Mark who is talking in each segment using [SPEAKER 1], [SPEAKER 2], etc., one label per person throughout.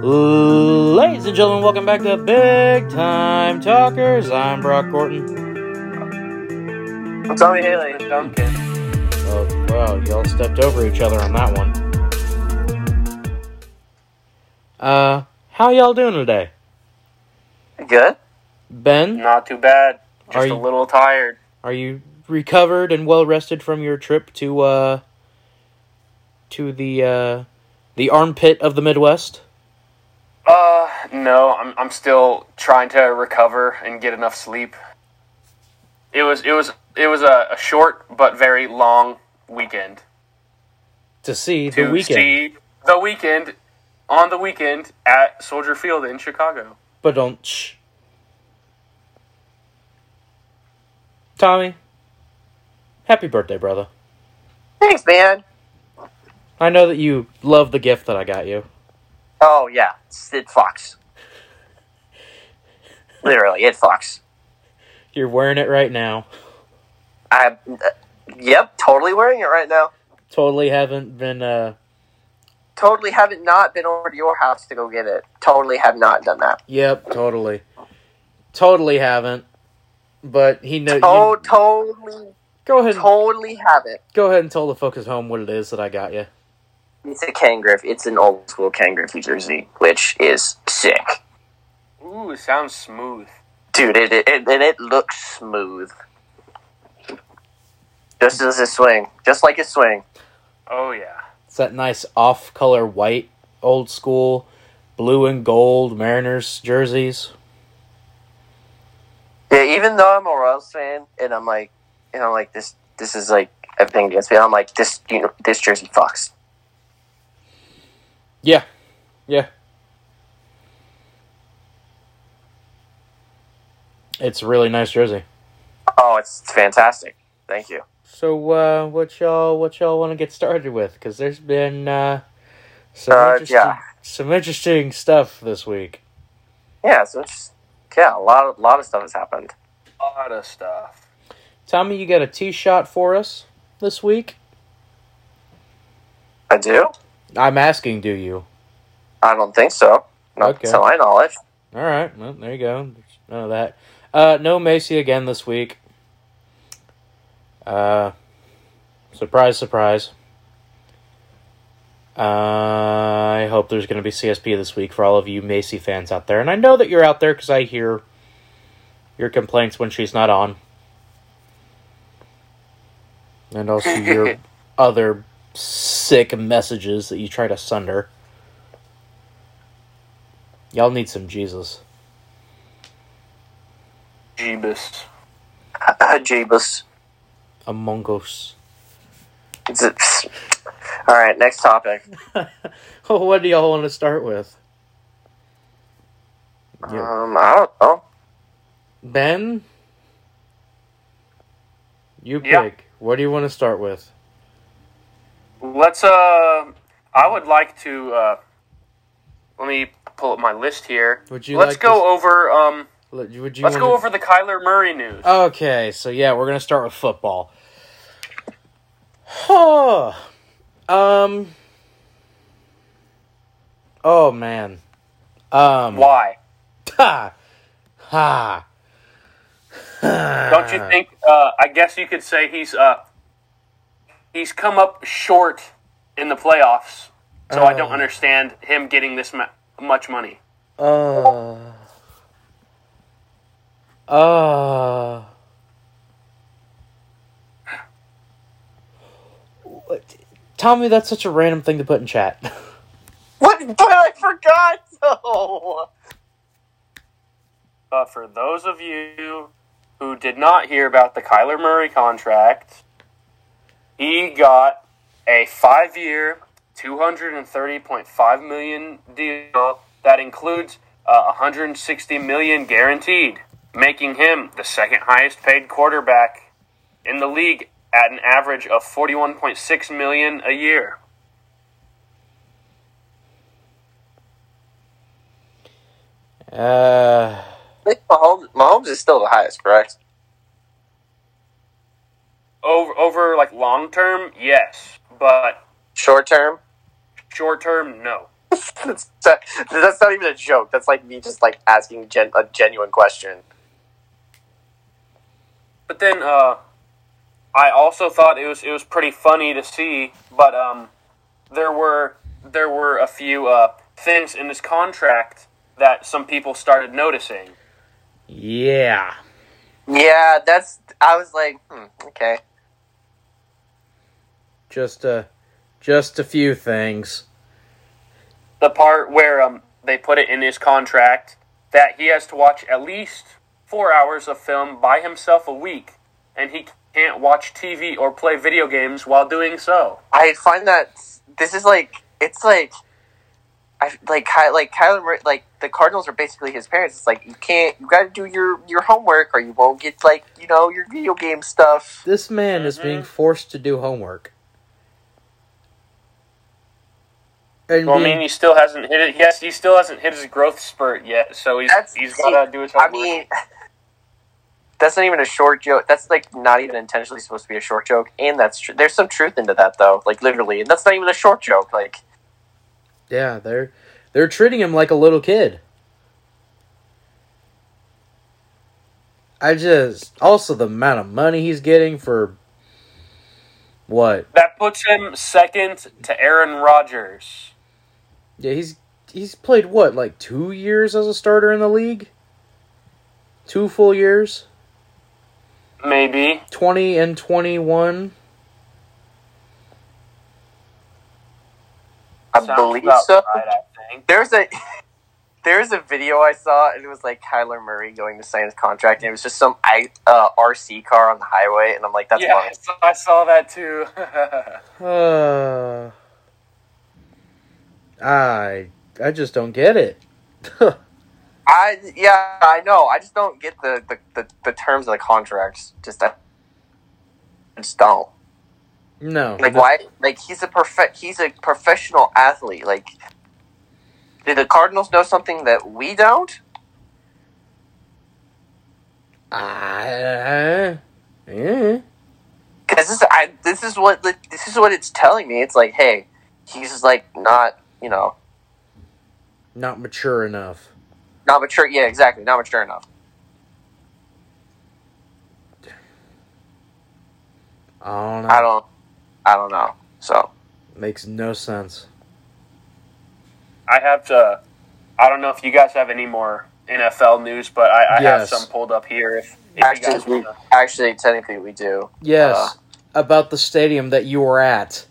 [SPEAKER 1] Ladies and gentlemen, welcome back to Big Time Talkers. I'm Brock Gordon.
[SPEAKER 2] I'm Tommy Haley. and Duncan.
[SPEAKER 1] Oh, wow, y'all stepped over each other on that one. Uh, how y'all doing today?
[SPEAKER 2] Good.
[SPEAKER 1] Ben,
[SPEAKER 2] Not too bad. Just
[SPEAKER 1] Are
[SPEAKER 2] a
[SPEAKER 1] you-
[SPEAKER 2] little tired.
[SPEAKER 1] are you recovered and well rested from your trip to, uh, to the, uh, the armpit of the Midwest?
[SPEAKER 2] Uh, no, I'm I'm still trying to recover and get enough sleep. It was it was it was a, a short but very long weekend.
[SPEAKER 1] To see
[SPEAKER 2] To
[SPEAKER 1] the weekend.
[SPEAKER 2] see the weekend on the weekend at Soldier Field in Chicago.
[SPEAKER 1] But don't. Shh. Tommy, happy birthday, brother.
[SPEAKER 2] Thanks, man.
[SPEAKER 1] I know that you love the gift that I got you.
[SPEAKER 2] Oh yeah, Sid Fox. Literally, it Fox.
[SPEAKER 1] You're wearing it right now.
[SPEAKER 2] I, uh, yep, totally wearing it right now.
[SPEAKER 1] Totally haven't been uh
[SPEAKER 2] Totally haven't not been over to your house to go get it. Totally have not done that.
[SPEAKER 1] yep, totally. Totally haven't. But he knows
[SPEAKER 2] Oh, totally,
[SPEAKER 1] Go ahead and,
[SPEAKER 2] totally haven't.
[SPEAKER 1] go ahead and tell the fuckers home what it is that I got you.
[SPEAKER 2] It's a Kangriff. It's an old school Kangriff jersey, which is sick. Ooh, sounds smooth. Dude, it, it, it and it looks smooth. Just as his swing, just like his swing. Oh yeah.
[SPEAKER 1] It's that nice off color white, old school, blue and gold Mariners jerseys.
[SPEAKER 2] Yeah, even though I'm a Royals fan, and I'm like, and I'm like, this, this is like a thing against me. I'm like, this, you know, this jersey fucks.
[SPEAKER 1] Yeah. Yeah. It's a really nice jersey.
[SPEAKER 2] Oh, it's, it's fantastic. Thank you.
[SPEAKER 1] So uh what y'all what y'all want to get started with cuz there's been uh some
[SPEAKER 2] Uh,
[SPEAKER 1] interesting,
[SPEAKER 2] yeah.
[SPEAKER 1] some interesting stuff this week.
[SPEAKER 2] Yeah, so it's just, yeah, a lot, a lot of stuff has happened. A lot of stuff.
[SPEAKER 1] Tommy, you got a tee shot for us this week?
[SPEAKER 2] I do.
[SPEAKER 1] I'm asking, do you?
[SPEAKER 2] I don't think so. Not
[SPEAKER 1] Okay.
[SPEAKER 2] to my knowledge.
[SPEAKER 1] All right. Well, there you go. There's None of that. Uh, no Macy again this week. Uh, surprise, surprise. Uh, I hope there's going to be CSP this week for all of you Macy fans out there, and I know that you're out there because I hear your complaints when she's not on, and also your other sick messages that you try to send her. Y'all need some Jesus.
[SPEAKER 2] Jeebus. Uh, Jeebus.
[SPEAKER 1] Among Us.
[SPEAKER 2] It's a, all right, next topic.
[SPEAKER 1] what do y'all want to start with? Yeah.
[SPEAKER 2] Um, I don't know.
[SPEAKER 1] Ben? You pick.
[SPEAKER 2] Yeah.
[SPEAKER 1] What do you want to start with?
[SPEAKER 2] Let's. Uh, I would like to. Uh, let me pull up my list here.
[SPEAKER 1] Would you
[SPEAKER 2] let's
[SPEAKER 1] like
[SPEAKER 2] go over. Um,
[SPEAKER 1] to- Oh. let- Would you
[SPEAKER 2] let's
[SPEAKER 1] wanna-
[SPEAKER 2] go over the Kyler Murray news.
[SPEAKER 1] Okay, so yeah, we're gonna start with football. Huh. Um. Oh man. Um.
[SPEAKER 2] Why
[SPEAKER 1] Ha. Ha. Ah.
[SPEAKER 2] don't you think? Uh, I guess you could say he's uh, he's come up short in the playoffs. So I don't
[SPEAKER 1] Uh.
[SPEAKER 2] understand him getting this ma- much money.
[SPEAKER 1] Uh. Uh. What- Tommy, that's such a random thing to put in chat.
[SPEAKER 2] What? But I forgot. though. But Uh, for those of you who did not hear about the Kyler Murray contract, he got a five-year, two hundred and thirty point five million deal that includes uh, one hundred and sixty million guaranteed, making him the second highest-paid quarterback in the league at an average of forty-one point six million a year.
[SPEAKER 1] Uh.
[SPEAKER 3] I think Mahomes, Mahomes is still the highest, correct?
[SPEAKER 2] over over like long term, yes, but
[SPEAKER 3] Short term?
[SPEAKER 2] Short term, no.
[SPEAKER 3] that's, that's not even a joke. That's like me just like asking gen- a genuine question.
[SPEAKER 2] But then uh, I also thought it was it was pretty funny to see, but um, there were there were a few uh, things in this contract that some people started noticing.
[SPEAKER 1] Yeah.
[SPEAKER 3] Yeah, that's. I was like, hmm, okay.
[SPEAKER 1] Just a, just a few things.
[SPEAKER 2] The part where um, they put it in his contract that he has to watch at least four hours of film by himself a week, and he can't watch TV or play video games while doing so.
[SPEAKER 3] I find that this is like it's like, I like Ky- like Kyler Murray like the Cardinals are basically his parents. It's like you can't you got to do your your homework or you won't get like you know your video game stuff.
[SPEAKER 1] This man is
[SPEAKER 2] Mhm.
[SPEAKER 1] being forced to do homework. And
[SPEAKER 2] Well, I
[SPEAKER 1] being-
[SPEAKER 2] mean, he still hasn't hit it. Yes, he still hasn't hit his growth spurt yet, so he's
[SPEAKER 3] That's-
[SPEAKER 2] he's got to do his
[SPEAKER 3] I
[SPEAKER 2] homework.
[SPEAKER 3] mean, that's not even a short joke. That's like not even intentionally supposed to be a short joke, and that's tr- there's some truth into that though. Like literally, and that's not even a short joke. Like
[SPEAKER 1] yeah, they're they're treating him like a little kid. I just also the amount of money he's getting for what?
[SPEAKER 2] That puts him second to Aaron Rodgers.
[SPEAKER 1] Yeah, he's he's played what like two years as a starter in the league. Two full years,
[SPEAKER 2] Maybe.
[SPEAKER 1] twenty and twenty one.
[SPEAKER 3] I
[SPEAKER 2] Sounds
[SPEAKER 3] believe
[SPEAKER 2] about
[SPEAKER 3] so.
[SPEAKER 2] right, I think.
[SPEAKER 3] There's a there's a video I saw and it was like Kyler Murray going to sign his contract and it was just some I, uh, RC car on the highway and I'm like that's
[SPEAKER 2] yeah,
[SPEAKER 3] funny.
[SPEAKER 2] I saw- I saw that too.
[SPEAKER 1] Uh, I I just don't get it.
[SPEAKER 3] I yeah I know I just don't get the the, the, the terms of the contracts just I, I just don't
[SPEAKER 1] no,
[SPEAKER 3] like why like he's a perfect he's a professional athlete like did the Cardinals know something that we don't
[SPEAKER 1] I, eh. yeah.
[SPEAKER 3] because this I this is what this is what it's telling me it's like hey he's like not you know
[SPEAKER 1] not mature enough.
[SPEAKER 3] not mature yeah exactly not mature enough.
[SPEAKER 1] I don't know.
[SPEAKER 3] I don't, I don't know. So
[SPEAKER 1] Makes no sense.
[SPEAKER 2] I have to. I don't know if you guys have any more NFL news, but I, I have
[SPEAKER 1] Yes.
[SPEAKER 2] some pulled up here. If, if you guys
[SPEAKER 3] actually, we,
[SPEAKER 2] wanna-
[SPEAKER 3] actually, technically, we do.
[SPEAKER 1] Yes,
[SPEAKER 3] Uh,
[SPEAKER 1] about the stadium that you were at.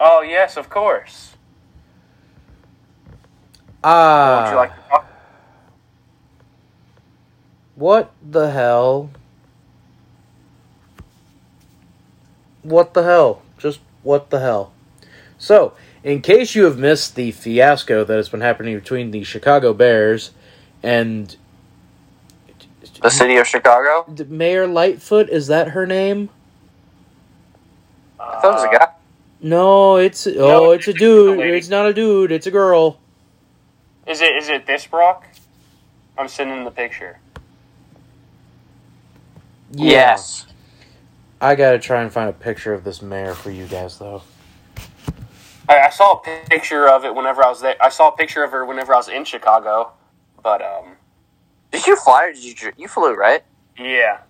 [SPEAKER 2] Oh yes, of course.
[SPEAKER 1] Ah,
[SPEAKER 2] Would you like to talk?
[SPEAKER 1] what the hell? What the hell? Just what the hell? So, in case you have missed the fiasco that has been happening between the Chicago Bears and
[SPEAKER 3] The city of Chicago.
[SPEAKER 1] D- Mayor Lightfoot, is that her name?
[SPEAKER 3] I thought it was
[SPEAKER 2] Uh,
[SPEAKER 3] a guy.
[SPEAKER 1] No, it's oh, it's a
[SPEAKER 2] it's a
[SPEAKER 1] dude.
[SPEAKER 2] lady.
[SPEAKER 1] It's not a dude. It's a girl.
[SPEAKER 2] Uh, Is it is it this Brock? I'm sending the picture.
[SPEAKER 1] Yeah. I gotta try and find a picture of this mayor for you guys, though.
[SPEAKER 2] I, I saw a picture of it whenever I was there. I saw a picture of her whenever I was in Chicago, but um,
[SPEAKER 3] Did you fly or did you dr- you flew right?
[SPEAKER 2] yeah.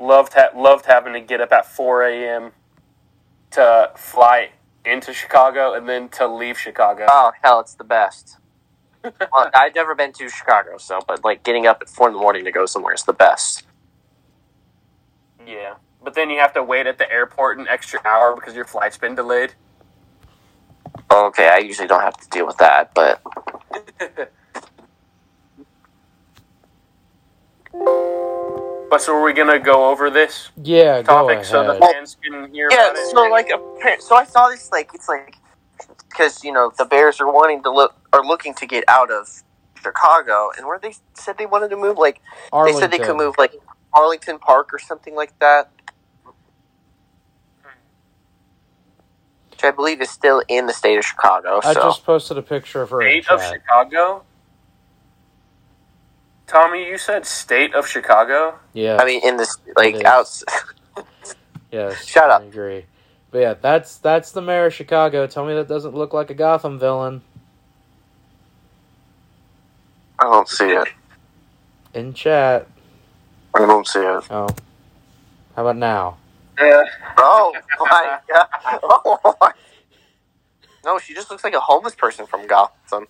[SPEAKER 2] Loved ha- loved having to get up at four a.m. to fly into Chicago and then to leave Chicago.
[SPEAKER 3] Oh hell, it's the best. well, I've never been to Chicago, so but like getting up at four in the morning to go somewhere is the best.
[SPEAKER 2] Yeah, but then you have to wait at the airport an extra hour because your flight's been delayed.
[SPEAKER 3] Okay, I usually don't have to deal with that, but
[SPEAKER 2] But so are we gonna go over this
[SPEAKER 1] Yeah,
[SPEAKER 2] topic
[SPEAKER 1] Uh, go
[SPEAKER 2] so the
[SPEAKER 1] ahead.
[SPEAKER 2] fans can hear
[SPEAKER 3] yeah.
[SPEAKER 2] about it?
[SPEAKER 3] So like, appar- so I saw this like it's like because you know the Bears are wanting to look are looking to get out of Chicago, and where they said they wanted to move like. They said they could
[SPEAKER 1] Arlington.
[SPEAKER 3] move like Arlington Park or something like that, which I believe is still in the state of Chicago.
[SPEAKER 1] I
[SPEAKER 3] so
[SPEAKER 1] just posted a picture of her. in
[SPEAKER 2] State of
[SPEAKER 1] chat.
[SPEAKER 2] Chicago. Tommy, you said state of Chicago.
[SPEAKER 1] Yeah.
[SPEAKER 3] I mean, in this like
[SPEAKER 1] It is.
[SPEAKER 3] outs.
[SPEAKER 1] Yes.
[SPEAKER 3] Shut up.
[SPEAKER 1] I agree. But yeah, that's that's the mayor of Chicago. Tell me that doesn't look like a Gotham villain.
[SPEAKER 3] I don't see it.
[SPEAKER 1] In chat.
[SPEAKER 3] I don't see it.
[SPEAKER 1] Oh. How about now?
[SPEAKER 2] Yeah.
[SPEAKER 3] Oh my god! Oh my. No, she just looks like a homeless person from Gotham.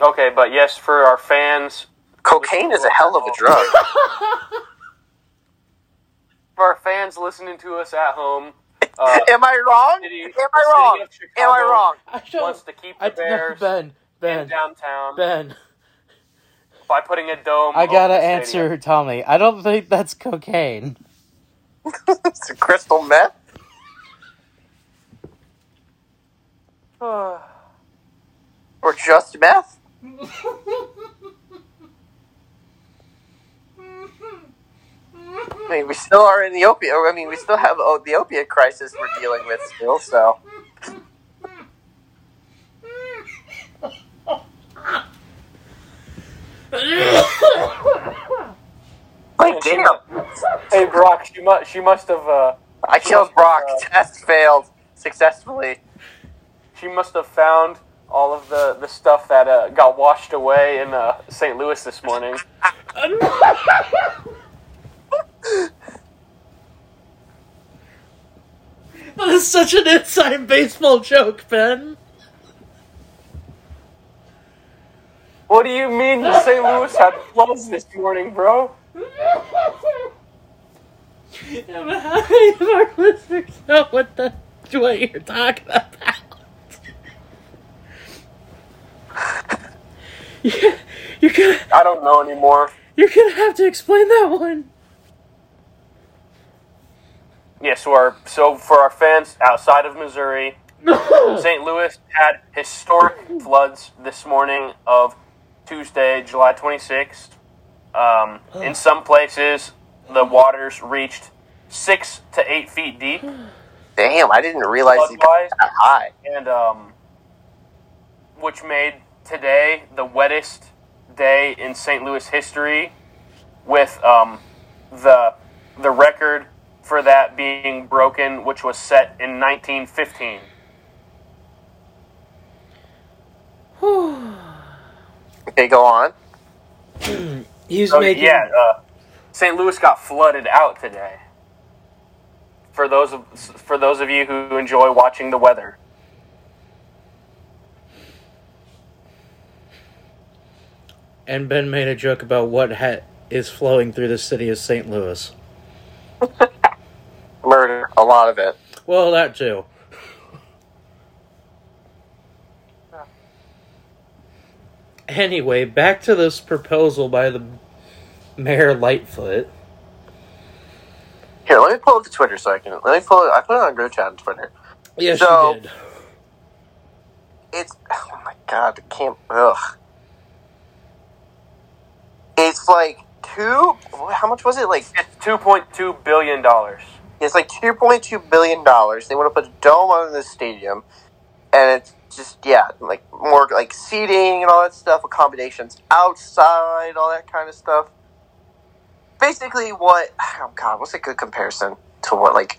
[SPEAKER 2] Okay, but yes, for our fans,
[SPEAKER 3] Cocaine is a hell of a drug.
[SPEAKER 2] for our fans listening to us at home, uh,
[SPEAKER 3] Am I wrong?
[SPEAKER 2] City-
[SPEAKER 3] Am
[SPEAKER 2] the
[SPEAKER 3] I
[SPEAKER 2] city
[SPEAKER 3] wrong?
[SPEAKER 2] of
[SPEAKER 3] Am I
[SPEAKER 2] Chicago
[SPEAKER 3] wrong?
[SPEAKER 1] I
[SPEAKER 2] Wants to keep the
[SPEAKER 1] I, no,
[SPEAKER 2] Bears
[SPEAKER 1] ben,
[SPEAKER 2] in
[SPEAKER 1] Ben,
[SPEAKER 2] downtown
[SPEAKER 1] Ben.
[SPEAKER 2] by putting a dome.
[SPEAKER 1] I
[SPEAKER 2] over
[SPEAKER 1] gotta
[SPEAKER 2] the stadium.
[SPEAKER 1] answer Tommy. I don't think that's cocaine.
[SPEAKER 3] It's a crystal meth. or just meth? I mean, we still are in the opiate. I mean, we still have oh, the opiate crisis we're dealing with still. So like, damn,
[SPEAKER 2] Hey Brock, she must she must have uh,
[SPEAKER 3] I killed Brock. Test failed successfully.
[SPEAKER 2] she must have found all of the, the stuff that uh, got washed away in uh, St. Louis this morning.
[SPEAKER 1] That is such an inside baseball joke, Ben.
[SPEAKER 2] What do you mean St. Louis had floods this morning, bro?
[SPEAKER 1] Yeah, how many of our listeners know what the what you're talking about? Yeah, you're gonna
[SPEAKER 2] I don't know anymore.
[SPEAKER 1] you're gonna have to explain that one.
[SPEAKER 2] Yes, so, our, so for our fans outside of Missouri, St. Louis had historic floods this morning of Tuesday, July 26th. Um, in some places, the waters reached six to eight feet deep.
[SPEAKER 3] Damn, I didn't realize he got
[SPEAKER 2] Flood-wise,
[SPEAKER 3] that high.
[SPEAKER 2] and um, which made today the wettest day in St. Louis history, with um, the the record for that being broken, which was set in 1915.
[SPEAKER 3] Okay, go on.
[SPEAKER 1] He's
[SPEAKER 2] So
[SPEAKER 1] making
[SPEAKER 2] yeah, uh, St. Louis got flooded out today. For those of for those of you who enjoy watching the weather,
[SPEAKER 1] and Ben made a joke about what ha- is flowing through the city of St. Louis.
[SPEAKER 3] Murder, a lot of it.
[SPEAKER 1] Well, that too. Anyway, back to this proposal by the Mayor Lightfoot.
[SPEAKER 3] Here, let me pull up the Twitter so I can. Let me pull it. I put it on group chat on Twitter.
[SPEAKER 1] Yes,
[SPEAKER 3] So-
[SPEAKER 1] she did.
[SPEAKER 3] It's oh my god, I can't. Ugh. It's like two. How much was it? Like
[SPEAKER 2] it's 2.2 billion dollars.
[SPEAKER 3] it's like two point two billion dollars. They want to put a dome on the stadium, and it's just yeah, like more like seating and all that stuff, accommodations outside, all that kind of stuff. Basically, what? Oh god, what's a good comparison to what like?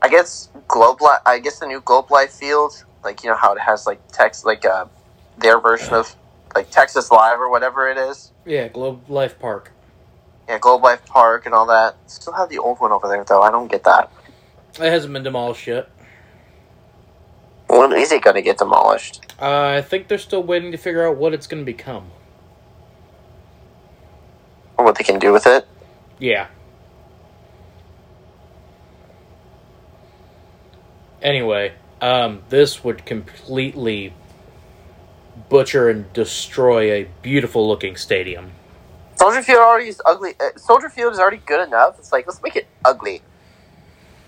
[SPEAKER 3] I guess Globe Life. I guess the new Globe Life Field, like you know how it has like text, like uh, their version of like Texas Live or whatever it is.
[SPEAKER 1] Yeah, Globe Life Park.
[SPEAKER 3] Yeah, Globe Life Park and all that. Still have the old one over there though. I don't get that.
[SPEAKER 1] It hasn't been demolished yet.
[SPEAKER 3] When is it going to get demolished?
[SPEAKER 1] Uh, I think they're still waiting to figure out what it's going to become.
[SPEAKER 3] Or what they can do with it?
[SPEAKER 1] Yeah. Anyway, um, this would completely butcher and destroy a beautiful looking stadium.
[SPEAKER 3] Soldier Field already is ugly. Uh, Soldier Field is already good enough. It's like let's make it ugly.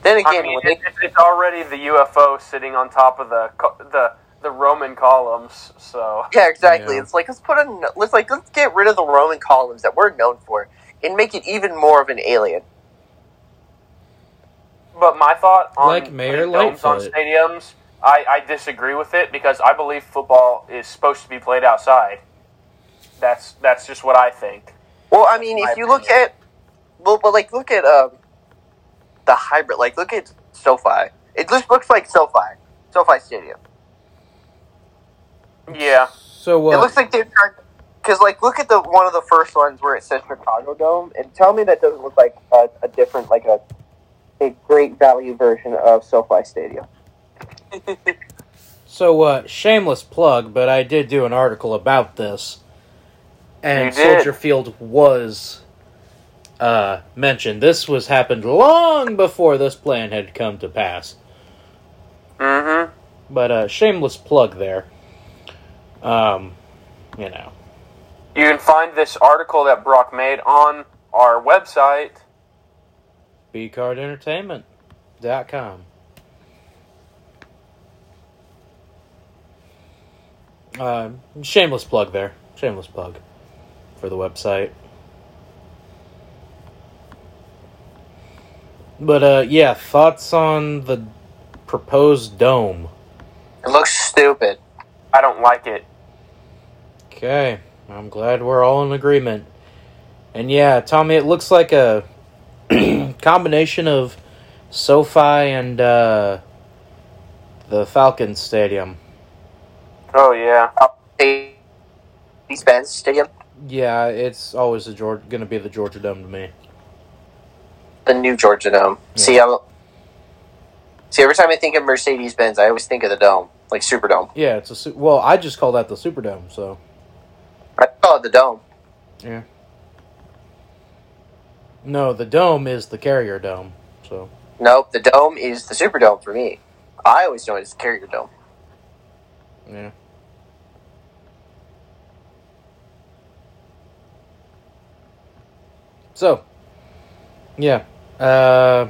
[SPEAKER 3] Then
[SPEAKER 2] I
[SPEAKER 3] again,
[SPEAKER 2] mean,
[SPEAKER 3] when
[SPEAKER 2] it,
[SPEAKER 3] they,
[SPEAKER 2] it- it's already the UFO sitting on top of the co- the the Roman columns. So
[SPEAKER 3] yeah, exactly.
[SPEAKER 1] Yeah.
[SPEAKER 3] It's like let's put in let's like let's get rid of the Roman columns that we're known for and make it even more of an alien.
[SPEAKER 2] but my thought on
[SPEAKER 1] Like Mayor
[SPEAKER 2] putting domes on
[SPEAKER 1] Lightfoot.
[SPEAKER 2] stadiums I, I disagree with it because I believe football is supposed to be played outside. That's that's just what I think.
[SPEAKER 3] Well, I mean,
[SPEAKER 2] My
[SPEAKER 3] if you look
[SPEAKER 2] opinion.
[SPEAKER 3] at, well, but like look at um, the hybrid. Like look at SoFi. It just looks like SoFi, SoFi Stadium.
[SPEAKER 2] Yeah,
[SPEAKER 1] So what?
[SPEAKER 3] It looks like they're trying. Because like look at the one of the first ones where it says Chicago Dome, and tell me that doesn't look like a, a different, like a a great value version of SoFi Stadium.
[SPEAKER 1] So, uh, shameless plug, but I did do an article about this, and
[SPEAKER 2] You did.
[SPEAKER 1] Soldier Field was uh, mentioned. This was happened long before this plan had come to pass.
[SPEAKER 2] Mm-hmm.
[SPEAKER 1] But uh, shameless plug there. Um, you know,
[SPEAKER 2] You can find this article that Brock made on our website.
[SPEAKER 1] bcardentertainment.com. Uh, shameless plug there. Shameless plug for the website. But uh, yeah, thoughts on the proposed dome?
[SPEAKER 3] It looks stupid.
[SPEAKER 2] I don't like it.
[SPEAKER 1] Okay, I'm glad we're all in agreement. And yeah, Tommy, it looks like a combination of SoFi and uh, the Falcons Stadium.
[SPEAKER 2] Oh yeah.
[SPEAKER 3] East Benz Uh, Stadium,
[SPEAKER 1] Yeah, it's always the Georgia, gonna be the Georgia Dome to me.
[SPEAKER 3] the new Georgia Dome.
[SPEAKER 1] Yeah.
[SPEAKER 3] See, I'm, see, every time I think of Mercedes Benz, I always think of the dome, like Superdome.
[SPEAKER 1] Yeah, it's a su- well. I just call that the Superdome. So
[SPEAKER 3] I call it the dome.
[SPEAKER 1] no, the dome is the Carrier Dome. So
[SPEAKER 3] Nope, the dome is the Superdome for me. I always know it as the Carrier Dome.
[SPEAKER 1] yeah. So, yeah. Uh,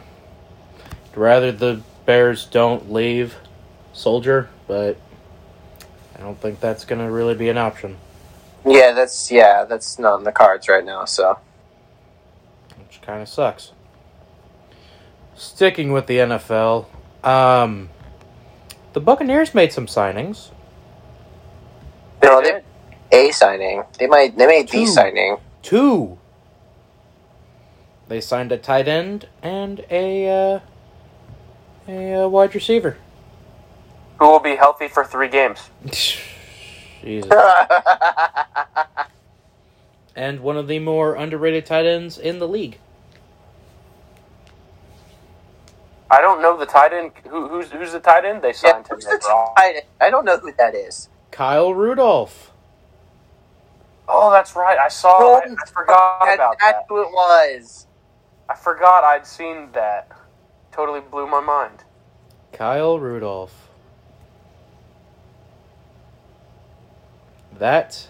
[SPEAKER 1] I'd rather the Bears don't leave Soldier, but I don't think that's gonna really be an option.
[SPEAKER 3] Yeah, that's yeah, that's not in the cards right now. So
[SPEAKER 1] which kind of sucks. Sticking with the NFL, um, the Buccaneers made some signings.
[SPEAKER 3] No, they- a signing, they might they made the
[SPEAKER 1] Two.
[SPEAKER 3] signing.
[SPEAKER 1] Two. They signed a tight end and a uh, a uh, wide receiver.
[SPEAKER 2] Who will be healthy for three games?
[SPEAKER 1] Jesus.
[SPEAKER 3] yeah,
[SPEAKER 1] And one of the more underrated tight ends in the league.
[SPEAKER 2] I don't know the tight end. Who, who's who's the tight end they signed
[SPEAKER 3] who's
[SPEAKER 2] to?
[SPEAKER 3] the tight end? I don't know who that is.
[SPEAKER 1] Kyle Rudolph.
[SPEAKER 2] Oh, that's right. I saw. Oh, I, I forgot
[SPEAKER 3] That-
[SPEAKER 2] about
[SPEAKER 3] that's
[SPEAKER 2] that.
[SPEAKER 3] who it was.
[SPEAKER 2] I forgot I'd seen that. Totally blew my mind.
[SPEAKER 1] Kyle Rudolph. That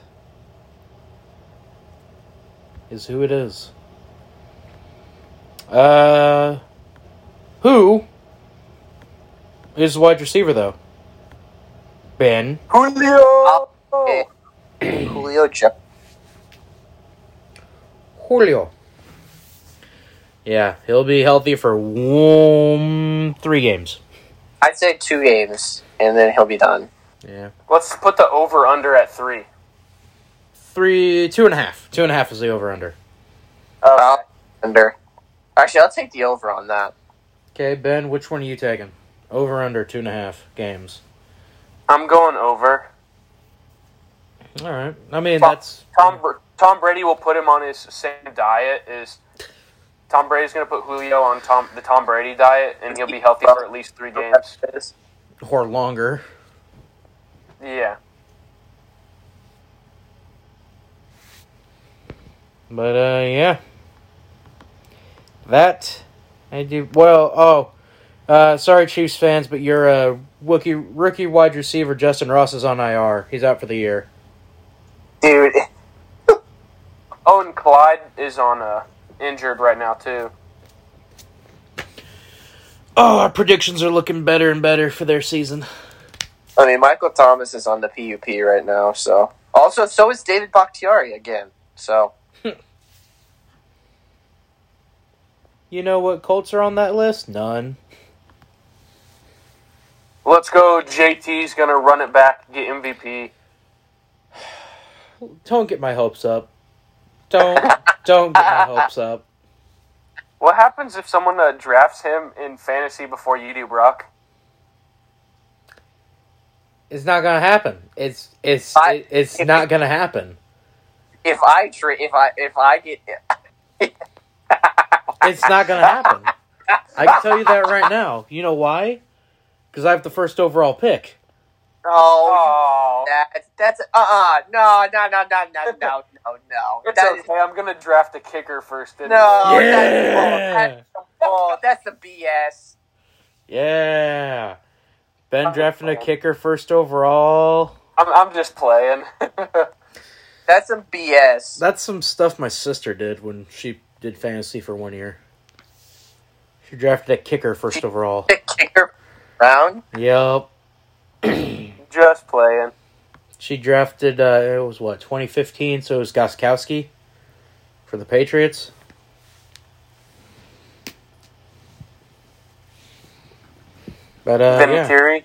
[SPEAKER 1] is who it is. Uh, who is the wide receiver though? Ben.
[SPEAKER 2] Julio.
[SPEAKER 3] Eh, Julio Jones.
[SPEAKER 1] Julio. Yeah, he'll be healthy for one, three games.
[SPEAKER 3] I'd say two games, and then he'll be done.
[SPEAKER 1] Yeah,
[SPEAKER 2] Let's put the over under at three.
[SPEAKER 1] three, two and a half. Two and a half is the over under.
[SPEAKER 3] Uh, under. Actually, I'll take the over on that.
[SPEAKER 1] Okay, Ben, which one are you taking? Over under two and a half games.
[SPEAKER 2] I'm going over.
[SPEAKER 1] All right. I mean,
[SPEAKER 2] Fuck.
[SPEAKER 1] that's
[SPEAKER 2] Tom Br- Tom Brady will put him on his same diet. Is Tom Brady's going to put Julio on Tom the Tom Brady diet, and he'll be healthy for at least three games.
[SPEAKER 1] or longer.
[SPEAKER 2] Yeah.
[SPEAKER 1] But uh, yeah, that I do well. Oh, uh, sorry, Chiefs fans, but your uh, rookie rookie wide receiver Justin Ross is on IR. He's out for the year.
[SPEAKER 3] Dude,
[SPEAKER 2] Oh, and Clyde is on uh, injured right now too.
[SPEAKER 1] Oh, our predictions are looking better and better for their season.
[SPEAKER 3] I mean, Michael Thomas is on the PUP right now, so. Also, so is David Bakhtiari again, so.
[SPEAKER 1] You know what Colts are on that list? None.
[SPEAKER 2] Let's go. JT's gonna run it back, get MVP.
[SPEAKER 1] Don't get my hopes up. Don't don't get my hopes up.
[SPEAKER 2] What happens if someone uh, drafts him in fantasy before you do, Brock?
[SPEAKER 1] It's not gonna happen. It's it's
[SPEAKER 3] I-
[SPEAKER 1] it's not gonna happen.
[SPEAKER 3] If I tra- if I if I get oh,
[SPEAKER 1] It's not gonna happen. I can tell you that right now. You know why? Because I have the first overall pick.
[SPEAKER 3] oh,
[SPEAKER 2] Oh,
[SPEAKER 3] that's that's uh uh no no no no no no no no
[SPEAKER 2] it's
[SPEAKER 3] That
[SPEAKER 2] okay.
[SPEAKER 3] is-
[SPEAKER 2] I'm gonna draft a kicker first. Anyway.
[SPEAKER 3] no
[SPEAKER 1] Yeah.
[SPEAKER 3] that's the bull. that's the BS.
[SPEAKER 1] Yeah. Ben drafting a kicker first overall.
[SPEAKER 2] I'm, I'm just playing.
[SPEAKER 3] That's some BS.
[SPEAKER 1] That's some stuff my sister did when she did fantasy for one year. She drafted a kicker first overall.
[SPEAKER 3] The kicker round.
[SPEAKER 1] Yep.
[SPEAKER 2] just playing.
[SPEAKER 1] She drafted uh it was what, twenty fifteen, so it was Goskowski for the Patriots. But uh
[SPEAKER 2] Vinny
[SPEAKER 1] yeah.
[SPEAKER 2] Curry.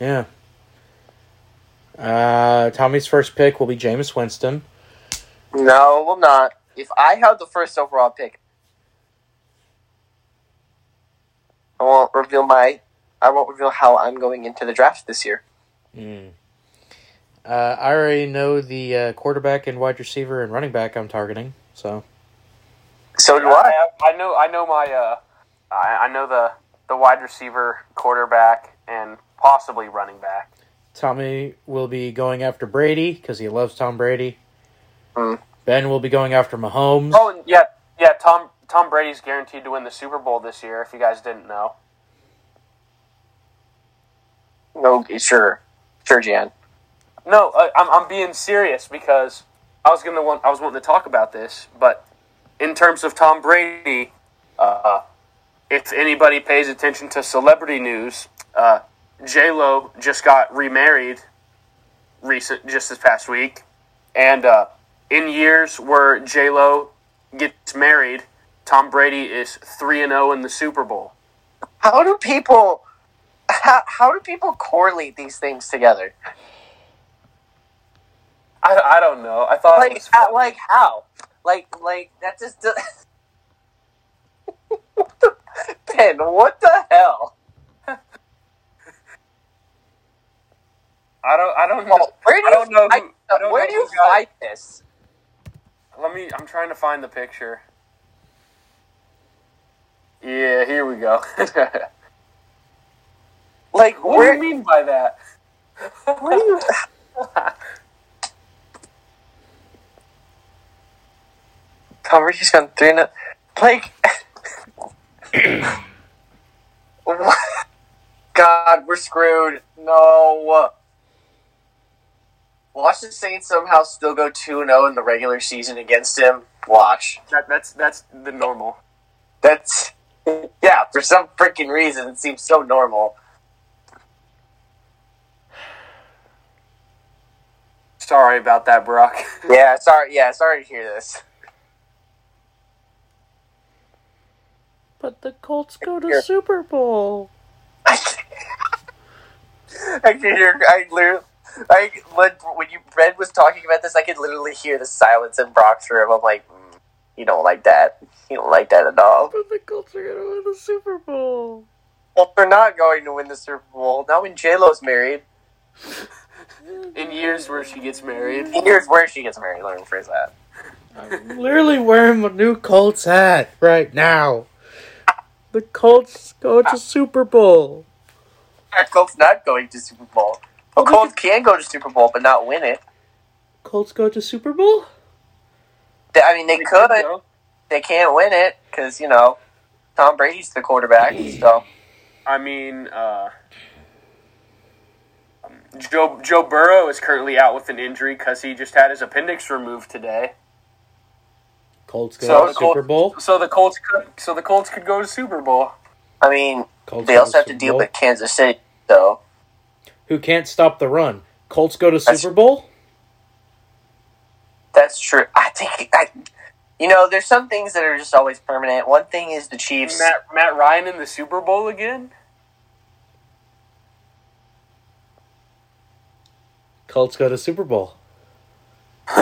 [SPEAKER 1] Yeah. Uh, Tommy's first pick will be Jameis Winston.
[SPEAKER 3] No, well not. If I held the first overall pick, I won't reveal my. I won't reveal how I'm going into the draft this year.
[SPEAKER 1] Uh, I already know the uh, quarterback and wide receiver and running back I'm targeting. So
[SPEAKER 3] So do
[SPEAKER 2] I,
[SPEAKER 3] I.
[SPEAKER 2] I know. I know my. Uh, I, I know the the wide receiver, quarterback, and possibly running back.
[SPEAKER 1] Tommy will be going after Brady because he loves Tom Brady.
[SPEAKER 3] Mm.
[SPEAKER 1] Ben will be going after Mahomes.
[SPEAKER 2] Oh, and yeah, yeah. Tom Tom Brady's guaranteed to win the Super Bowl this year. If you guys didn't know,
[SPEAKER 3] No, sure, sure, Jan.
[SPEAKER 2] no, I, I'm I'm being serious because I was gonna want I was wanting to talk about this, but in terms of Tom Brady, uh, if anybody pays attention to celebrity news, uh, J Lo just got remarried recent just this past week, and uh, in years where J Lo gets married, Tom Brady is three and zero in the Super Bowl.
[SPEAKER 3] How do people? How, how do people correlate these things together?
[SPEAKER 2] I, I don't know. I thought it
[SPEAKER 3] Like,
[SPEAKER 2] was
[SPEAKER 3] how,
[SPEAKER 2] funny.
[SPEAKER 3] like how? Like, like that just. do- What the- Ben, what the hell?
[SPEAKER 2] I don't I don't know.
[SPEAKER 3] Well, where do
[SPEAKER 2] I don't
[SPEAKER 3] you,
[SPEAKER 2] know who-
[SPEAKER 3] find-
[SPEAKER 2] I don't
[SPEAKER 3] where
[SPEAKER 2] know
[SPEAKER 3] do you
[SPEAKER 2] who got
[SPEAKER 3] find this?
[SPEAKER 2] Let me. I'm trying to find the picture. Yeah, here we go.
[SPEAKER 3] Like,
[SPEAKER 2] what
[SPEAKER 3] where,
[SPEAKER 2] do you mean by that?
[SPEAKER 3] where do you? Conversation's gone three and a, like. What? God, we're screwed. No. Watch the Saints somehow still go two and zero in the regular season against him. Watch.
[SPEAKER 2] that? That's that's the normal.
[SPEAKER 3] That's yeah. For some freaking reason, it seems so normal.
[SPEAKER 2] Sorry about that, Brock.
[SPEAKER 3] Yeah, sorry. Yeah, sorry to hear this.
[SPEAKER 1] But the Colts go
[SPEAKER 3] Here.
[SPEAKER 1] to Super Bowl.
[SPEAKER 3] I could hear. I literally. I like, when you Red was talking about this, I could literally hear the silence in Brock's room. I'm like, mm, you don't like that. You don't like that at all.
[SPEAKER 1] But the Colts are gonna win the Super Bowl.
[SPEAKER 3] Well, they're not going to win the Super Bowl now. When J Lo's married,
[SPEAKER 2] In years where she gets married.
[SPEAKER 3] here's where she gets married. Let me phrase that.
[SPEAKER 1] I'm literally wearing my new Colts hat right now. The Colts go to Super Bowl.
[SPEAKER 3] Colts not going to Super Bowl. Well,
[SPEAKER 1] Well,
[SPEAKER 3] Colts can go to Super Bowl, but not win it.
[SPEAKER 1] Colts go to Super Bowl?
[SPEAKER 3] They- I mean, they could. They can't win it because you know Tom Brady's the quarterback. So
[SPEAKER 2] I mean, uh, um, Joe Joe Burrow is currently out with an injury because he just had his appendix removed today.
[SPEAKER 1] Colts go
[SPEAKER 2] So
[SPEAKER 1] to
[SPEAKER 2] the
[SPEAKER 1] Super Bowl.
[SPEAKER 2] Colts- So the Colts could. So the Colts could go to Super Bowl.
[SPEAKER 3] I mean,
[SPEAKER 1] Colts
[SPEAKER 3] they
[SPEAKER 1] go
[SPEAKER 3] also have to
[SPEAKER 1] Super
[SPEAKER 3] deal
[SPEAKER 1] Bowl.
[SPEAKER 3] with Kansas City, though.
[SPEAKER 1] Who can't stop the run? Colts go to
[SPEAKER 3] That's-
[SPEAKER 1] Super Bowl?
[SPEAKER 3] That's true. I think I, you know, there's some things that are just always permanent. One thing is the Chiefs.
[SPEAKER 2] Matt Matt Ryan in the Super Bowl again.
[SPEAKER 1] Colts go to Super Bowl.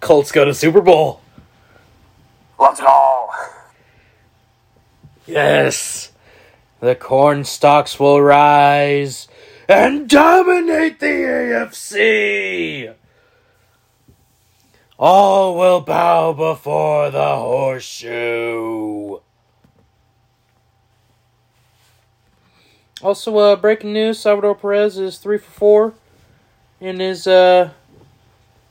[SPEAKER 1] Colts go to Super Bowl.
[SPEAKER 2] Let's go.
[SPEAKER 1] Yes. The corn stalks will rise and dominate the AFC. All will bow before the horseshoe. Also, uh, breaking news: Salvador Perez is three for four in his uh,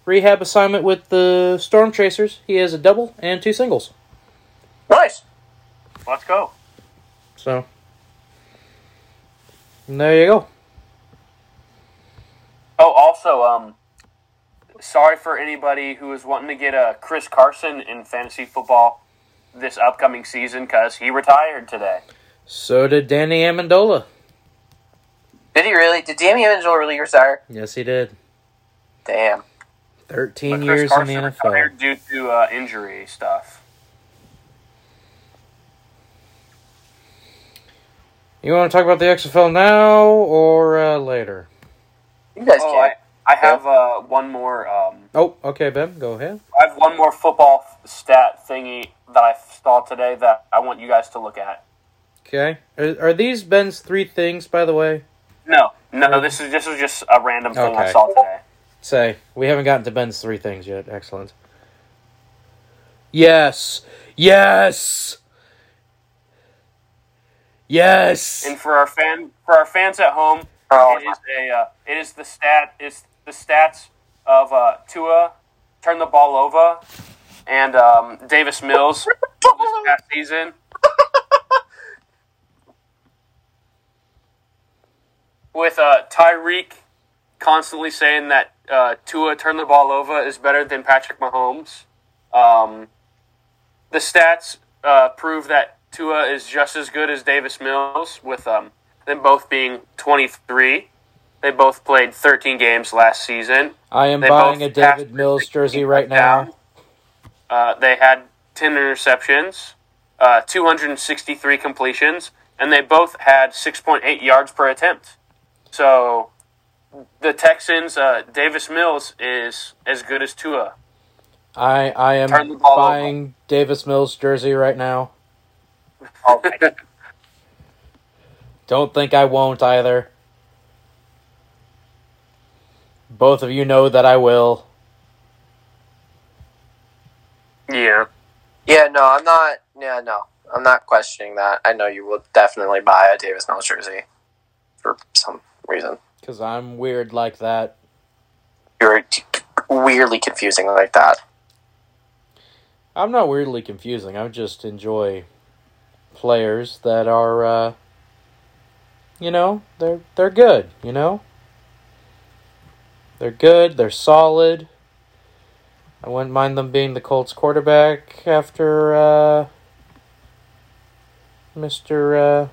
[SPEAKER 1] rehab assignment with the Storm Chasers. He has a double and two singles.
[SPEAKER 3] Nice.
[SPEAKER 2] Let's go.
[SPEAKER 1] So, and there you go.
[SPEAKER 2] Oh, also, um, sorry for anybody who is wanting to get a Chris Carson in fantasy football this upcoming season because he retired today.
[SPEAKER 1] So did Danny Amendola.
[SPEAKER 3] Did he really? Did Danny Angel really retire?
[SPEAKER 1] Yes, he did.
[SPEAKER 3] Damn.
[SPEAKER 2] But
[SPEAKER 1] 13
[SPEAKER 2] Chris
[SPEAKER 1] years in
[SPEAKER 2] Carson
[SPEAKER 1] the NFL.
[SPEAKER 2] retired due to uh, injury stuff.
[SPEAKER 1] You want to talk about the XFL now or uh, later?
[SPEAKER 3] You guys
[SPEAKER 2] Oh,
[SPEAKER 3] can.
[SPEAKER 2] I, I have uh, one more. Um,
[SPEAKER 1] Oh, okay, Ben, go ahead.
[SPEAKER 2] I have one more football f- stat thingy that I saw today that I want you guys to look at.
[SPEAKER 1] Okay. Are, are these Ben's three things, by the way?
[SPEAKER 2] No, no, this is this was just a random thing
[SPEAKER 1] Okay.
[SPEAKER 2] I saw today.
[SPEAKER 1] Say, we haven't gotten to Ben's three things yet. Excellent. Yes. Yes. Yes.
[SPEAKER 2] And for our fan for our fans at home,
[SPEAKER 3] Oh,
[SPEAKER 2] it is a uh, it is the stat is the stats of uh, Tua turn the ball over and um, Davis Mills this past season. With uh, Tyreek constantly saying that uh, Tua turn the ball over is better than Patrick Mahomes. Um, the stats uh, prove that Tua is just as good as Davis Mills, with um, them both being 23. They both played 13 games last season.
[SPEAKER 1] I am
[SPEAKER 2] They
[SPEAKER 1] buying
[SPEAKER 2] both
[SPEAKER 1] a David
[SPEAKER 2] passed
[SPEAKER 1] Mills
[SPEAKER 2] 13
[SPEAKER 1] jersey right
[SPEAKER 2] touchdowns.
[SPEAKER 1] now.
[SPEAKER 2] Uh, they had 10 interceptions, uh, 263 completions, and they both had 6.8 yards per attempt. So the Texans, uh, Davis Mills is as good as Tua.
[SPEAKER 1] I I
[SPEAKER 2] Turn the
[SPEAKER 1] am
[SPEAKER 2] ball over.
[SPEAKER 1] buying Davis Mills jersey right now.
[SPEAKER 3] oh my God.
[SPEAKER 1] Don't think I won't either. Both of you know that I will.
[SPEAKER 2] Yeah.
[SPEAKER 3] yeah, no, I'm not. Yeah, no, I'm not questioning that. I know you will definitely buy a Davis Mills jersey for some reason.
[SPEAKER 1] Because I'm weird like that.
[SPEAKER 3] You're weirdly confusing like that.
[SPEAKER 1] I'm not weirdly confusing. I just enjoy players that are, uh, you know, they're they're good. You know, they're good. They're solid. I wouldn't mind them being the Colts quarterback after uh, Mister. Uh,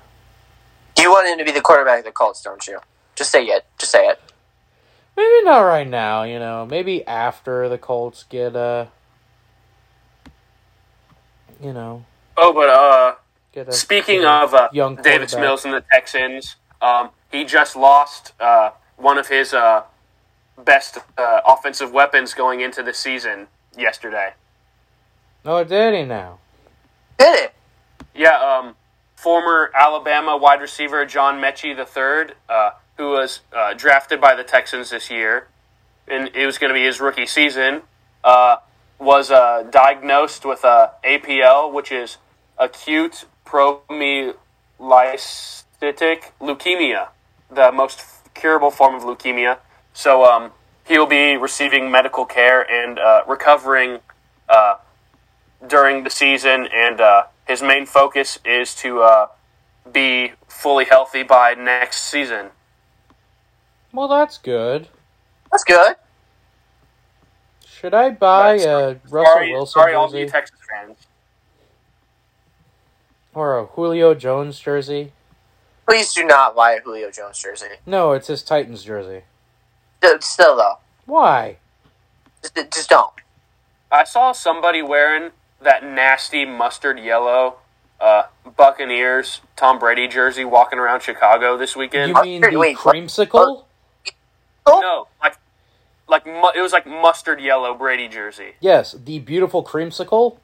[SPEAKER 3] You want him to be the quarterback of the Colts, don't you? Just say it. Just say it.
[SPEAKER 1] Maybe not right now, you know. Maybe after the Colts get uh you know,
[SPEAKER 2] Oh, but uh,
[SPEAKER 1] get a
[SPEAKER 2] Speaking
[SPEAKER 1] get a
[SPEAKER 2] of uh,
[SPEAKER 1] young
[SPEAKER 2] Davis
[SPEAKER 1] quarterback.
[SPEAKER 2] Mills and the Texans, um, he just lost uh, one of his uh, best uh, offensive weapons going into the season yesterday.
[SPEAKER 1] No Daddy Oh, now.
[SPEAKER 3] Did it?
[SPEAKER 2] Yeah, um, former Alabama wide receiver John Mechie III, uh, who was uh, drafted by the Texans this year, and it was going to be his rookie season, uh, was uh, diagnosed with uh, APL, which is acute promyelocytic leukemia, the most f- curable form of leukemia. So um, he'll be receiving medical care and uh, recovering uh, during the season, and uh, his main focus is to uh, be fully healthy by next season.
[SPEAKER 1] Well that's good.
[SPEAKER 3] That's good.
[SPEAKER 1] Should I buy
[SPEAKER 2] Right,
[SPEAKER 1] a Russell
[SPEAKER 2] sorry,
[SPEAKER 1] Wilson
[SPEAKER 2] sorry, all you
[SPEAKER 1] jersey
[SPEAKER 2] Texas fans.
[SPEAKER 1] or a Julio Jones jersey?
[SPEAKER 3] Please do not buy a Julio Jones jersey.
[SPEAKER 1] No, it's his Titans jersey.
[SPEAKER 3] D- Still though,
[SPEAKER 1] Why?
[SPEAKER 3] just, just don't.
[SPEAKER 2] I saw somebody wearing that nasty mustard yellow uh, Buccaneers Tom Brady jersey walking around Chicago this weekend.
[SPEAKER 1] You mean the
[SPEAKER 3] Wait, what?
[SPEAKER 1] creamsicle?
[SPEAKER 2] No, like like mu- it was like mustard yellow Brady jersey.
[SPEAKER 1] Yes, the beautiful creamsicle.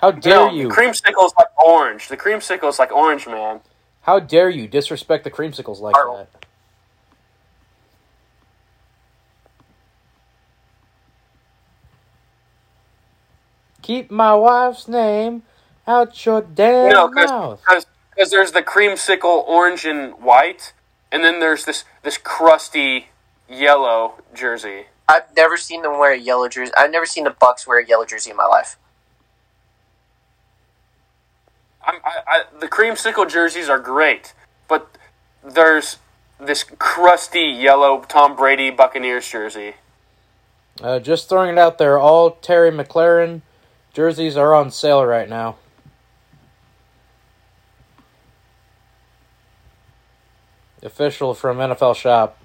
[SPEAKER 1] How dare
[SPEAKER 2] no,
[SPEAKER 1] you?
[SPEAKER 2] the creamsicle's like orange. The creamsicle's like orange, man.
[SPEAKER 1] How dare you disrespect the creamsicles like
[SPEAKER 2] Arnold.
[SPEAKER 1] that? Keep my wife's name out your damn
[SPEAKER 2] No,
[SPEAKER 1] mouth.
[SPEAKER 2] because there's the creamsicle orange and white, and then there's this this crusty yellow jersey.
[SPEAKER 3] I've never seen them wear a yellow jersey. I've never seen the Bucks wear a yellow jersey in my life.
[SPEAKER 2] I'm, I, I, the creamsicle jerseys are great, but there's this crusty yellow Tom Brady Buccaneers jersey.
[SPEAKER 1] Uh, just throwing it out there, all Terry McLaren jerseys are on sale right now. Official from NFL Shop.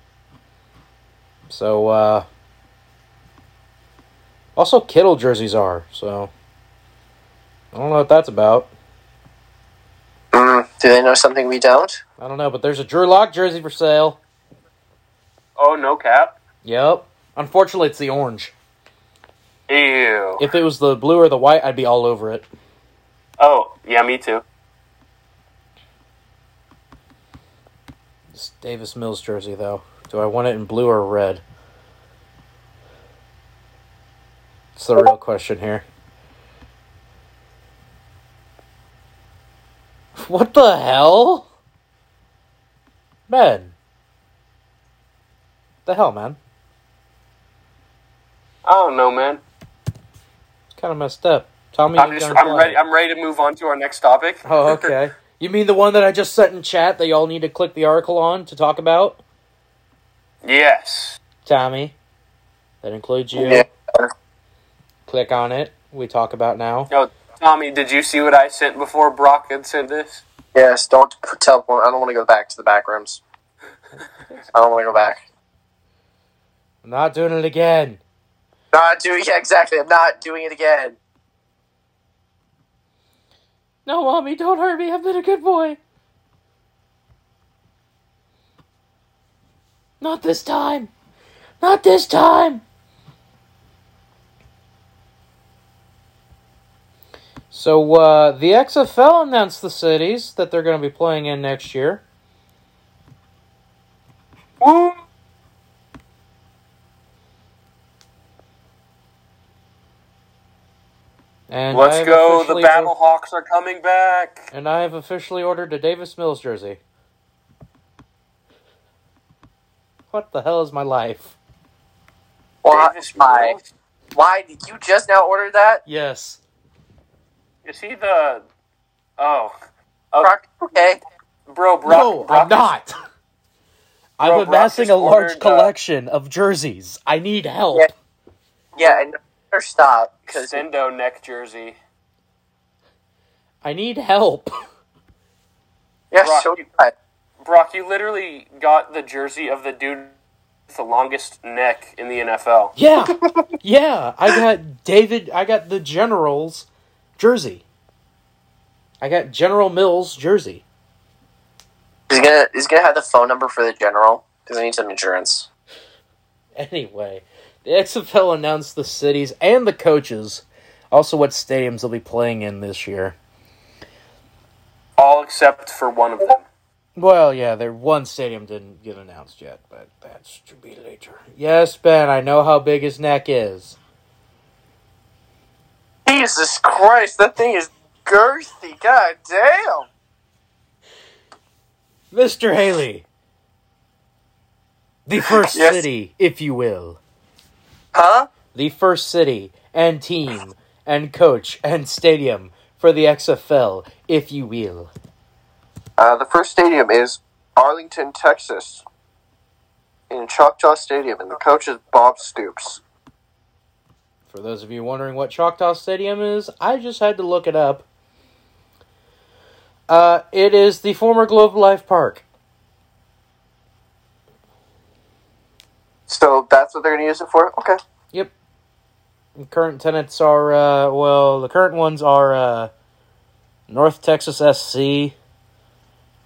[SPEAKER 1] So, uh. Also, Kittle jerseys are, so. I don't know what that's about.
[SPEAKER 3] Mm. Do they know something we don't?
[SPEAKER 1] I don't know, but there's a Drew Lock jersey for sale.
[SPEAKER 2] Oh no cap!
[SPEAKER 1] Yep. Unfortunately, it's the orange.
[SPEAKER 2] Ew.
[SPEAKER 1] If it was the blue or the white, I'd be all over it.
[SPEAKER 2] Oh yeah, me too.
[SPEAKER 1] It's Davis Mills jersey though. Do I want it in blue or red? It's the real question here. What the hell? Man. The hell, man.
[SPEAKER 2] I don't know, man.
[SPEAKER 1] It's kind of messed up. Tommy,
[SPEAKER 2] I'm
[SPEAKER 1] you
[SPEAKER 2] just
[SPEAKER 1] gonna
[SPEAKER 2] I'm
[SPEAKER 1] play?
[SPEAKER 2] ready. I'm ready to move on to our next topic.
[SPEAKER 1] Oh, okay. You mean the one that I just sent in chat that y'all need to click the article on to talk about?
[SPEAKER 2] yes.
[SPEAKER 1] Tommy. That includes you.
[SPEAKER 3] Yeah.
[SPEAKER 1] Click on it. We talk about now.
[SPEAKER 2] Yo, Tommy, did you see what I sent before Brock had sent this?
[SPEAKER 3] Yes. Don't tell. I don't want to go back to the back rooms. I don't want to go back.
[SPEAKER 1] I'm not doing it again.
[SPEAKER 3] Not doing. Yeah, exactly. I'm not doing it again.
[SPEAKER 1] No, mommy, don't hurt me. I've been a good boy. Not this time. Not this time. So, uh, the XFL announced the cities that they're going to be playing in next year.
[SPEAKER 2] Woo!
[SPEAKER 1] And I
[SPEAKER 2] Let's
[SPEAKER 1] have
[SPEAKER 2] go. The
[SPEAKER 1] officially-
[SPEAKER 2] Battle Hawks are coming back.
[SPEAKER 1] And I have officially ordered a Davis Mills jersey. What the hell is my life?
[SPEAKER 3] Why?
[SPEAKER 2] Davis
[SPEAKER 3] Why?
[SPEAKER 2] Mills?
[SPEAKER 3] Why did you just now order that?
[SPEAKER 1] Yes.
[SPEAKER 2] Is he the? Oh, Oh,
[SPEAKER 3] Brock, okay.
[SPEAKER 2] bro, Brock.
[SPEAKER 1] no,
[SPEAKER 2] Brock
[SPEAKER 1] I'm not. I'm
[SPEAKER 2] Bro, Brock
[SPEAKER 1] amassing
[SPEAKER 2] just
[SPEAKER 1] a large
[SPEAKER 2] ordered, uh,
[SPEAKER 1] collection of jerseys. I need help.
[SPEAKER 3] Yeah. Yeah, and better stop because
[SPEAKER 2] Sendo neck jersey.
[SPEAKER 1] I need help.
[SPEAKER 3] yeah,
[SPEAKER 2] Brock.
[SPEAKER 3] so do I.
[SPEAKER 2] Brock, you literally got the jersey of the dude with the longest neck in the NFL.
[SPEAKER 1] Yeah. yeah. I got David I got the General's jersey. I got General Mills jersey.
[SPEAKER 3] He's gonna he's gonna have the phone number for the general because I need some insurance.
[SPEAKER 1] Anyway, the XFL announced the cities and the coaches, also what stadiums they'll be playing in this year.
[SPEAKER 2] All except for one of them.
[SPEAKER 1] Well, yeah, their one stadium didn't get announced yet, but that's to be later. Yes, Ben, I know how big his neck is.
[SPEAKER 3] Jesus Christ, that thing is girthy. God damn.
[SPEAKER 1] Mr. Haley, the first
[SPEAKER 3] Yes.
[SPEAKER 1] city, if you will,
[SPEAKER 3] Huh?
[SPEAKER 1] the first city and team and coach and stadium for the XFL, if you will.
[SPEAKER 3] Uh, the first stadium is Arlington, Texas, in Choctaw Stadium, and the coach is Bob Stoops.
[SPEAKER 1] For those of you wondering what Choctaw Stadium is, I just had to look it up. Uh, it is the former Globe Life Park.
[SPEAKER 3] So that's what they're gonna use it for. Okay.
[SPEAKER 1] Yep. The current tenants are uh, well, the current ones are uh, North Texas SC,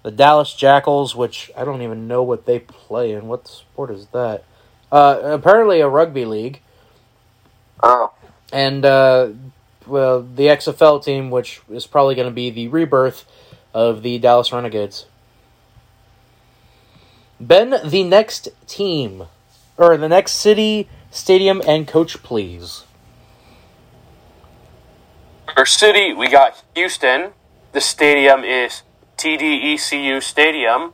[SPEAKER 1] the Dallas Jackals, which I don't even know what they play in. What sport is that? Uh, apparently a rugby league,
[SPEAKER 3] Oh,
[SPEAKER 1] and uh, well, the XFL team, which is probably going to be the rebirth of the Dallas Renegades. Ben, the next team, or the next city, stadium, and coach, please.
[SPEAKER 2] Our city, we got Houston. The stadium is TDECU Stadium,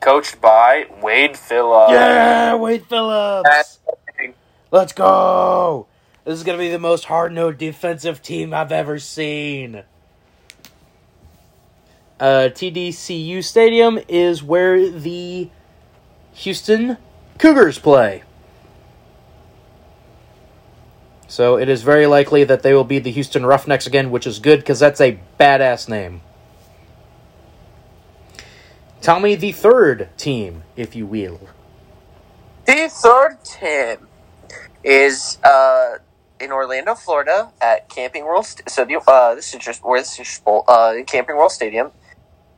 [SPEAKER 2] coached by Wade Phillips.
[SPEAKER 1] Wade Phillips.
[SPEAKER 3] that's
[SPEAKER 1] Let's go! This is gonna be the most hard nosed defensive team I've ever seen. Uh, TDCU Stadium is where the Houston Cougars play. So it is very likely that they will be the Houston Roughnecks again, which is good because that's a badass name. Tell me the third team, if you will.
[SPEAKER 3] The third team is uh, in Orlando, Florida, at Camping World. St- so the, uh, this is just where this is Bowl, uh, in Camping World Stadium.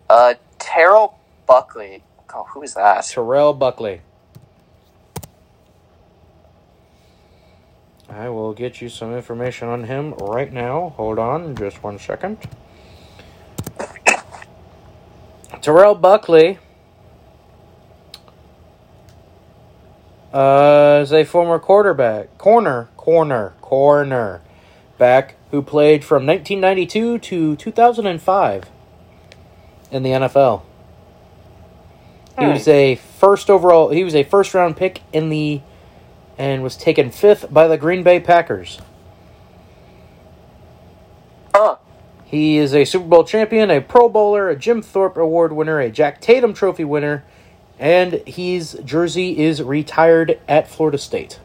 [SPEAKER 3] Uh, Terrell Buckley. Oh, who is that?
[SPEAKER 1] Terrell Buckley. I will get you some information on him right now. Hold on just one second. Terrell Buckley uh, is a former quarterback, corner, corner, corner back who played from 1992 to 2005 in the NFL. He was a first overall. He was a first round pick in the, and was taken fifth by the Green Bay Packers.
[SPEAKER 3] Huh.
[SPEAKER 1] He is a Super Bowl champion, a Pro Bowler, a Jim Thorpe Award winner, a Jack Tatum Trophy winner, and his jersey is retired at Florida State.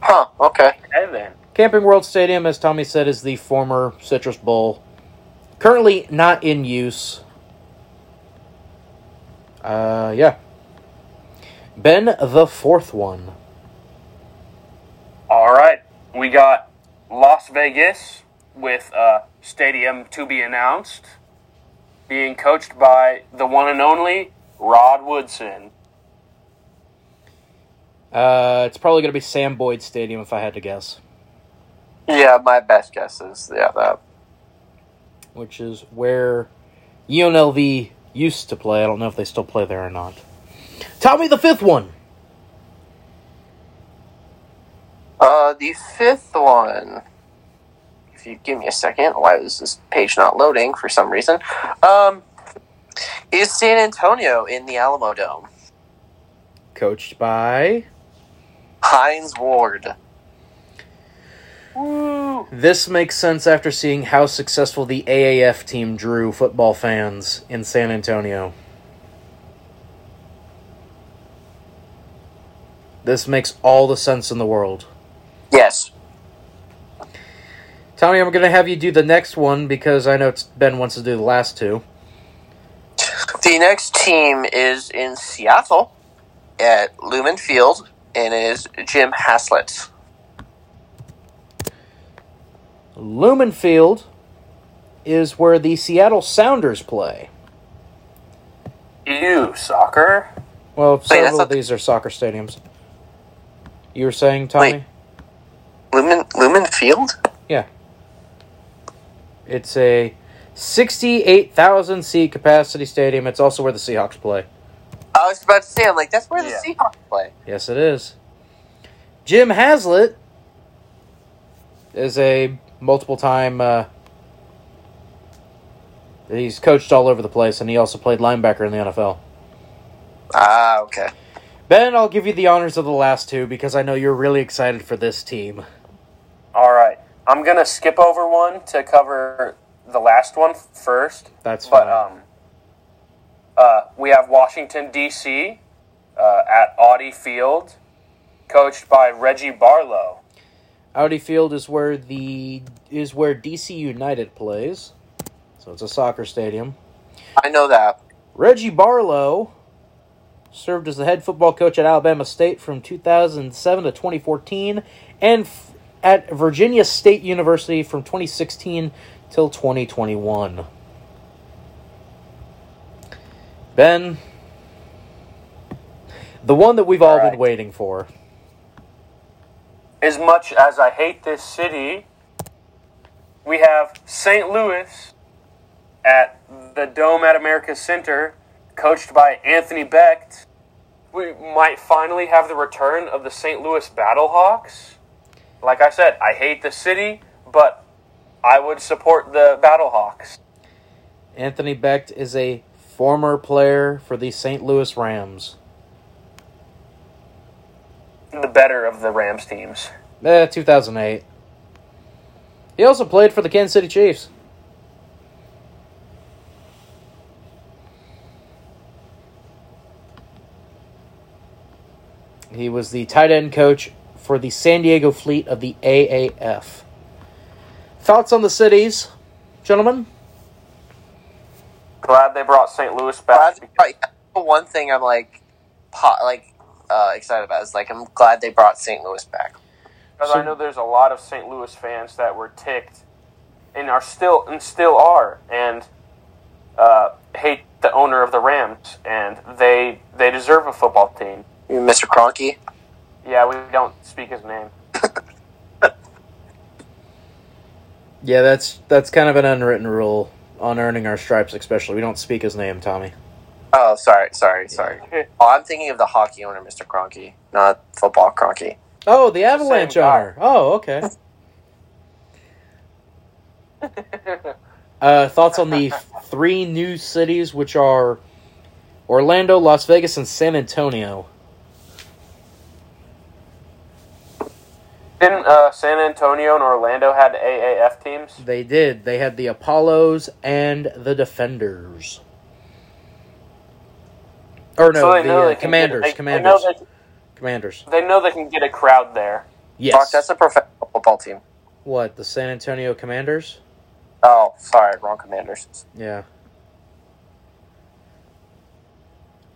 [SPEAKER 3] Huh. Okay.
[SPEAKER 2] And then
[SPEAKER 1] Camping World Stadium, as Tommy said, is the former Citrus Bowl. Currently not in use. Uh, yeah. Ben, the fourth one.
[SPEAKER 2] All right, we got Las Vegas with a stadium to be announced, being coached by the one and only Rod Woodson.
[SPEAKER 1] Uh, it's probably going to be Sam Boyd Stadium if I had to guess,
[SPEAKER 3] Yeah, my best guess is yeah that.
[SPEAKER 1] which is where UNLV used to play. I don't know if they still play there or not. Tommy, the fifth one.
[SPEAKER 3] Uh, the fifth one. If you give me a second, why is this page not loading for some reason? Um, is San Antonio in the Alamo Dome?
[SPEAKER 1] Coached by.
[SPEAKER 3] Heinz Ward.
[SPEAKER 2] Woo!
[SPEAKER 1] This makes sense after seeing how successful the AAF team drew football fans in San Antonio. This makes all the sense in the world.
[SPEAKER 3] Yes.
[SPEAKER 1] Tommy, I'm going to have you do the next one because I know it's- Ben wants to do the last two.
[SPEAKER 3] The next team is in Seattle at Lumen Field and it is Jim Haslett.
[SPEAKER 1] Lumen Field is where the Seattle Sounders play.
[SPEAKER 2] Ew, soccer.
[SPEAKER 1] Well,
[SPEAKER 3] that's
[SPEAKER 1] several of
[SPEAKER 3] not-
[SPEAKER 1] these are soccer stadiums. You were saying, Tommy?
[SPEAKER 3] Wait. Lumen Lumen Field?
[SPEAKER 1] Yeah. It's a 68,000 seat capacity stadium. It's also where the Seahawks play.
[SPEAKER 3] I was about to say, I'm like, that's where the
[SPEAKER 2] Yeah.
[SPEAKER 3] Seahawks play.
[SPEAKER 1] Yes, it is. Jim Haslett is a multiple time. Uh, he's coached all over the place, and he also played linebacker in the NFL.
[SPEAKER 3] Ah, okay.
[SPEAKER 1] Ben, I'll give you the honors of the last two because I know you're really excited for this team.
[SPEAKER 2] All right, I'm gonna skip over one to cover the last one first.
[SPEAKER 1] That's fine.
[SPEAKER 2] But um, uh, we have Washington D.C. Uh, at Audi Field, coached by Reggie Barlow.
[SPEAKER 1] Audi Field is where the is where DC United plays, so it's a soccer stadium.
[SPEAKER 3] I know that.
[SPEAKER 1] Reggie Barlow served as the head football coach at Alabama State from 2007 to 2014 and f- at Virginia State University from 2016 till 2021. Ben, the one that we've all
[SPEAKER 2] All right.
[SPEAKER 1] been waiting for.
[SPEAKER 2] As much as I hate this city, we have St. Louis at the Dome at America Center, coached by Anthony Becht. We might finally have the return of the St. Louis Battlehawks. Like I said, I hate the city, but I would support the Battlehawks.
[SPEAKER 1] Anthony Becht is a former player for the St. Louis Rams.
[SPEAKER 2] The better of the Rams teams.
[SPEAKER 1] Eh, 2008. He also played for the Kansas City Chiefs. He was the tight end coach for the San Diego fleet of the AAF. Thoughts on the cities, gentlemen?
[SPEAKER 2] Glad they brought St. Louis
[SPEAKER 3] Glad
[SPEAKER 2] back.
[SPEAKER 3] they brought- yeah, the one thing I'm like, po like uh, excited about is like I'm glad they brought St. Louis back.
[SPEAKER 2] Because I know there's a lot of St. Louis fans that were ticked, and are still and still are, and uh, hate the owner of the Rams, and they they deserve a football team.
[SPEAKER 3] Mr. Cronky.
[SPEAKER 2] Yeah, we don't speak his name.
[SPEAKER 1] Yeah, that's that's kind of an unwritten rule on earning our stripes, especially. We don't speak his name, Tommy.
[SPEAKER 3] Oh, sorry, sorry, sorry. Oh, I'm thinking of the hockey owner, Mr. Cronky, not football Cronky.
[SPEAKER 1] Oh, the Avalanche
[SPEAKER 2] guy.
[SPEAKER 1] owner. Oh, okay. Uh, thoughts on the three new cities, which are Orlando, Las Vegas, and San Antonio.
[SPEAKER 2] Didn't uh, San Antonio and Orlando had AAF teams?
[SPEAKER 1] They did. They had the Apollos and the Defenders. Or no,
[SPEAKER 2] so they
[SPEAKER 1] the
[SPEAKER 2] know
[SPEAKER 1] uh,
[SPEAKER 2] they can
[SPEAKER 1] Commanders.
[SPEAKER 2] Get, they, they
[SPEAKER 1] commanders.
[SPEAKER 2] know
[SPEAKER 1] commanders.
[SPEAKER 2] they, they know they can get a crowd there.
[SPEAKER 1] Yes.
[SPEAKER 3] Fuck, that's a professional football team.
[SPEAKER 1] what the San Antonio Commanders?
[SPEAKER 3] Oh, sorry, wrong commanders.
[SPEAKER 1] Yeah.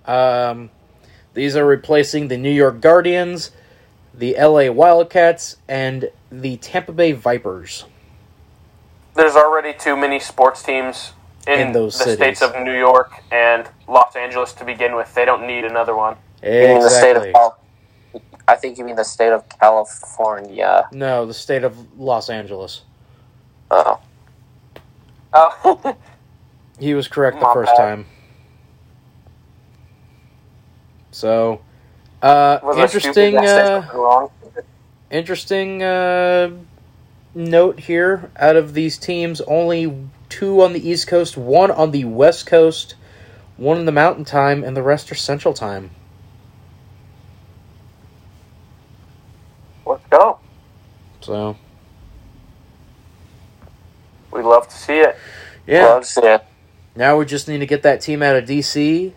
[SPEAKER 1] Um, these are replacing the New York Guardians, the L.A. Wildcats, and the Tampa Bay Vipers.
[SPEAKER 2] There's already too many sports teams in,
[SPEAKER 1] In those
[SPEAKER 2] the
[SPEAKER 1] cities.
[SPEAKER 2] states of New York and Los Angeles to begin with. They don't need another one.
[SPEAKER 3] You mean the state of Cal- I think you mean the state of California.
[SPEAKER 1] No, the state of Los Angeles.
[SPEAKER 3] Oh,
[SPEAKER 2] Oh,
[SPEAKER 1] He was correct the
[SPEAKER 2] My
[SPEAKER 1] first
[SPEAKER 2] bad.
[SPEAKER 1] time. So, uh,
[SPEAKER 2] Was I stupid?
[SPEAKER 1] interesting,
[SPEAKER 3] Did I say
[SPEAKER 1] uh,
[SPEAKER 3] something wrong.
[SPEAKER 1] interesting uh, note here. Out of these teams, only two on the East Coast, one on the West Coast, one in the Mountain Time, and the rest are Central Time.
[SPEAKER 2] let's go.
[SPEAKER 1] So,
[SPEAKER 2] We love to see it.
[SPEAKER 1] yeah.
[SPEAKER 3] Love to see it.
[SPEAKER 1] Now we just need to get that team out of DC.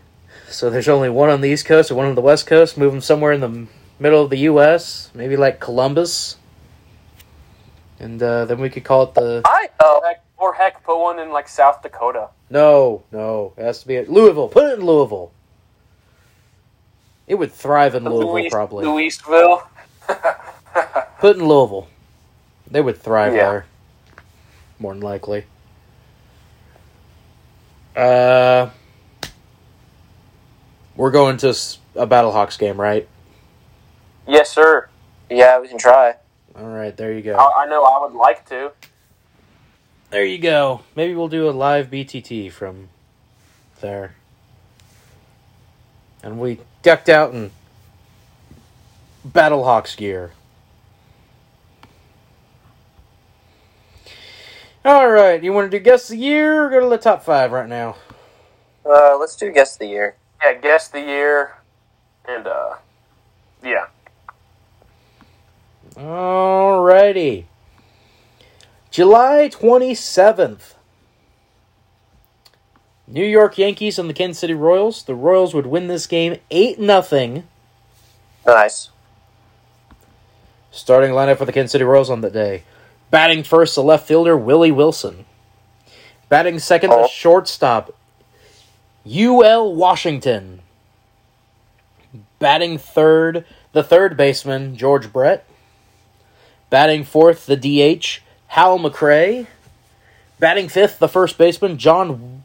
[SPEAKER 1] So there's only one on the East Coast and one on the West Coast. Move them somewhere in the m- middle of the U.S., maybe like Columbus, and uh, then we could call it the
[SPEAKER 3] I know.
[SPEAKER 2] Heck, or heck, put one in like South Dakota.
[SPEAKER 1] no, no. It has to be at Louisville. Put it in Louisville. It would thrive in Louisville,
[SPEAKER 2] Louis-
[SPEAKER 1] probably.
[SPEAKER 2] Louisville.
[SPEAKER 1] Put it in Louisville. They would thrive
[SPEAKER 2] Yeah.
[SPEAKER 1] there, more than likely. Uh, we're going to s- a Battlehawks game, right?
[SPEAKER 2] Yes, sir.
[SPEAKER 3] Yeah, we can try.
[SPEAKER 1] All right, there you go.
[SPEAKER 2] I, I know I would like to.
[SPEAKER 1] There you go. Maybe we'll do a live BTT from there. And we decked out in Battlehawks gear. All right, you want to do guess of the year or go to the top five right now?
[SPEAKER 3] Uh, let's do guess of the year.
[SPEAKER 2] Yeah, guess the year, and uh, yeah.
[SPEAKER 1] All righty. July 27th. New York Yankees and the Kansas City Royals. The Royals would win this game 8 0.
[SPEAKER 3] Nice.
[SPEAKER 1] Starting lineup for the Kansas City Royals on the day. Batting first, the left fielder, Willie Wilson. Batting second,
[SPEAKER 3] Oh.
[SPEAKER 1] the shortstop, UL Washington. Batting third, the third baseman, George Brett. Batting fourth, the DH, Hal McRae. Batting fifth, the first baseman, John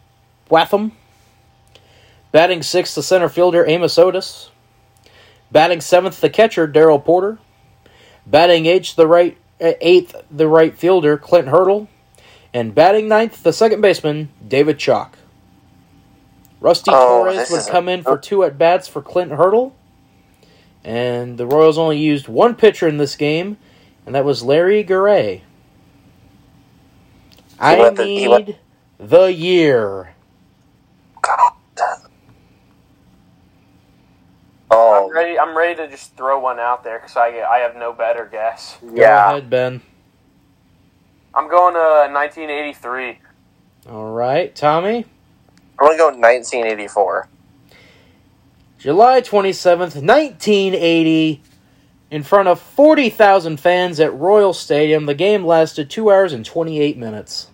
[SPEAKER 1] Watham. Batting sixth, the center fielder Amos Otis. Batting seventh, the catcher Daryl Porter. Batting eighth, the right uh, eighth, the right fielder Clint Hurdle, and batting ninth, the second baseman David Chalk. Rusty
[SPEAKER 3] Oh,
[SPEAKER 1] Torres
[SPEAKER 3] this
[SPEAKER 1] would
[SPEAKER 3] is a-
[SPEAKER 1] come in for two at bats for Clint Hurdle, and the Royals only used one pitcher in this game, and that was Larry Garay. I
[SPEAKER 3] let the- he
[SPEAKER 1] need
[SPEAKER 3] let-
[SPEAKER 1] the year.
[SPEAKER 3] God.
[SPEAKER 2] I'm
[SPEAKER 3] Oh,
[SPEAKER 2] ready. I'm ready to just throw one out there because I I have no better guess.
[SPEAKER 1] Go
[SPEAKER 3] yeah.
[SPEAKER 1] ahead, Ben.
[SPEAKER 2] I'm going uh, to 1983.
[SPEAKER 1] All right, Tommy.
[SPEAKER 3] I'm going to go 1984.
[SPEAKER 1] July 27th, 1980, in front of 40,000 fans at Royal Stadium. The game lasted 2 hours and 28 minutes.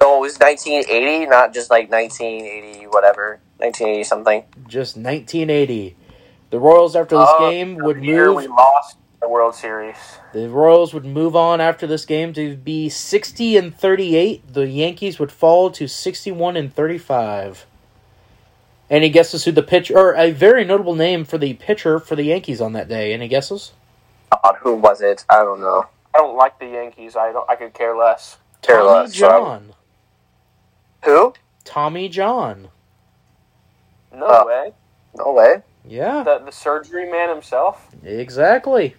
[SPEAKER 3] Oh, it was 1980, not just like 1980 whatever, 1980 something.
[SPEAKER 1] Just 1980. The Royals after this
[SPEAKER 2] Oh,
[SPEAKER 1] game would
[SPEAKER 2] the year we
[SPEAKER 1] move
[SPEAKER 2] lost the World Series.
[SPEAKER 1] the Royals would move on after this game to be 60 and 38. The Yankees would fall to 61 and 35. Any guesses who the pitcher or a very notable name for the pitcher for the Yankees on that day? Any guesses?
[SPEAKER 3] God, who was it? I don't know.
[SPEAKER 2] I don't like the Yankees. I don't. I could care less.
[SPEAKER 3] Care
[SPEAKER 1] Tommy
[SPEAKER 3] less, so I-
[SPEAKER 1] John.
[SPEAKER 3] Who?
[SPEAKER 1] Tommy John.
[SPEAKER 2] No
[SPEAKER 3] Oh.
[SPEAKER 2] way.
[SPEAKER 3] No way.
[SPEAKER 1] Yeah.
[SPEAKER 2] The, the surgery man himself.
[SPEAKER 1] Exactly.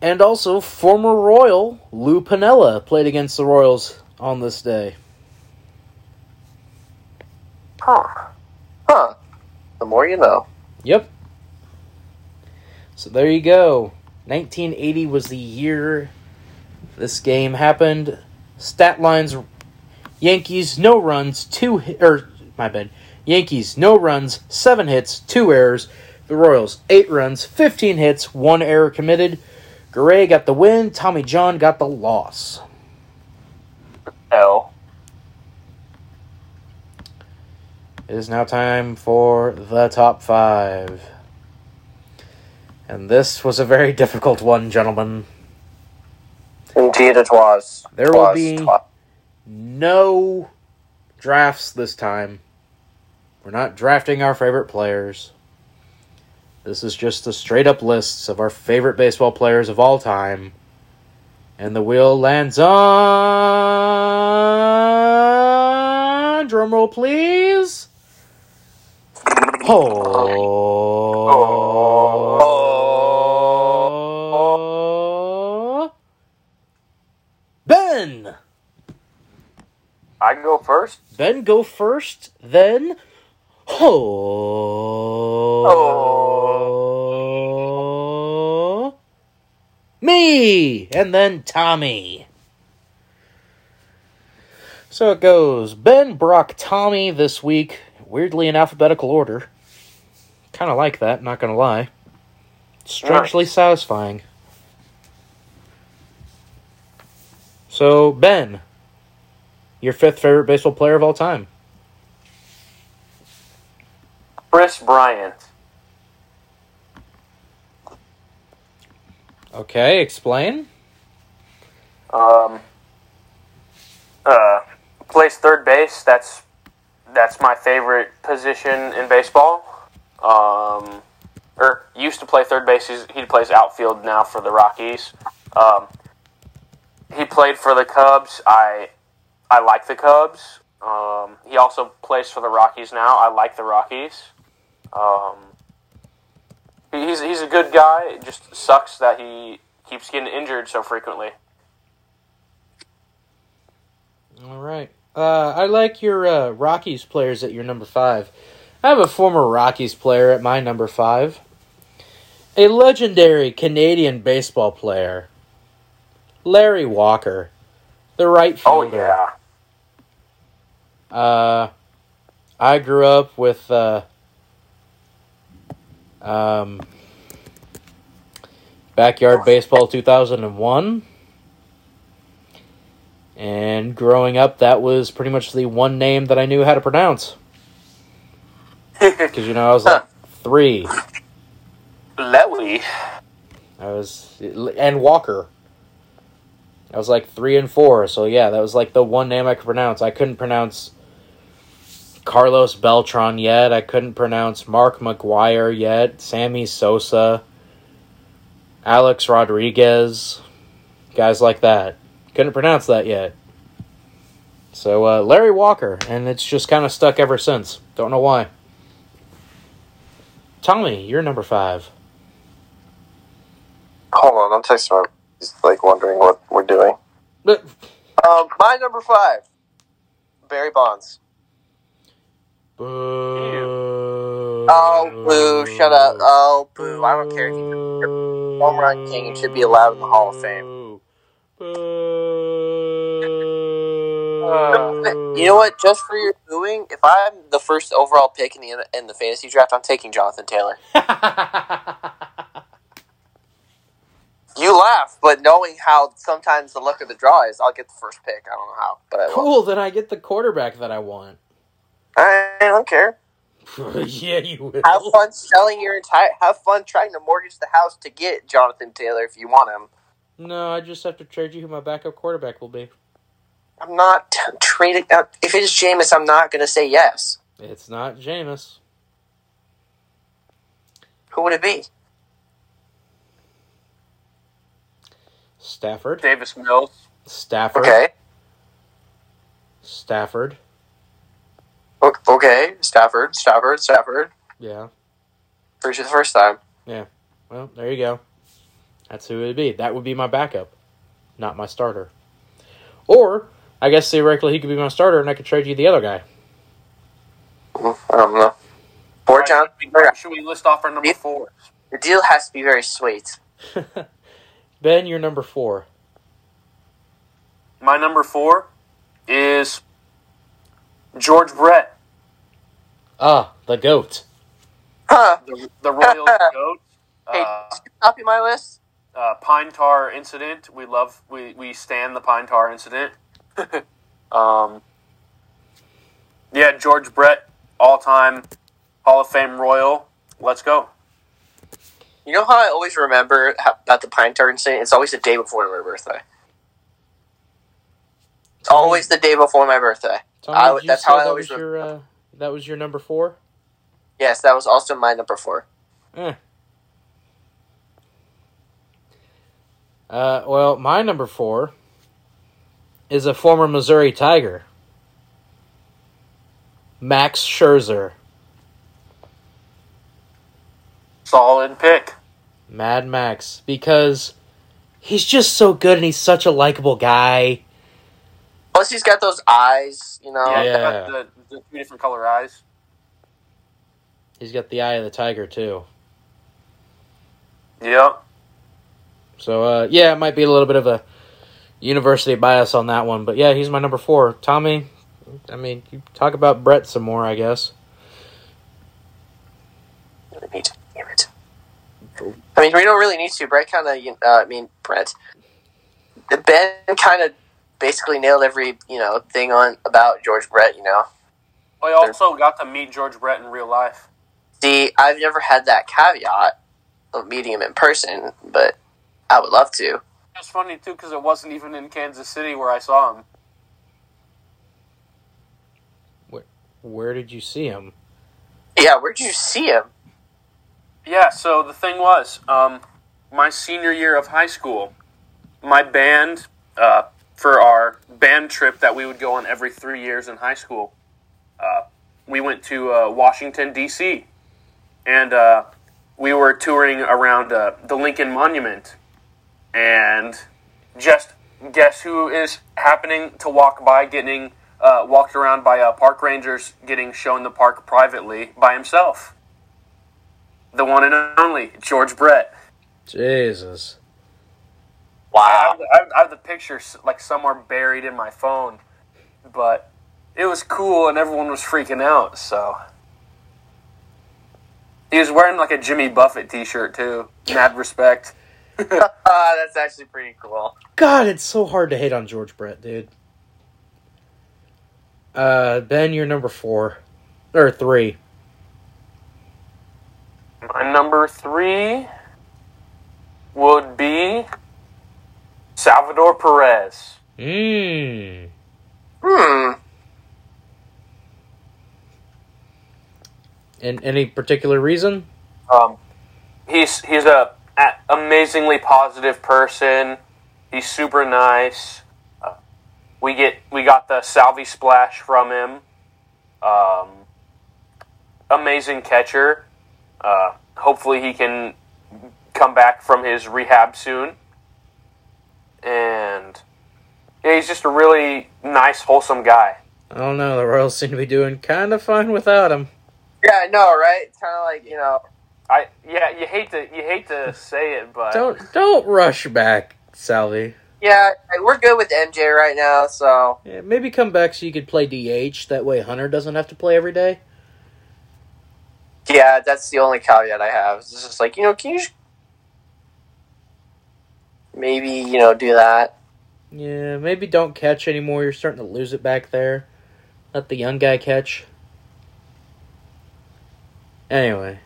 [SPEAKER 1] And also, former Royal Lou Pinella played against the Royals on this day.
[SPEAKER 2] Huh.
[SPEAKER 3] Huh. The more you know.
[SPEAKER 1] Yep. So there you go. 1980 was the year this game happened. Stat lines: Yankees no runs, two hi- or my bad. Yankees no runs, seven hits, two errors. The Royals eight runs, 15 hits, one error committed. Garay got the win. Tommy John got the loss.
[SPEAKER 2] L.
[SPEAKER 1] It is now time for the top five. And this was a very difficult one, gentlemen.
[SPEAKER 3] Indeed, it was.
[SPEAKER 1] There will
[SPEAKER 3] was,
[SPEAKER 1] be-
[SPEAKER 3] twas.
[SPEAKER 1] no drafts this time. We're not drafting our favorite players. This is just the straight up lists of our favorite baseball players of all time. And the wheel lands on. Drumroll, please. Oh. Ben!
[SPEAKER 2] I can go first.
[SPEAKER 1] Ben go first, then oh, me, and then Tommy. So it goes Ben, Brock, Tommy this week, weirdly in alphabetical order. Kind of like that, not gonna lie. Strangely satisfying. So, Ben, your fifth favorite baseball player of all time.
[SPEAKER 2] Chris Bryant.
[SPEAKER 1] Okay, explain.
[SPEAKER 2] Um. Uh, plays third base. That's that's my favorite position in baseball. Um, or used to play third base. He's, he plays outfield now for the Rockies. Um, he played for the Cubs. I I like the Cubs. Um, he also plays for the Rockies now. I like the Rockies. Um, he- he's he's a good guy. It just sucks that he keeps getting injured so frequently.
[SPEAKER 1] All right. Uh, I like your uh, Rockies players at your number five. I have a former Rockies player at my number five, a legendary Canadian baseball player, Larry Walker, the right
[SPEAKER 2] Oh
[SPEAKER 1] fielder.
[SPEAKER 2] yeah.
[SPEAKER 1] Uh, I grew up with uh, um, backyard baseball 2001, and growing up, that was pretty much the one name that I knew how to pronounce because you know I was like three.
[SPEAKER 2] Lewy.
[SPEAKER 1] I was and Walker. I was like three and four, so yeah, that was like the one name I could pronounce. I couldn't pronounce Carlos Beltran yet. I couldn't pronounce Mark McGuire yet. Sammy Sosa, Alex Rodriguez, guys like that. Couldn't pronounce that yet. So uh, Larry Walker, and it's just kind of stuck ever since. Don't know why. Tommy, you're number five.
[SPEAKER 3] Hold on, I'm texting my. He's like wondering what we're doing.
[SPEAKER 1] But-
[SPEAKER 3] Um, my number five, Barry Bonds. Oh, boo! Shut up! Oh, boo! I don't care. home run king and should be allowed in the Hall of Fame. You know what? Just for your booing, if I'm the first overall pick in the in the fantasy draft, I'm taking Jonathan Taylor. You laugh, but knowing how sometimes the luck of the draw is, I'll get the first pick. I don't know how, but I will.
[SPEAKER 1] cool, then I get the quarterback that I want.
[SPEAKER 3] I I don't care.
[SPEAKER 1] yeah, you will.
[SPEAKER 3] Have fun selling your entire. Have fun trying to mortgage the house to get Jonathan Taylor if you want him.
[SPEAKER 1] No, I just have to trade you who my backup quarterback will be.
[SPEAKER 3] I'm not t- trading. uh, If it is Jameis, I'm not going to say yes.
[SPEAKER 1] It's not Jameis.
[SPEAKER 3] Who would it be?
[SPEAKER 1] Stafford.
[SPEAKER 2] Davis Mills.
[SPEAKER 1] Stafford.
[SPEAKER 3] Okay.
[SPEAKER 1] Stafford.
[SPEAKER 3] O- Okay. Stafford. Stafford. Stafford.
[SPEAKER 1] Yeah.
[SPEAKER 3] For the first time.
[SPEAKER 1] Well, there you go. That's who it'd be. That would be my backup, not my starter. Or I guess theoretically he could be my starter, and I could trade you the other guy.
[SPEAKER 3] Mm, I don't know. Poor John.
[SPEAKER 2] Should we, should we list off our number
[SPEAKER 3] Yeah.
[SPEAKER 2] four?
[SPEAKER 3] The deal has to be very sweet.
[SPEAKER 1] ben, you're number four.
[SPEAKER 2] My number four is George Brett,
[SPEAKER 1] Ah, the goat.
[SPEAKER 3] Huh.
[SPEAKER 2] the, the Royals goat.
[SPEAKER 3] Hey,
[SPEAKER 2] Uh,
[SPEAKER 3] did you copy my list?
[SPEAKER 2] uh, pine tar incident. We love we we stand the pine tar incident. um, yeah, George Brett, all time Hall of Fame Royal. Let's go.
[SPEAKER 3] You know how I always remember how, about the pine tar incident? It's always the day before my birthday.
[SPEAKER 2] Oh.
[SPEAKER 3] It's always the day before my birthday.
[SPEAKER 1] Tommy,
[SPEAKER 3] I-
[SPEAKER 1] did you
[SPEAKER 3] that's
[SPEAKER 1] say
[SPEAKER 3] how I
[SPEAKER 1] that
[SPEAKER 3] always
[SPEAKER 1] was your uh, that was your number four.
[SPEAKER 3] Yes, that was also my number four.
[SPEAKER 1] Uh, well, my number four is a former Missouri Tiger, Max Scherzer.
[SPEAKER 2] Solid pick.
[SPEAKER 1] Mad Max because he's just so good and he's such a likable guy.
[SPEAKER 3] Plus, he's got those eyes, you know.
[SPEAKER 2] Yeah, you
[SPEAKER 1] yeah.
[SPEAKER 2] got the, the two different color eyes.
[SPEAKER 1] He's got the eye of the tiger too.
[SPEAKER 2] Yep.
[SPEAKER 1] So uh, yeah, it might be a little bit of a university bias on that one, but yeah, he's my number four. Tommy, I mean, you talk about Brett some more, I guess.
[SPEAKER 3] really need to. Damn it. I mean, we don't really need to. Brett kind of, uh, I mean, Brett. The Ben kind of basically nailed every, you know, thing on about George Brett, you know.
[SPEAKER 2] I also got to meet George Brett in real life.
[SPEAKER 3] See, I've never had that caveat of meeting him in person, but I would love to.
[SPEAKER 2] It's funny too because it wasn't even in Kansas City where I saw him.
[SPEAKER 1] Where did you see him?
[SPEAKER 3] Yeah, where'd you see him?
[SPEAKER 2] Yeah, so the thing was, um, my senior year of high school, my band, uh, for our band trip that we would go on every three years in high school, uh, we went to uh, Washington, D.C., and uh, we were touring around uh, the Lincoln Monument. And just guess who is happening to walk by, getting uh, walked around by uh, park rangers, getting shown the park privately by himself the one and only George Brett.
[SPEAKER 1] Jesus.
[SPEAKER 2] I have, I have- I have the picture s- like somewhere buried in my phone, but it was cool and everyone was freaking out. So he was wearing like a Jimmy Buffett T-shirt too. Mad respect.
[SPEAKER 3] Ah, that's actually pretty cool.
[SPEAKER 1] God, it's so hard to hate on George Brett, dude. Uh, Ben, you're number four or three.
[SPEAKER 2] My number three would be Salvador Perez.
[SPEAKER 1] Mmm.
[SPEAKER 3] Hmm.
[SPEAKER 1] And any particular reason?
[SPEAKER 2] Um, he's he's a, a amazingly positive person. He's super nice. Uh, we get we got the Salvi splash from him. Um, amazing catcher. Uh, hopefully he can come back from his rehab soon. And yeah, he's just a really nice, wholesome guy.
[SPEAKER 1] I don't know. The Royals seem to be doing kind of fine without him.
[SPEAKER 3] Yeah, I know, right? It's kind of like you know.
[SPEAKER 2] I yeah, you hate to you hate to say it, but
[SPEAKER 1] Don't don't rush back, Salvi.
[SPEAKER 3] Yeah, like, we're good with MJ right now, so
[SPEAKER 1] Yeah, maybe come back so you could play DH. That way, Hunter doesn't have to play every day.
[SPEAKER 3] yeah, that's the only caveat I have. It's just like you know, can you just maybe you know do that?
[SPEAKER 1] Yeah, maybe don't catch anymore. You're starting to lose it back there. Let the young guy catch. Anyway,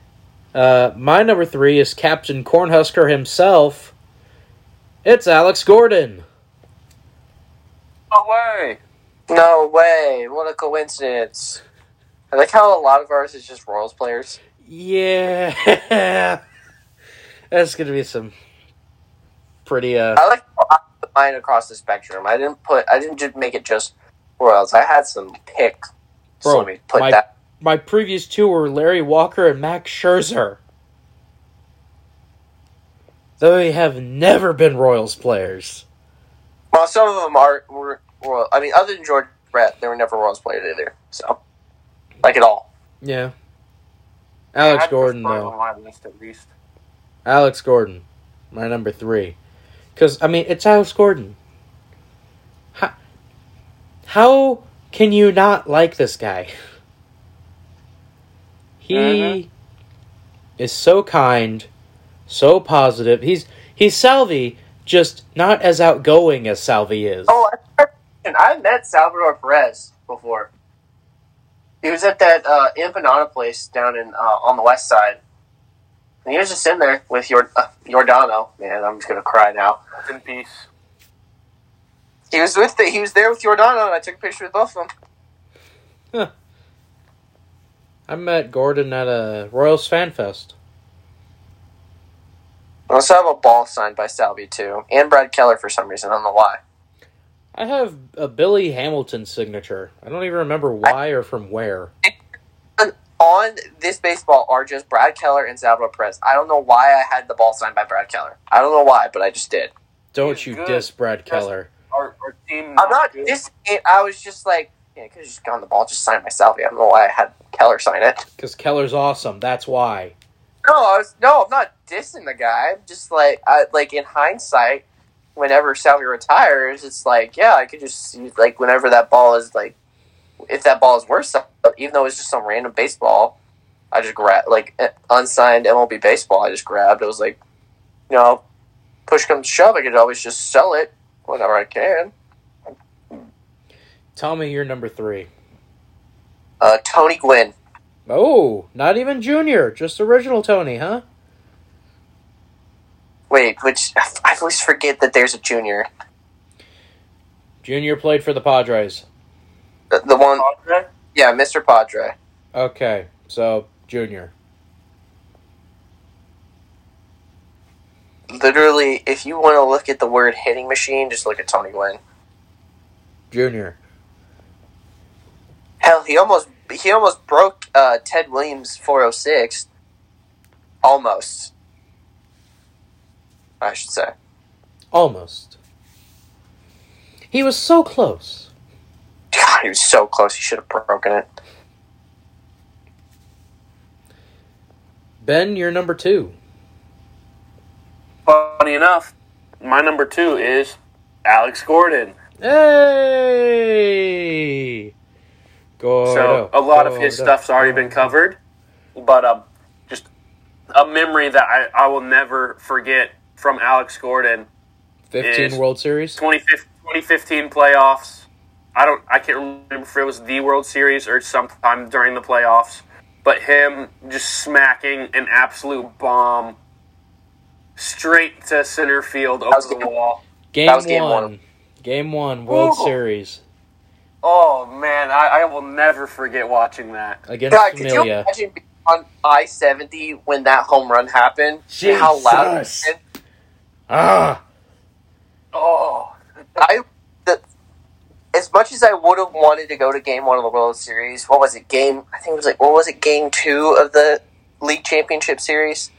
[SPEAKER 1] uh, my number three is Captain Cornhusker himself. It's Alex Gordon.
[SPEAKER 2] no way.
[SPEAKER 3] No way! What a coincidence! I like how a lot of ours is just Royals players.
[SPEAKER 1] Yeah, that's gonna be some pretty uh
[SPEAKER 3] I like I put mine across the spectrum. I didn't put. I didn't just make it just Royals. I had some picks.
[SPEAKER 1] Bro,
[SPEAKER 3] so let me put
[SPEAKER 1] my-
[SPEAKER 3] that.
[SPEAKER 1] my previous two were Larry Walker and Max Scherzer. They have never been Royals players.
[SPEAKER 3] Well, some of them are were Royal. I mean, other than George Brett, they were never Royals players either. So, like at all.
[SPEAKER 1] Yeah. Alex
[SPEAKER 2] I'd
[SPEAKER 1] Gordon,
[SPEAKER 2] prefer
[SPEAKER 1] though.
[SPEAKER 2] on my list at least.
[SPEAKER 1] Alex Gordon, my number three. Because, I mean, it's Alex Gordon. How, how can you not like this guy? He
[SPEAKER 2] Mhm.
[SPEAKER 1] is so kind, so positive. He's he's Salvi, just not as outgoing as Salvi is.
[SPEAKER 3] Oh, I- and I met Salvador Perez before. He was at that uh, empanada place down in uh, on the west side. And he was just sitting there with your uh, Giordano. Man, I'm just gonna cry now.
[SPEAKER 2] Rest in peace.
[SPEAKER 3] He was with the, he was there with Giordano, and I took a picture with both of them.
[SPEAKER 1] I met Gordon at a Royals fan fest.
[SPEAKER 3] I also have a ball signed by Salvi too, and Brad Keller for some reason. I don't know why.
[SPEAKER 1] I have a Billy Hamilton signature. I don't even remember why or from where.
[SPEAKER 3] On this baseball are just Brad Keller and Salvador Perez. I don't know why I had the ball signed by Brad Keller. I don't know why, but I just did.
[SPEAKER 1] Don't
[SPEAKER 2] He's
[SPEAKER 1] you
[SPEAKER 2] good.
[SPEAKER 1] diss Brad Keller.
[SPEAKER 2] Our, our team.
[SPEAKER 3] I'm not
[SPEAKER 2] good.
[SPEAKER 3] dis. I was just like, yeah, could have just gotten the ball, just signed by Salvi. I don't know why I had Keller sign it.
[SPEAKER 1] Because Keller's awesome. That's why.
[SPEAKER 3] No, I was no, I'm not dissing the guy. I'm just like, I, like in hindsight, whenever Salvi retires, it's like, yeah, I could just see, like whenever that ball is like, if that ball is worth something, even though it's just some random baseball, I just grab like eh, unsigned MLB baseball. I just grabbed. It was like, you know, push comes to shove, I could always just sell it whenever I can.
[SPEAKER 1] Tell me you're number three.
[SPEAKER 3] Uh, Tony Gwynn.
[SPEAKER 1] Oh, not even Junior, just original Tony, huh?
[SPEAKER 3] Wait, which I always forget that there's a junior.
[SPEAKER 1] Junior played for the Padres.
[SPEAKER 3] The, the one,
[SPEAKER 2] Padre?
[SPEAKER 3] yeah, Mr. Padre.
[SPEAKER 1] Okay, so Junior.
[SPEAKER 3] literally, if you want to look at the word hitting machine, just look at Tony Gwynn.
[SPEAKER 1] Junior.
[SPEAKER 3] Hell, he almost he almost broke uh, Ted Williams' four oh six. Almost, I should say.
[SPEAKER 1] Almost. He was so close.
[SPEAKER 3] God, he was so close. He should have broken it.
[SPEAKER 1] Ben, you're number two.
[SPEAKER 2] Funny enough, my number two is Alex Gordon.
[SPEAKER 1] Hey! Gordo,
[SPEAKER 2] so a lot of his
[SPEAKER 1] Gordo.
[SPEAKER 2] stuff's already been covered, but um, just a memory that I, I will never forget from Alex Gordon.
[SPEAKER 1] 15
[SPEAKER 2] is-
[SPEAKER 1] World Series?
[SPEAKER 2] 2015 2015 playoffs. I don't. I can't remember if it was the World Series or sometime during the playoffs. But him just smacking an absolute bomb straight to center field over
[SPEAKER 3] was
[SPEAKER 2] the
[SPEAKER 3] gonna-
[SPEAKER 2] wall.
[SPEAKER 1] Game,
[SPEAKER 3] That was game
[SPEAKER 1] one.
[SPEAKER 3] one.
[SPEAKER 1] Game one, World
[SPEAKER 2] Ooh.
[SPEAKER 1] Series
[SPEAKER 2] Oh man, I, I will never forget watching that.
[SPEAKER 1] against
[SPEAKER 3] God, could you
[SPEAKER 1] Familia.
[SPEAKER 3] imagine being on I seventy when that home run happened? And How loud!
[SPEAKER 1] Jesus.
[SPEAKER 3] And
[SPEAKER 1] Ah,
[SPEAKER 2] Oh,
[SPEAKER 3] I, the, as much as I would have wanted to go to Game One of the World Series, what was it? Game I think it was like what was it? Game Two of the League Championship Series,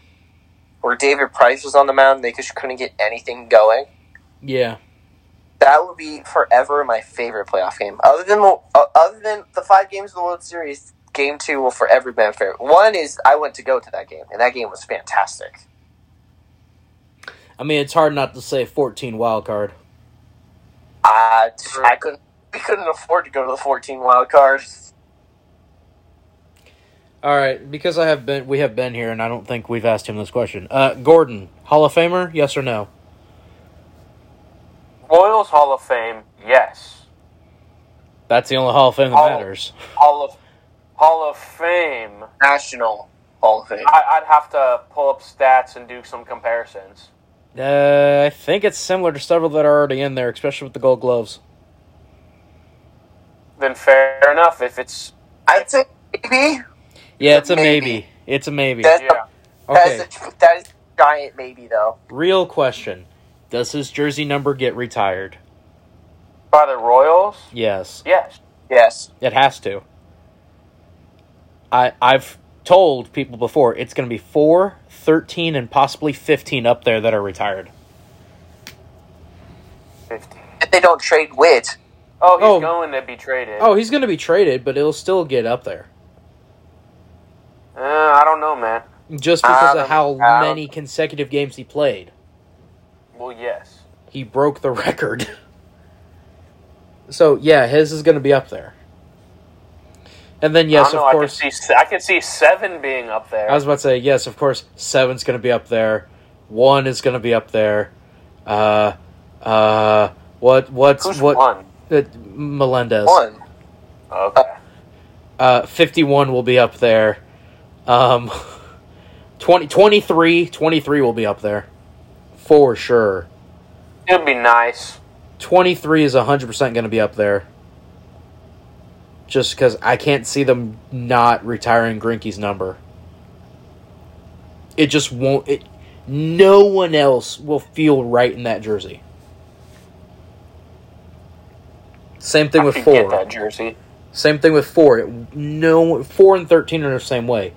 [SPEAKER 3] where David Price was on the mound. They just couldn't get anything going.
[SPEAKER 1] yeah.
[SPEAKER 3] That would be forever my favorite playoff game. Other than uh, other than the five games of the World Series, Game Two will forever be my favorite. One is I went to go to that game, and that game was fantastic.
[SPEAKER 1] I mean, it's hard not to say 14 wild card.
[SPEAKER 3] I I couldn't we couldn't afford to go to the fourteen wild card.
[SPEAKER 1] All right, because I have been, we have been here, and I don't think we've asked him this question. Uh, Gordon, Hall of Famer, yes or no?
[SPEAKER 2] Royals Hall of Fame, yes.
[SPEAKER 1] That's the only Hall of Fame that
[SPEAKER 2] Hall-
[SPEAKER 1] matters.
[SPEAKER 2] Hall of Hall of Fame.
[SPEAKER 3] National Hall of Fame.
[SPEAKER 2] I, I'd have to pull up stats and do some comparisons.
[SPEAKER 1] Uh, I think it's similar to several that are already in there, especially with the Gold Gloves.
[SPEAKER 2] Then fair enough. If it's
[SPEAKER 3] I'd say maybe.
[SPEAKER 1] Yeah, it's a
[SPEAKER 3] Maybe.
[SPEAKER 1] maybe. It's a maybe.
[SPEAKER 3] That's
[SPEAKER 2] yeah,
[SPEAKER 1] Okay,
[SPEAKER 3] That's a, that is a giant maybe though.
[SPEAKER 1] real question: Does his jersey number get retired?
[SPEAKER 2] by the Royals,
[SPEAKER 1] Yes,
[SPEAKER 2] yes.
[SPEAKER 3] Yes.
[SPEAKER 1] it has to. I I've told people before it's going to be four, 13, and possibly fifteen up there that are retired.
[SPEAKER 2] Fifteen.
[SPEAKER 3] If they don't trade wit,
[SPEAKER 2] Oh, he's
[SPEAKER 1] Oh.
[SPEAKER 2] going to be traded.
[SPEAKER 1] Oh, he's going to be traded, but it'll still get up there
[SPEAKER 2] Uh, I don't know, man.
[SPEAKER 1] just because of
[SPEAKER 3] Um,
[SPEAKER 1] how
[SPEAKER 3] um.
[SPEAKER 1] many consecutive games he played.
[SPEAKER 2] Well, yes.
[SPEAKER 1] He broke the record. so yeah, his is going to be up there. And then
[SPEAKER 2] I
[SPEAKER 1] yes,
[SPEAKER 2] don't
[SPEAKER 1] of
[SPEAKER 2] know,
[SPEAKER 1] course.
[SPEAKER 2] I could see I could see seven being up there.
[SPEAKER 1] I was about to say yes. Of course, seven's going to be up there. One is going to be up there. Uh, uh, what? What's
[SPEAKER 2] Who's
[SPEAKER 1] what?
[SPEAKER 2] one?
[SPEAKER 1] Uh, Melendez.
[SPEAKER 3] one.
[SPEAKER 2] Okay.
[SPEAKER 1] Uh, fifty-one will be up there. Um, 20, 23, 23 will be up there for sure.
[SPEAKER 2] It'd be nice.
[SPEAKER 1] Twenty-three is hundred percent going to be up there. Just because I can't see them not retiring Grinky's number. It just won't. It. No one else will feel right in that jersey. Same thing
[SPEAKER 2] I
[SPEAKER 1] with
[SPEAKER 2] could
[SPEAKER 1] four.
[SPEAKER 2] Get that jersey.
[SPEAKER 1] Same thing with four. It, no four and thirteen are the same way.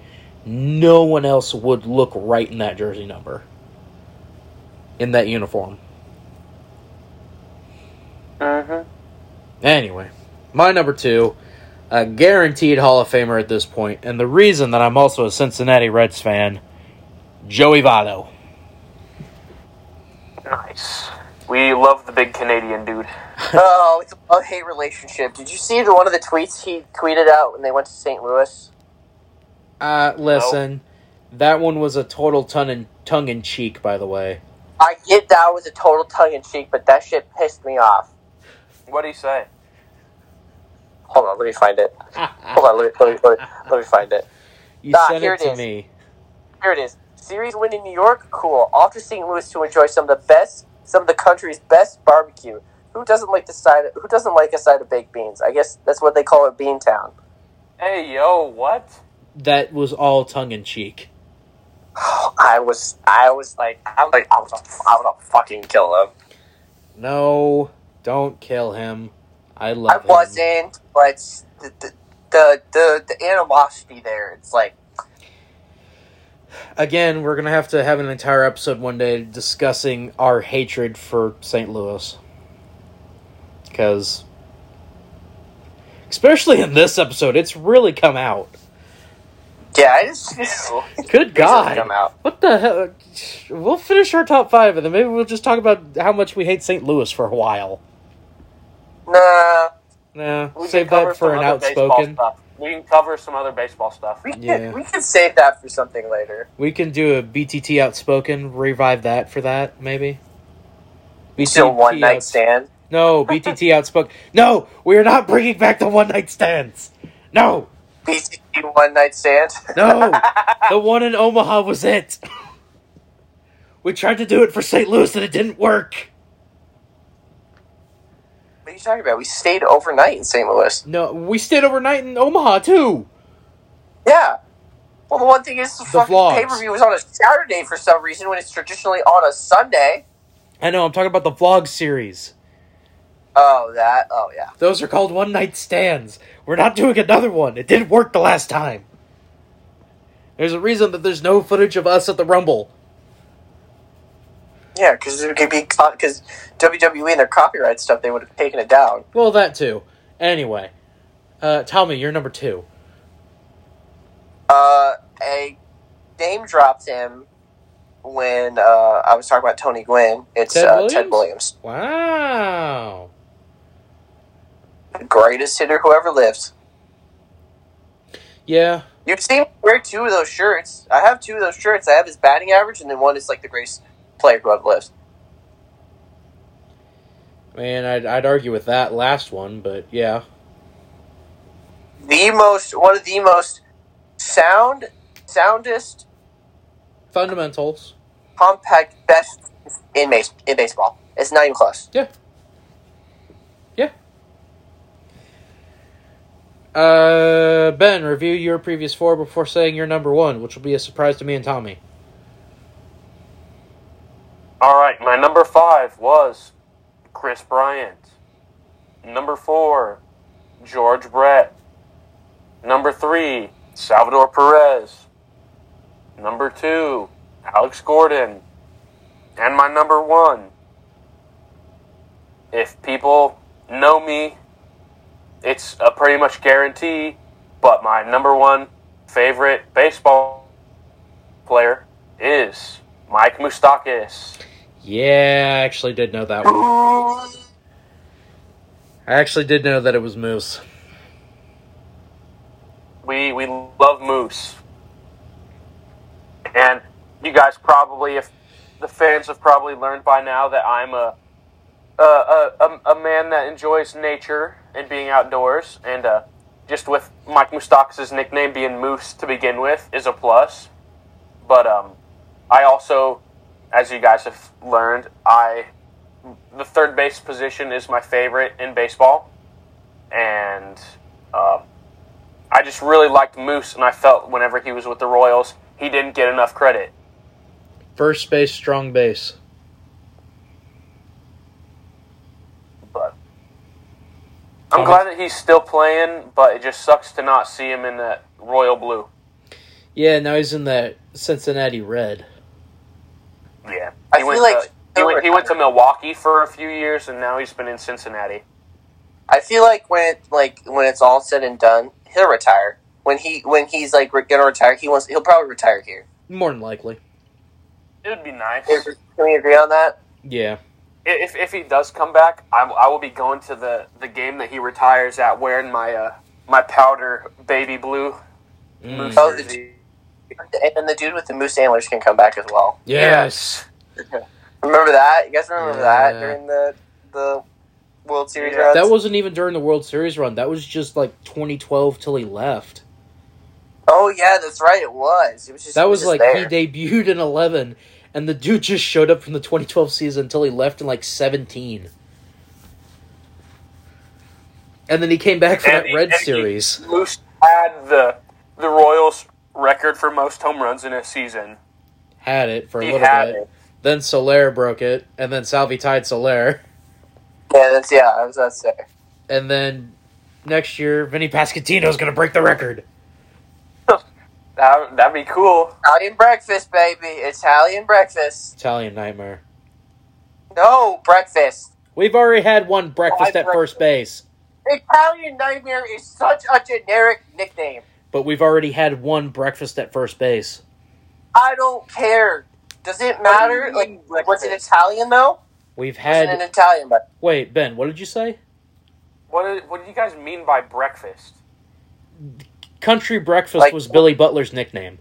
[SPEAKER 1] No one else would look right in that jersey number. In that uniform. Uh-huh.
[SPEAKER 2] Mm-hmm.
[SPEAKER 1] Anyway, my number two, a guaranteed Hall of Famer at this point, and the reason that I'm also a Cincinnati Reds fan, Joey Votto.
[SPEAKER 2] Nice. We love the big Canadian dude.
[SPEAKER 3] oh, it's a love hate relationship. Did you see the one of the tweets he tweeted out when they went to St. Louis?
[SPEAKER 1] Uh, listen, that one was a total ton and tongue in cheek, by the way.
[SPEAKER 3] I get that was a total tongue in cheek, but that shit pissed me off.
[SPEAKER 2] What'd he say?
[SPEAKER 3] Hold on, let me find it. Hold on, let me let me, let me, let me find it.
[SPEAKER 1] You
[SPEAKER 3] Ah,
[SPEAKER 1] sent
[SPEAKER 3] here
[SPEAKER 1] it
[SPEAKER 3] it
[SPEAKER 1] to
[SPEAKER 3] is.
[SPEAKER 1] me.
[SPEAKER 3] Here it is. Series win in New York, cool. Off to St. Louis to enjoy some of the best, some of the country's best barbecue. Who doesn't like the side? Who doesn't like a side of baked beans? I guess that's what they call it, Bean Town.
[SPEAKER 2] Hey, yo, what?
[SPEAKER 1] That was all tongue in cheek.
[SPEAKER 3] I was, I was like, I'm like, I would, I would fucking kill him.
[SPEAKER 1] No, don't kill him. I love
[SPEAKER 3] I
[SPEAKER 1] him.
[SPEAKER 3] wasn't, but the the, the the the animosity there. It's like
[SPEAKER 1] Again, we're gonna have to have an entire episode one day discussing our hatred for St. Louis, because especially in this episode, it's really come out.
[SPEAKER 3] yeah, I just
[SPEAKER 1] Good God,
[SPEAKER 3] come out.
[SPEAKER 1] what the hell? We'll finish our top five, and then maybe we'll just talk about how much we hate St. Louis for a while.
[SPEAKER 3] Nah,
[SPEAKER 1] Nah,
[SPEAKER 2] We can
[SPEAKER 1] save
[SPEAKER 2] cover
[SPEAKER 1] that for
[SPEAKER 2] some
[SPEAKER 1] an
[SPEAKER 2] other baseball
[SPEAKER 1] outspoken.
[SPEAKER 2] Stuff. We can cover some other baseball stuff.
[SPEAKER 3] we can
[SPEAKER 1] Yeah.
[SPEAKER 3] we can save that for something later.
[SPEAKER 1] We can do a BTT outspoken. Revive that for that, maybe. BTT
[SPEAKER 3] Still one night
[SPEAKER 1] outs-
[SPEAKER 3] stand.
[SPEAKER 1] No, BTT outspoke. No, we are not bringing back the one night stands. No,
[SPEAKER 3] PCT one night stand.
[SPEAKER 1] no, the one in Omaha was it. We tried to do it for St. Louis and it didn't work.
[SPEAKER 3] are you talking about? We stayed overnight in St. Louis.
[SPEAKER 1] No, we stayed overnight in Omaha too.
[SPEAKER 3] Yeah. Well, the one thing is, the,
[SPEAKER 1] The vlogs.
[SPEAKER 3] fucking pay per view was on a Saturday for some reason when it's traditionally on a Sunday.
[SPEAKER 1] I know. I'm talking about the vlog series.
[SPEAKER 3] Oh, that. Oh, yeah.
[SPEAKER 1] Those are called one night stands. We're not doing another one. It didn't work the last time. There's a reason that there's no footage of us at the Rumble.
[SPEAKER 3] Yeah, because it could be because WWE E and their copyright stuff, they would have taken it down.
[SPEAKER 1] Well, that too. Anyway, uh, Tommy, you're number two.
[SPEAKER 3] Uh, a name dropped him when uh, I was talking about Tony Gwynn. It's
[SPEAKER 1] Ted
[SPEAKER 3] uh,
[SPEAKER 1] Williams?
[SPEAKER 3] Ted Williams,
[SPEAKER 1] Wow.
[SPEAKER 3] the greatest hitter who ever lived.
[SPEAKER 1] Yeah.
[SPEAKER 3] You've seen me wear two of those shirts. I have two of those shirts. I have his batting average, and then one is like the greatest player who ever lived.
[SPEAKER 1] I mean, I'd, I'd argue with that last one, but yeah.
[SPEAKER 3] The most, one of the most sound, soundest,
[SPEAKER 1] Fundamentals.
[SPEAKER 3] compact, best in base in baseball. It's not even close.
[SPEAKER 1] Yeah. Yeah. Uh, Ben, review your previous four before saying your number one, which will be a surprise to me and Tommy.
[SPEAKER 2] All right, my number five was Chris Bryant. Number four, George Brett. Number three, Salvador Perez. Number two, Alex Gordon. And my number one, if people know me, it's a pretty much guarantee, but my number one favorite baseball player is Mike Moustakis.
[SPEAKER 1] Yeah, I actually did know that one. I actually did know that it was Moose.
[SPEAKER 2] We we love moose, and you guys probably, if the fans have probably learned by now that I'm a a, a, a, a man that enjoys nature and being outdoors, and uh, just with Mike Moustakis' nickname being Moose to begin with is a plus. But um, I also, as you guys have learned, I the third base position is my favorite in baseball, and. Um, I just really liked Moose, and I felt whenever he was with the Royals, he didn't get enough credit.
[SPEAKER 1] First base, strong base.
[SPEAKER 2] But I'm
[SPEAKER 1] Okay.
[SPEAKER 2] glad that he's still playing, but it just sucks to not see him in that Royal Blue.
[SPEAKER 1] Yeah, now he's in that Cincinnati Red.
[SPEAKER 2] Yeah,
[SPEAKER 3] I
[SPEAKER 2] he
[SPEAKER 3] feel
[SPEAKER 2] went
[SPEAKER 3] like
[SPEAKER 2] to, he, went, he went to Milwaukee for a few years, and now he's been in Cincinnati.
[SPEAKER 3] I feel like when it, like when it's all said and done, he'll retire. When he when he's like re- gonna retire, he wants he'll probably retire here.
[SPEAKER 1] More than likely.
[SPEAKER 2] It would be nice
[SPEAKER 3] Can we agree on that?
[SPEAKER 1] Yeah.
[SPEAKER 2] if if he does come back. I, I will be going to the, the game that he retires at, wearing my uh, my powder baby blue
[SPEAKER 1] Mm.
[SPEAKER 2] Moose
[SPEAKER 3] Oh, the-
[SPEAKER 2] jersey.
[SPEAKER 3] And the dude with the moose antlers can come back as well.
[SPEAKER 1] Yes.
[SPEAKER 3] Remember that? You guys remember
[SPEAKER 1] Yeah.
[SPEAKER 3] that during the the World Series
[SPEAKER 2] Yeah.
[SPEAKER 3] rounds?
[SPEAKER 1] That wasn't even during the World Series run. That was just like 2012 till he left.
[SPEAKER 3] oh yeah, that's right. It was. It was just
[SPEAKER 1] That
[SPEAKER 3] it
[SPEAKER 1] was
[SPEAKER 3] just
[SPEAKER 1] like
[SPEAKER 3] there.
[SPEAKER 1] he debuted in 11 and the dude just showed up from the 2012 season until he left in like 17. And then he came back for
[SPEAKER 2] And
[SPEAKER 1] that
[SPEAKER 2] he-
[SPEAKER 1] Red
[SPEAKER 2] and he-
[SPEAKER 1] series.
[SPEAKER 2] Moose had the the Royals record for most home runs in a season.
[SPEAKER 1] Had it for a
[SPEAKER 2] He
[SPEAKER 1] little
[SPEAKER 2] had
[SPEAKER 1] bit.
[SPEAKER 2] it.
[SPEAKER 1] Then Solaire broke it and then Salvi tied Solaire.
[SPEAKER 3] yeah, that's yeah. I was that's there.
[SPEAKER 1] And then next year Vinny Pascantino's going to break the record.
[SPEAKER 2] That that'd be cool.
[SPEAKER 3] Italian breakfast, baby. Italian breakfast.
[SPEAKER 1] Italian nightmare.
[SPEAKER 3] No breakfast.
[SPEAKER 1] We've already had one breakfast at
[SPEAKER 2] breakfast.
[SPEAKER 1] first base.
[SPEAKER 3] Italian nightmare is such a generic nickname.
[SPEAKER 1] but we've already had one breakfast at first base.
[SPEAKER 3] I don't care. Does it
[SPEAKER 2] What do
[SPEAKER 3] matter?
[SPEAKER 2] you
[SPEAKER 3] Like,
[SPEAKER 2] mean,
[SPEAKER 3] was it
[SPEAKER 2] breakfast?
[SPEAKER 3] Italian though?
[SPEAKER 1] We've
[SPEAKER 3] Was it an
[SPEAKER 1] had
[SPEAKER 3] Italian but
[SPEAKER 1] wait, Ben, what did you say?
[SPEAKER 2] What do- what do you guys mean by breakfast?
[SPEAKER 1] Country breakfast
[SPEAKER 3] Like-
[SPEAKER 1] was Billy Butler's nickname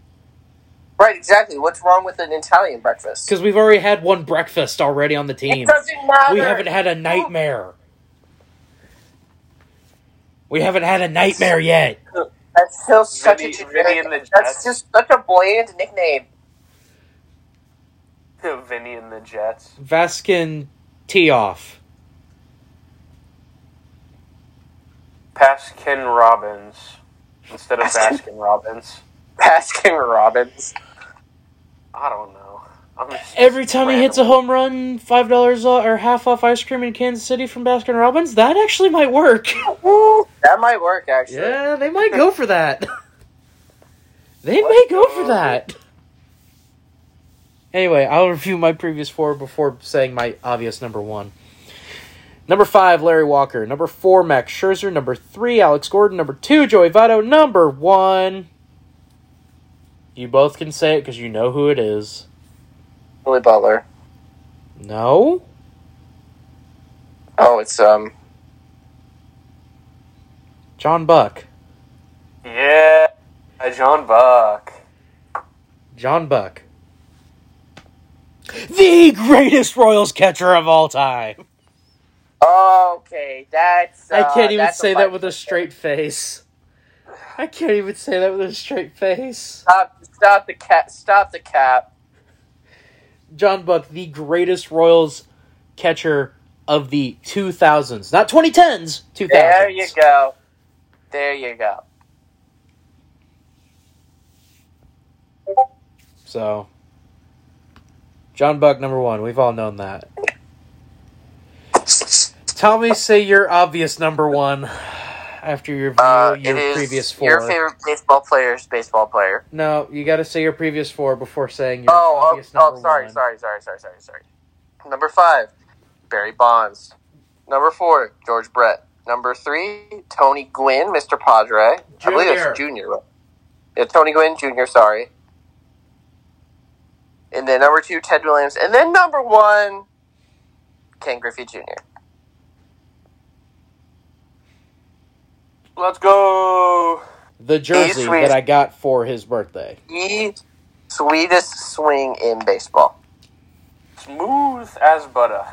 [SPEAKER 3] Right, exactly. What's wrong with an Italian breakfast?
[SPEAKER 1] because we've already had one breakfast already on the
[SPEAKER 3] It
[SPEAKER 1] team.
[SPEAKER 3] doesn't matter.
[SPEAKER 1] We haven't had a nightmare. We haven't had a nightmare yet.
[SPEAKER 3] That's still such
[SPEAKER 2] Vinny-
[SPEAKER 3] a
[SPEAKER 2] Vinny and the
[SPEAKER 3] generic.
[SPEAKER 2] Jets.
[SPEAKER 3] That's just such a bland nickname.
[SPEAKER 2] Vinny and the Jets.
[SPEAKER 1] Vaskin tee off.
[SPEAKER 2] Paskin Robbins instead of Baskin Robbins.
[SPEAKER 3] Baskin Robbins.
[SPEAKER 2] I don't know. I'm just
[SPEAKER 1] Every time he hits a
[SPEAKER 2] random.
[SPEAKER 1] home run, five dollars or half off ice cream in Kansas City from Baskin Robbins. That actually might work.
[SPEAKER 3] That might work actually.
[SPEAKER 1] Yeah, they might go for that. they may go for that. Anyway, I'll review my previous four before saying my obvious number one. Number five, Larry Walker. Number four, Max Scherzer. Number three, Alex Gordon. Number two, Joey Votto. Number one. You both can say it because you know who it is.
[SPEAKER 3] Billy Butler.
[SPEAKER 1] No?
[SPEAKER 3] Oh, it's um.
[SPEAKER 1] John Buck.
[SPEAKER 2] Yeah, John Buck.
[SPEAKER 1] John Buck. The greatest Royals catcher of all time.
[SPEAKER 3] oh, Okay, that's.
[SPEAKER 1] I
[SPEAKER 3] uh,
[SPEAKER 1] can't even
[SPEAKER 3] that's
[SPEAKER 1] say that with a
[SPEAKER 3] five.
[SPEAKER 1] straight face. I can't even say that with a straight face.
[SPEAKER 3] Stop! Stop the cap! Stop the cap!
[SPEAKER 1] John Buck, the greatest Royals catcher of the 2000s, not 2010s, 2000s.
[SPEAKER 3] There you go. There you go.
[SPEAKER 1] So, John Buck, number one. We've all known that. Tell me, say your obvious number one after your view,
[SPEAKER 3] Uh, it
[SPEAKER 1] Oh, your
[SPEAKER 3] is
[SPEAKER 1] previous four.
[SPEAKER 3] Your favorite baseball player's baseball player.
[SPEAKER 1] No, you got to say your previous four before saying your
[SPEAKER 3] oh,
[SPEAKER 1] obvious
[SPEAKER 3] oh,
[SPEAKER 1] number
[SPEAKER 3] oh, sorry,
[SPEAKER 1] one.
[SPEAKER 3] sorry, sorry, sorry, sorry, sorry. Number five, Barry Bonds. Number four, George Brett. Number three, Tony Gwynn, Mr. Padre. I believe it's Junior. right? Yeah, Tony Gwynn Junior. Sorry. And then number two, Ted Williams. And then number one, Ken Griffey Jr.
[SPEAKER 2] Let's go.
[SPEAKER 1] The jersey
[SPEAKER 3] sweet.
[SPEAKER 1] that I got for his birthday.
[SPEAKER 3] The sweetest swing in baseball.
[SPEAKER 2] Smooth as butter.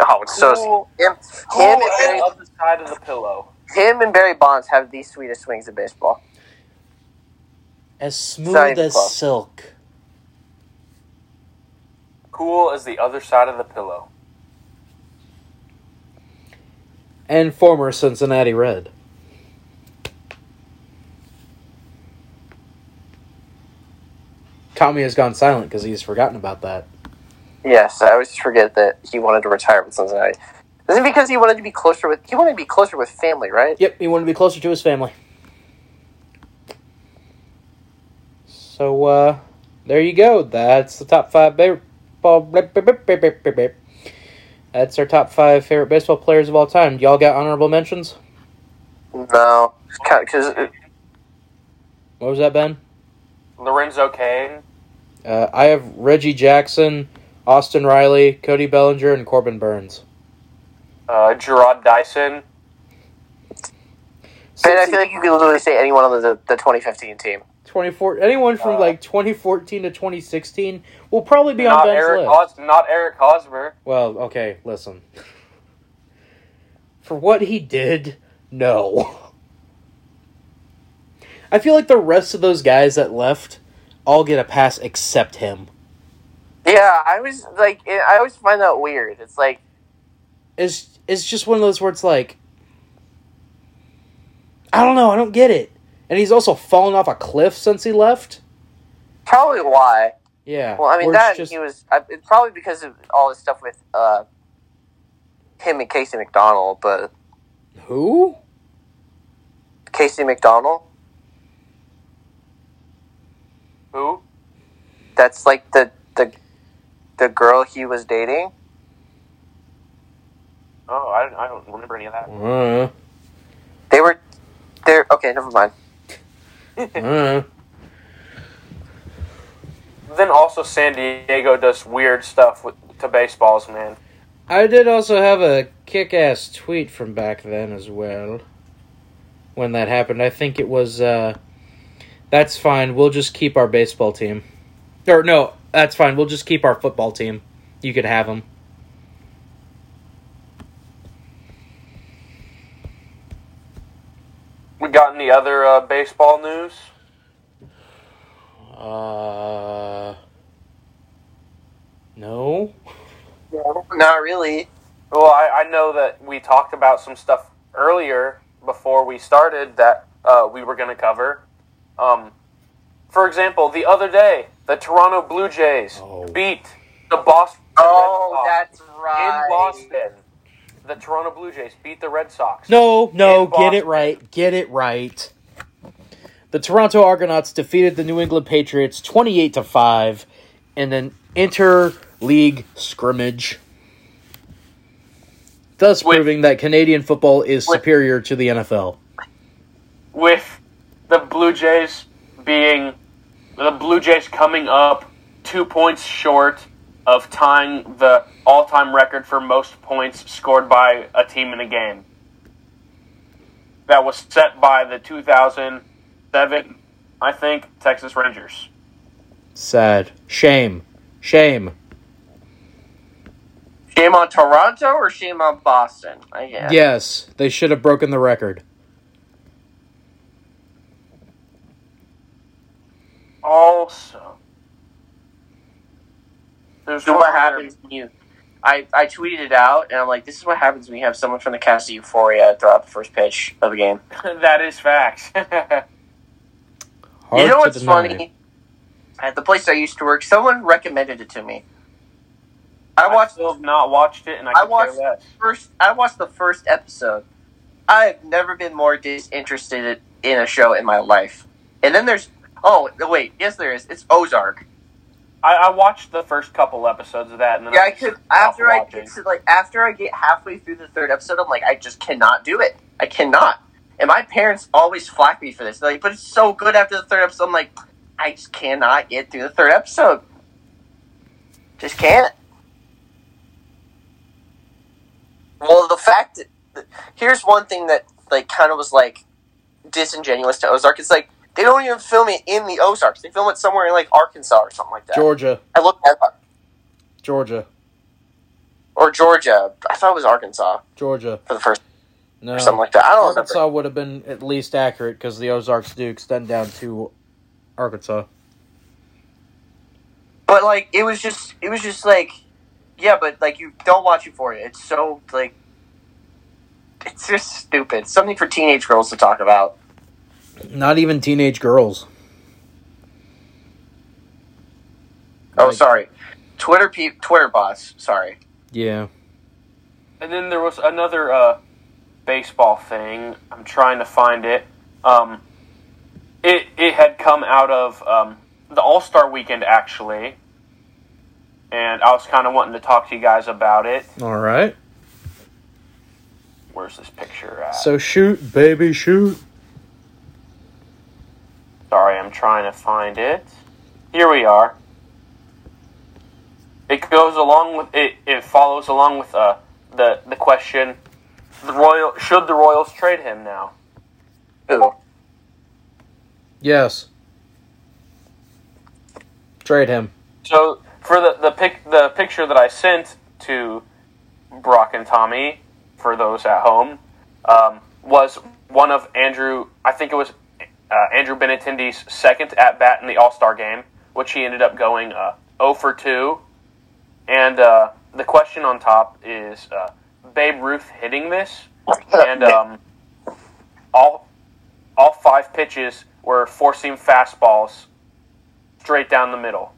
[SPEAKER 3] Oh, it's so
[SPEAKER 2] Cool.
[SPEAKER 3] him,
[SPEAKER 2] Cool
[SPEAKER 3] him, and
[SPEAKER 2] and
[SPEAKER 3] Barry,
[SPEAKER 2] other side of the pillow.
[SPEAKER 3] him and Barry Bonds have the sweetest swings in baseball.
[SPEAKER 1] As smooth
[SPEAKER 3] Same
[SPEAKER 1] as
[SPEAKER 3] cloth.
[SPEAKER 1] silk.
[SPEAKER 2] Cool as the other side of the pillow.
[SPEAKER 1] And former Cincinnati Red. Tommy has gone silent because he's forgotten about that.
[SPEAKER 3] Yes, I always forget that he wanted to retire with Cincinnati. Is it because he wanted to be closer with he wanted to be closer with family, right?
[SPEAKER 1] Yep, he wanted to be closer to his family. So, uh, there you go. That's the top five baseball. blip, blip, blip, blip, blip, blip, blip. That's our top five favorite baseball players of all time. Y'all got honorable mentions?
[SPEAKER 3] No, uh, because
[SPEAKER 1] What was that, Ben?
[SPEAKER 2] Lorenzo Kane.
[SPEAKER 1] Uh, I have Reggie Jackson, Austin Riley, Cody Bellinger, and Corbin Burns.
[SPEAKER 2] Uh, Gerard Dyson.
[SPEAKER 3] Ben, I feel like you could literally say anyone on the the 2015 team.
[SPEAKER 1] 24 anyone from
[SPEAKER 2] Uh,
[SPEAKER 1] like 2014 to 2016 will probably be on
[SPEAKER 2] Not
[SPEAKER 1] Ben's
[SPEAKER 2] Eric,
[SPEAKER 1] list.
[SPEAKER 2] Hos- not Eric Hosmer.
[SPEAKER 1] well, okay, listen. For what he did, no. I feel like the rest of those guys that left all get a pass except him.
[SPEAKER 3] Yeah, I was like, I always find that weird. It's like,
[SPEAKER 1] It's it's just one of those where it's like I don't know, I don't get it. And he's also fallen off a cliff since he left.
[SPEAKER 3] probably why.
[SPEAKER 1] Yeah.
[SPEAKER 3] Well, I mean
[SPEAKER 1] or it's
[SPEAKER 3] that
[SPEAKER 1] just-
[SPEAKER 3] he was I, it's probably because of all this stuff with uh, him and Casey McDonald, but
[SPEAKER 1] who?
[SPEAKER 3] Casey McDonald,
[SPEAKER 2] Who?
[SPEAKER 3] that's like the the the girl he was dating.
[SPEAKER 2] Oh, I, I don't remember any of that.
[SPEAKER 1] Uh,
[SPEAKER 3] They were they're okay, never mind.
[SPEAKER 1] uh.
[SPEAKER 2] Then also San Diego does weird stuff with to baseballs, man.
[SPEAKER 1] I did also have a kick ass tweet from back then as well. When that happened, I think it was, uh, that's fine, we'll just keep our baseball team. Or, no, that's fine, we'll just keep our football team. You could have them.
[SPEAKER 2] We got any other uh, baseball news?
[SPEAKER 1] Uh. No?
[SPEAKER 3] Not really.
[SPEAKER 2] Well, I, I know that we talked about some stuff earlier before we started that uh, we were going to cover. Um, for example, the other day, the Toronto Blue Jays
[SPEAKER 1] Oh.
[SPEAKER 2] beat the Boston
[SPEAKER 3] Oh,
[SPEAKER 2] Red Sox
[SPEAKER 3] that's right.
[SPEAKER 2] in Boston. The Toronto Blue Jays beat the Red Sox.
[SPEAKER 1] No, no,
[SPEAKER 2] In
[SPEAKER 1] get it
[SPEAKER 2] Boston.
[SPEAKER 1] right. Get it right. The Toronto Argonauts defeated the New England Patriots 28 to 5 in an interleague scrimmage. Thus
[SPEAKER 2] Wait.
[SPEAKER 1] proving that Canadian football is
[SPEAKER 2] Wait.
[SPEAKER 1] superior to the NFL.
[SPEAKER 2] with the Blue Jays being the Blue Jays coming up two points short of tying the all-time record for most points scored by a team in a game. That was set by the 2007, I think, Texas Rangers.
[SPEAKER 1] Sad. Shame. Shame.
[SPEAKER 3] Shame on Toronto or shame on Boston? I guess.
[SPEAKER 1] Yes, they should have broken the record.
[SPEAKER 2] Also, there's
[SPEAKER 3] So
[SPEAKER 2] one
[SPEAKER 3] what
[SPEAKER 2] other-
[SPEAKER 3] happens when you? I, I tweeted it out and I'm like, this is what happens when you have someone from the cast of Euphoria throw out the first pitch of the game.
[SPEAKER 2] that is facts.
[SPEAKER 1] Hard
[SPEAKER 3] you know
[SPEAKER 1] to
[SPEAKER 3] what's
[SPEAKER 1] deny.
[SPEAKER 3] funny? At the place I used to work, someone recommended it to me. I watched
[SPEAKER 2] still
[SPEAKER 3] the
[SPEAKER 2] have not watched it, and I,
[SPEAKER 3] I
[SPEAKER 2] could care
[SPEAKER 3] watched-
[SPEAKER 2] less.
[SPEAKER 3] first. I watched the first episode. I have never been more disinterested in a show in my life. And then there's oh wait, yes there is. It's Ozark.
[SPEAKER 2] I, I watched the first couple episodes of that, and then
[SPEAKER 3] Yeah,
[SPEAKER 2] I,
[SPEAKER 3] I could after I
[SPEAKER 2] watching.
[SPEAKER 3] get to like after I get halfway through the third episode, I'm like, I just cannot do it. I cannot. And my parents always flack me for this. They're like, but it's so good after the third episode. I'm like, I just cannot get through the third episode. Just can't. Well, the fact that, here's one thing that like kind of was like disingenuous to Ozark. It's like they don't even film it in the Ozarks. They film it somewhere in like Arkansas or something like that.
[SPEAKER 1] Georgia.
[SPEAKER 3] I looked at
[SPEAKER 1] Georgia.
[SPEAKER 3] or Georgia. I thought it was Arkansas
[SPEAKER 1] Georgia.
[SPEAKER 3] for the first
[SPEAKER 1] No.
[SPEAKER 3] or something like that. I don't remember.
[SPEAKER 1] Arkansas would have been at least accurate because the Ozarks do extend down to Arkansas.
[SPEAKER 3] But like it was just it was just like yeah, but like you don't watch Euphoria. It's so like it's just stupid. Something for teenage girls to talk about.
[SPEAKER 1] Not even teenage girls.
[SPEAKER 3] Oh,
[SPEAKER 1] Like-
[SPEAKER 3] sorry. Twitter pe- Twitter bots. Sorry.
[SPEAKER 1] Yeah.
[SPEAKER 2] And then there was another uh, baseball thing. I'm trying to find it. Um, it it had come out of um, the All Star Weekend actually, and I was kind of wanting to talk to you guys about it.
[SPEAKER 1] All right.
[SPEAKER 2] Where's this picture at?
[SPEAKER 1] So shoot, baby, shoot.
[SPEAKER 2] Sorry, I'm trying to find it. Here we are. It goes along with it. It follows along with uh, the the question: the Royal should the Royals trade him now?
[SPEAKER 3] Ooh.
[SPEAKER 1] Yes. Trade him.
[SPEAKER 2] So for the the pic the picture that I sent to Brock and Tommy for those at home um, was one of Andrew. I think it was uh, Andrew Benintendi's second at bat in the All Star game, which he ended up going uh, 0 for 2. And uh, the question on top is uh, Babe Ruth hitting this, and um, all all five pitches were four seam fastballs straight down the middle.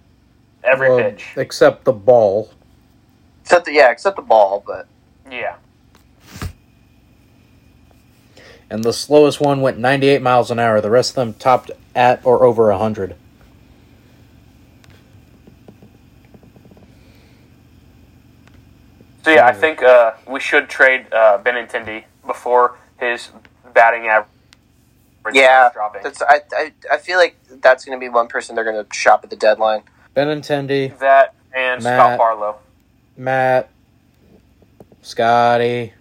[SPEAKER 2] Every
[SPEAKER 1] Well,
[SPEAKER 2] pitch.
[SPEAKER 1] Except the ball.
[SPEAKER 3] except the, yeah, except the ball, but
[SPEAKER 2] Yeah.
[SPEAKER 1] And the slowest one went 98 miles an hour. The rest of them topped at or over 100.
[SPEAKER 2] So yeah, I think uh, we should trade uh, Benintendi before his batting average
[SPEAKER 3] yeah,
[SPEAKER 2] starts dropping.
[SPEAKER 3] that's I, I I feel like that's going to be one person they're going to shop at the deadline.
[SPEAKER 1] Benintendi,
[SPEAKER 2] That and
[SPEAKER 1] Matt.
[SPEAKER 2] Scott Barlow.
[SPEAKER 1] Matt, Scotty,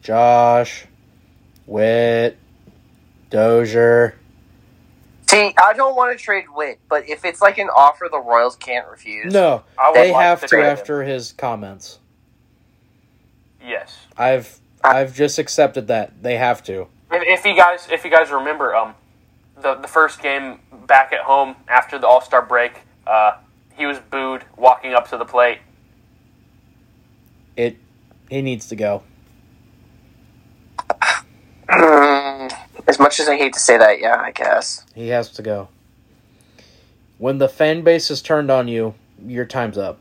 [SPEAKER 1] Josh, Witt, Dozier.
[SPEAKER 3] See, I don't want to trade Witt, but if it's like an offer the Royals can't refuse.
[SPEAKER 1] No,
[SPEAKER 2] I would
[SPEAKER 1] they
[SPEAKER 2] like
[SPEAKER 1] have
[SPEAKER 2] to
[SPEAKER 1] to
[SPEAKER 2] trade him.
[SPEAKER 1] after his comments.
[SPEAKER 2] Yes.
[SPEAKER 1] I've I've just accepted that they have to.
[SPEAKER 2] If, if you guys, if you guys remember, um, the the first game back at home after the All Star break, uh, he was booed walking up to the plate.
[SPEAKER 1] It he needs to go.
[SPEAKER 3] As much as I hate to say that, yeah, I guess.
[SPEAKER 1] He has to go. When the fan base is turned on you, your time's up.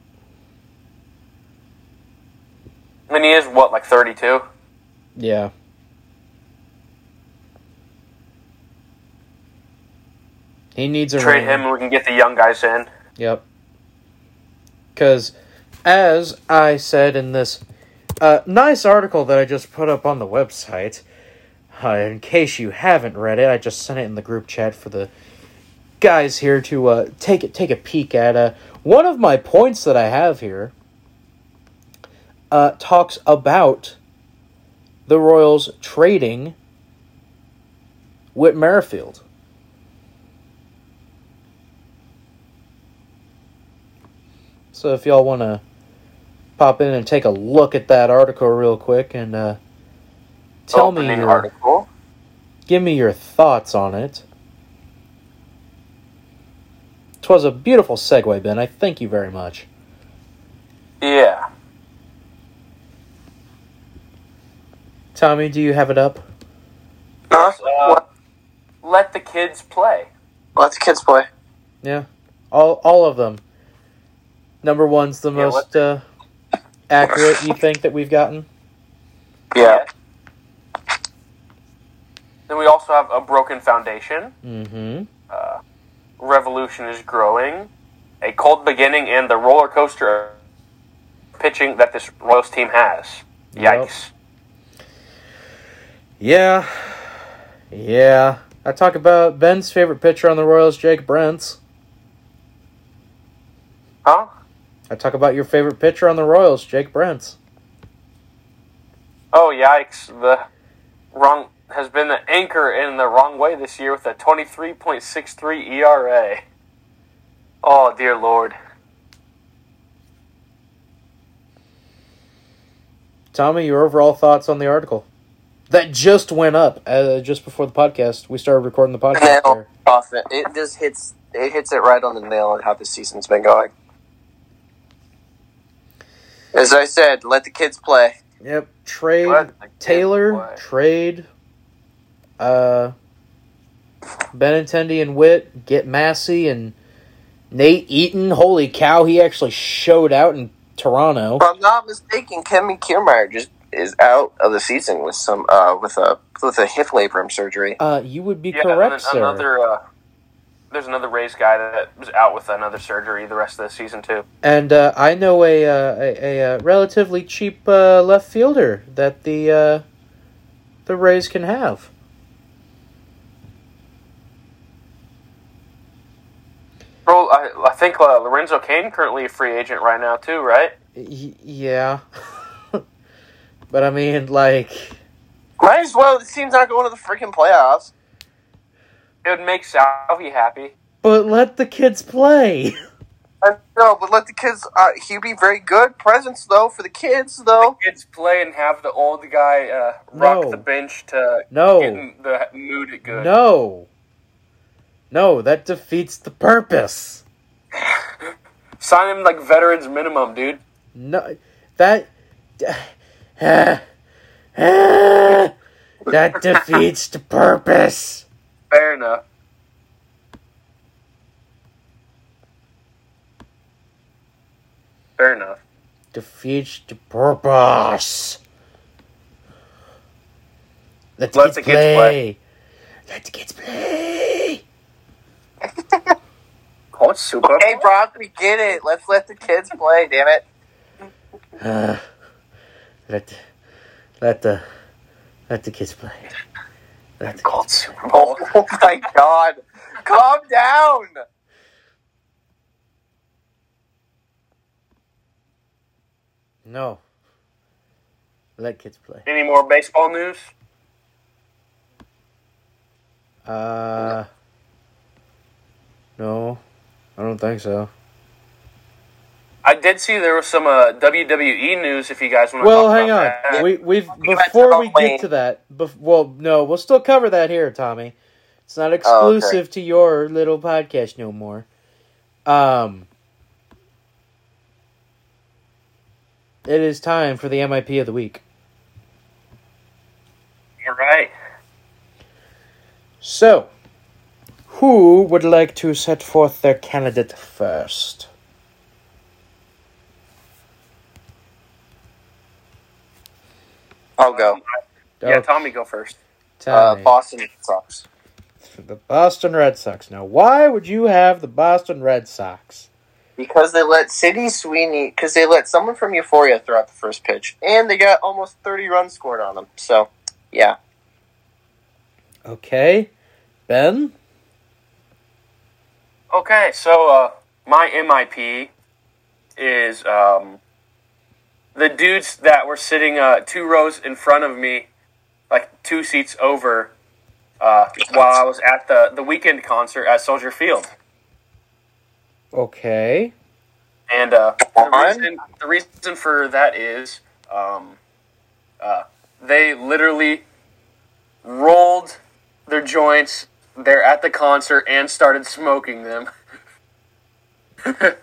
[SPEAKER 2] I mean, he is what, like thirty-two?
[SPEAKER 1] Yeah. He needs a
[SPEAKER 2] Trade
[SPEAKER 1] ring.
[SPEAKER 2] him, and we can get the young guys in.
[SPEAKER 1] Yep. Because, as I said in this uh, nice article that I just put up on the website, uh, in case you haven't read it, I just sent it in the group chat for the guys here to uh, take it, take a peek at. Uh, one of my points that I have here uh, talks about the Royals trading Whit Merrifield. So if y'all want to pop in and take a look at that article real quick and uh, tell me
[SPEAKER 2] Opening
[SPEAKER 1] your,
[SPEAKER 2] article.
[SPEAKER 1] give me your thoughts on it. 'Twas a beautiful segue, Ben. I thank you very much.
[SPEAKER 2] Yeah.
[SPEAKER 1] Tommy, do you have it up?
[SPEAKER 3] Huh?
[SPEAKER 2] Uh, let the kids play.
[SPEAKER 3] Let the kids play.
[SPEAKER 1] Yeah, all all of them. Number one's the
[SPEAKER 2] Yeah,
[SPEAKER 1] most uh, accurate you think that we've gotten.
[SPEAKER 3] Yeah.
[SPEAKER 2] Then we also have a broken foundation.
[SPEAKER 1] Mm-hmm.
[SPEAKER 2] Uh, revolution is growing. A cold beginning and the roller coaster of pitching that this Royals team has.
[SPEAKER 1] Yep.
[SPEAKER 2] Yikes.
[SPEAKER 1] Yeah, yeah. I talk about Ben's favorite pitcher on the Royals, Jake Brents.
[SPEAKER 2] Huh?
[SPEAKER 1] I talk about your favorite pitcher on the Royals, Jake Brents.
[SPEAKER 2] Oh, yikes. The wrong has been the anchor in the wrong way this year with a 23.63 ERA. E Oh, dear Lord.
[SPEAKER 1] Tommy, your overall thoughts on the article that just went up uh, just before the podcast. We started recording the podcast.
[SPEAKER 3] Nail
[SPEAKER 1] there.
[SPEAKER 3] off it. It just hits. It hits it right on the nail on how this season's been going. As I said, let the kids play.
[SPEAKER 1] Yep. Trade
[SPEAKER 2] Let the kids
[SPEAKER 1] Taylor.
[SPEAKER 2] play.
[SPEAKER 1] Trade. Uh, Benintendi and Witt get Massey and Nate Eaton. Holy cow! He actually showed out in Toronto.
[SPEAKER 3] If I'm not mistaken, Kevin Kiermaier just is out of the season with some uh, with a with a hip labrum surgery.
[SPEAKER 1] Uh, you would be
[SPEAKER 2] Yeah,
[SPEAKER 1] correct,
[SPEAKER 2] and
[SPEAKER 1] sir.
[SPEAKER 2] then another. Uh, there's another Rays guy that was out with another surgery the rest of the season too.
[SPEAKER 1] And uh, I know a, uh, a a uh, relatively cheap uh, left fielder that the uh, the Rays can have.
[SPEAKER 2] Well, I, I think uh, Lorenzo Kane currently a free agent right now too, right?
[SPEAKER 1] Y- yeah, but I mean, like,
[SPEAKER 3] Might as well. The team's not going to the freaking playoffs.
[SPEAKER 2] It would make Salvi happy.
[SPEAKER 1] but let the kids play.
[SPEAKER 3] I know, but let the kids. Uh, he'd be very good presents though for the kids
[SPEAKER 2] The
[SPEAKER 3] though.
[SPEAKER 2] kids play and have the old guy uh, rock
[SPEAKER 1] No.
[SPEAKER 2] the bench to get
[SPEAKER 1] No,
[SPEAKER 2] in the mood good.
[SPEAKER 1] no, no. That defeats the purpose.
[SPEAKER 2] Sign him like veterans minimum, dude.
[SPEAKER 1] No, that that defeats the purpose.
[SPEAKER 2] Fair enough. Fair enough.
[SPEAKER 1] defeats the purpose. Let the,
[SPEAKER 2] Let
[SPEAKER 1] kids,
[SPEAKER 2] the kids
[SPEAKER 1] play.
[SPEAKER 2] play.
[SPEAKER 1] Let the kids play.
[SPEAKER 2] Oh, it's super.
[SPEAKER 3] Hey, Brock, we get it. Let's let the kids play. Damn it.
[SPEAKER 1] Uh, let let the let the kids play. Let the
[SPEAKER 2] Called Super Bowl.
[SPEAKER 3] Oh, my God. Calm down.
[SPEAKER 1] no. Let kids play.
[SPEAKER 2] Any more baseball news?
[SPEAKER 1] Uh, no, I don't think so.
[SPEAKER 2] I did see there was some uh, WWE news. If you guys want to.
[SPEAKER 1] Well,
[SPEAKER 2] talk
[SPEAKER 1] hang
[SPEAKER 2] about
[SPEAKER 1] on.
[SPEAKER 2] that.
[SPEAKER 1] We we've
[SPEAKER 3] about
[SPEAKER 1] before we
[SPEAKER 3] Tom
[SPEAKER 1] get
[SPEAKER 3] Wayne.
[SPEAKER 1] to that. Bef- well, no, we'll still cover that here, Tommy. It's not exclusive to your little podcast no more. Um, it is time for the MIP of the week.
[SPEAKER 2] All right.
[SPEAKER 1] So, who would like to set forth their candidate first?
[SPEAKER 3] I'll go.
[SPEAKER 2] Yeah,
[SPEAKER 1] Oh,
[SPEAKER 2] Tommy, go first.
[SPEAKER 1] tell
[SPEAKER 3] Uh,
[SPEAKER 1] me.
[SPEAKER 3] Boston Red Sox.
[SPEAKER 1] The Boston Red Sox. Now, why would you have the Boston Red Sox?
[SPEAKER 3] Because they let Sidney Sweeney, because they let someone from Euphoria throw out the first pitch, and they got almost thirty runs scored on them. So, yeah,
[SPEAKER 1] Okay, Ben.
[SPEAKER 2] Okay, so uh, my MIP is um, the dudes that were sitting uh, two rows in front of me, like two seats over, uh, while I was at the, the weekend concert at Soldier Field.
[SPEAKER 1] Okay.
[SPEAKER 2] And uh, the,
[SPEAKER 3] Why?
[SPEAKER 2] reason, the reason for that is um, uh, they literally rolled their joints. They're at the concert and started smoking them. I,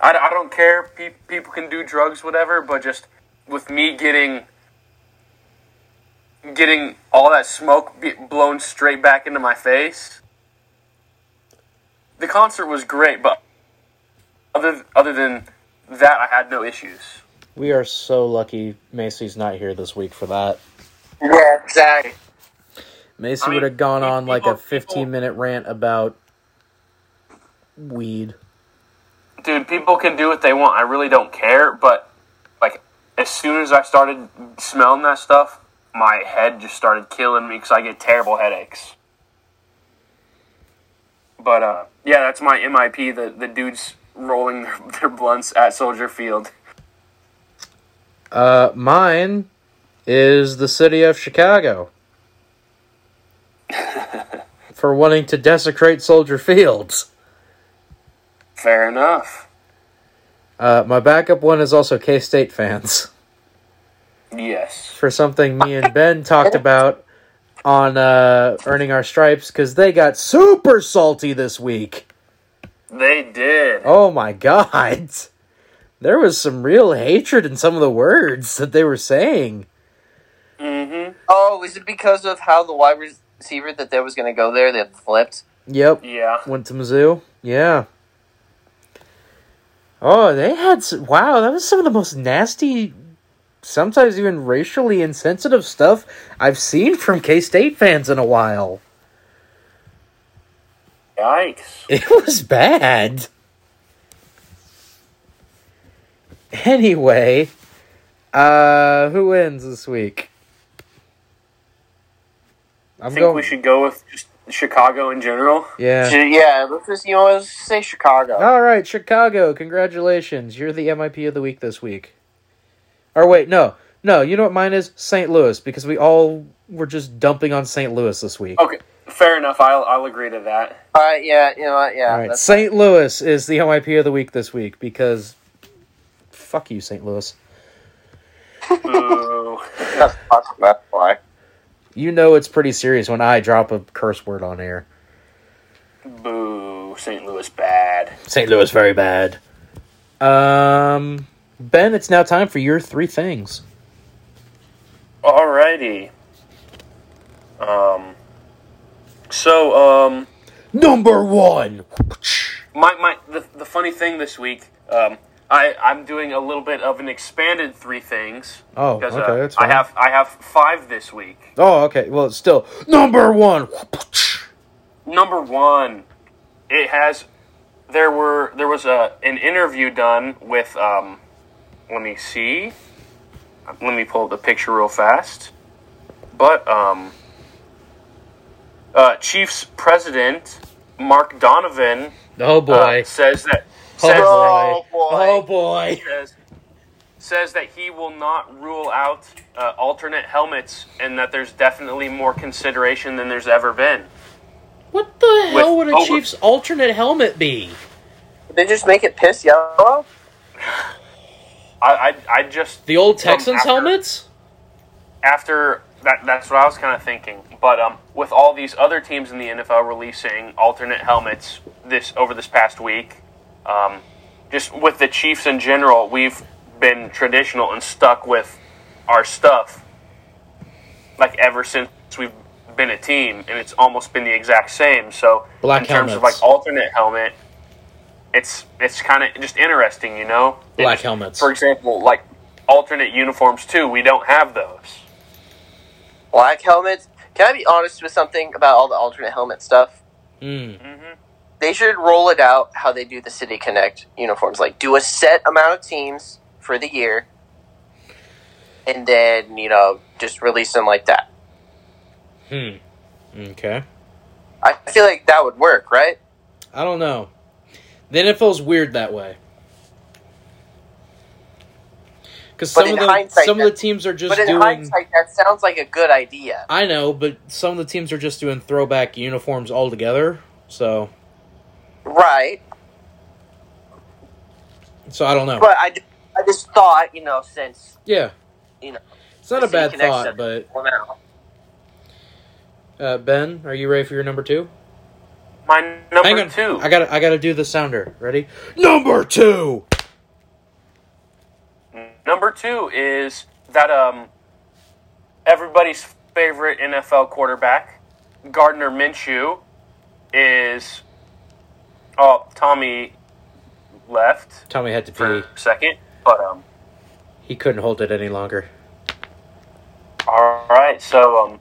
[SPEAKER 2] I don't care. Pe- people can do drugs, whatever, but just with me getting getting all that smoke be- blown straight back into my face. The concert was great, but other other than that, I had no issues.
[SPEAKER 1] We are so lucky Macy's not here this week for that.
[SPEAKER 3] yeah, exactly.
[SPEAKER 1] Macy
[SPEAKER 2] I mean,
[SPEAKER 1] would have gone on like
[SPEAKER 2] people-
[SPEAKER 1] a 15 minute rant about weed.
[SPEAKER 2] Dude, people can do what they want. I really don't care. But like, as soon as I started smelling that stuff, my head just started killing me because I get terrible headaches. But uh, yeah, that's my MIP. The the dudes rolling their, their blunts at Soldier Field.
[SPEAKER 1] Uh, mine is the city of Chicago for wanting to desecrate Soldier Fields.
[SPEAKER 2] Fair enough.
[SPEAKER 1] Uh, my backup one is also K State fans
[SPEAKER 2] Yes.
[SPEAKER 1] for something me and Ben talked about on uh, earning our stripes because they got super salty this week.
[SPEAKER 2] They did.
[SPEAKER 1] Oh my god. There was some real hatred in some of the words that they were saying.
[SPEAKER 2] Mm-hmm.
[SPEAKER 3] Oh, is it because of how the wide receiver that they was going to go there that flipped?
[SPEAKER 1] Yep.
[SPEAKER 2] Yeah.
[SPEAKER 1] Went to Mizzou. Yeah. Oh, they had s wow. That was some of the most nasty, sometimes even racially insensitive stuff I've seen from K State fans in a while.
[SPEAKER 2] Yikes.
[SPEAKER 1] It was bad. Anyway, uh, who wins this week? I'm
[SPEAKER 2] I think we should go with just Chicago in general.
[SPEAKER 1] Yeah.
[SPEAKER 3] Ju- Yeah, let's just you know let's just say Chicago.
[SPEAKER 1] All right, Chicago, congratulations. You're the MIP of the week this week. Or wait, no. No, you know what mine is? St. Louis, because we all were just dumping on St. Louis this week.
[SPEAKER 2] Okay, fair enough. I'll I'll agree to that.
[SPEAKER 3] All right, Uh, yeah, you know what? Yeah,
[SPEAKER 1] all right,
[SPEAKER 3] that's-
[SPEAKER 1] St. Louis is the MIP of the week this week because fuck you, St. Louis.
[SPEAKER 2] Boo.
[SPEAKER 3] that's, that's why.
[SPEAKER 1] You know it's pretty serious when I drop a curse word on air.
[SPEAKER 2] Boo. St. Louis bad.
[SPEAKER 1] St. Louis very bad. Um Ben, it's now time for your three things.
[SPEAKER 2] Alrighty. Um. So um,
[SPEAKER 1] Number 1.
[SPEAKER 2] my my the, the funny thing this week um. I, I'm doing a little bit of an expanded three things
[SPEAKER 1] Oh,
[SPEAKER 2] because
[SPEAKER 1] okay,
[SPEAKER 2] uh,
[SPEAKER 1] that's
[SPEAKER 2] I
[SPEAKER 1] fine.
[SPEAKER 2] have I have five this week.
[SPEAKER 1] Oh, okay. Well, it's still number 1.
[SPEAKER 2] Number one, it has there were there was a an interview done with um, let me see, let me pull up the picture real fast, but um, uh, Chiefs president Mark Donovan
[SPEAKER 1] Oh
[SPEAKER 2] uh,
[SPEAKER 1] boy.
[SPEAKER 2] says that
[SPEAKER 1] Oh
[SPEAKER 2] says,
[SPEAKER 3] Oh,
[SPEAKER 1] boy.
[SPEAKER 3] boy.
[SPEAKER 1] Oh boy.
[SPEAKER 2] says says that he will not rule out uh, alternate helmets and that there's definitely more consideration than there's ever been.
[SPEAKER 1] What the hell would a
[SPEAKER 2] oh.
[SPEAKER 1] Chiefs alternate helmet be?
[SPEAKER 3] Did they just make it piss yellow?
[SPEAKER 2] I, I, I just
[SPEAKER 1] The old
[SPEAKER 2] From
[SPEAKER 1] Texans
[SPEAKER 2] after-
[SPEAKER 1] helmets?
[SPEAKER 2] after that that's what I was kind of thinking. But um, with all these other teams in the NFL releasing alternate helmets this over this past week, um, just with the Chiefs in general, we've been traditional and stuck with our stuff like ever since we've been a team, and it's almost been the exact same. So
[SPEAKER 1] Black
[SPEAKER 2] in terms of like
[SPEAKER 1] helmets.
[SPEAKER 2] alternate helmet, it's it's kind of just interesting, you know. It
[SPEAKER 1] Black
[SPEAKER 2] just-
[SPEAKER 1] helmets.
[SPEAKER 2] for example, like alternate uniforms too. We don't have those.
[SPEAKER 3] Black helmets. Can I be honest with something about all the alternate helmet stuff?
[SPEAKER 1] Mm.
[SPEAKER 3] They should roll it out how they do the City Connect uniforms. Like, do a set amount of teams for the year, and then, you know, just release them like that.
[SPEAKER 1] Hmm. Okay.
[SPEAKER 3] I feel like that would work, right?
[SPEAKER 1] I don't know. The NFL's weird that way. Because
[SPEAKER 3] But
[SPEAKER 1] some of
[SPEAKER 3] in
[SPEAKER 1] the
[SPEAKER 3] hindsight,
[SPEAKER 1] some of the
[SPEAKER 3] that-
[SPEAKER 1] teams are just
[SPEAKER 3] But in
[SPEAKER 1] doing.
[SPEAKER 3] hindsight, that sounds like a good idea.
[SPEAKER 1] I know, but some of the teams are just doing throwback uniforms altogether. So,
[SPEAKER 3] Right.
[SPEAKER 1] so I don't know.
[SPEAKER 3] But I, ju- I just thought, you know, since,
[SPEAKER 1] yeah,
[SPEAKER 3] you know,
[SPEAKER 1] it's not a
[SPEAKER 3] the City
[SPEAKER 1] bad
[SPEAKER 3] Connect
[SPEAKER 1] thought.
[SPEAKER 3] stuff-
[SPEAKER 1] But
[SPEAKER 3] well, now.
[SPEAKER 1] uh, Ben, are you ready for your number two?
[SPEAKER 2] My number
[SPEAKER 1] Hang on,
[SPEAKER 2] two.
[SPEAKER 1] I got to I got to do the sounder. Ready? Number two.
[SPEAKER 2] Number two is that um, everybody's favorite NFL quarterback, Gardner Minshew, is. Oh, Tommy left
[SPEAKER 1] Tommy had to
[SPEAKER 2] for
[SPEAKER 1] pee.
[SPEAKER 2] a second, but um,
[SPEAKER 1] He couldn't hold it any longer.
[SPEAKER 2] all right. So um,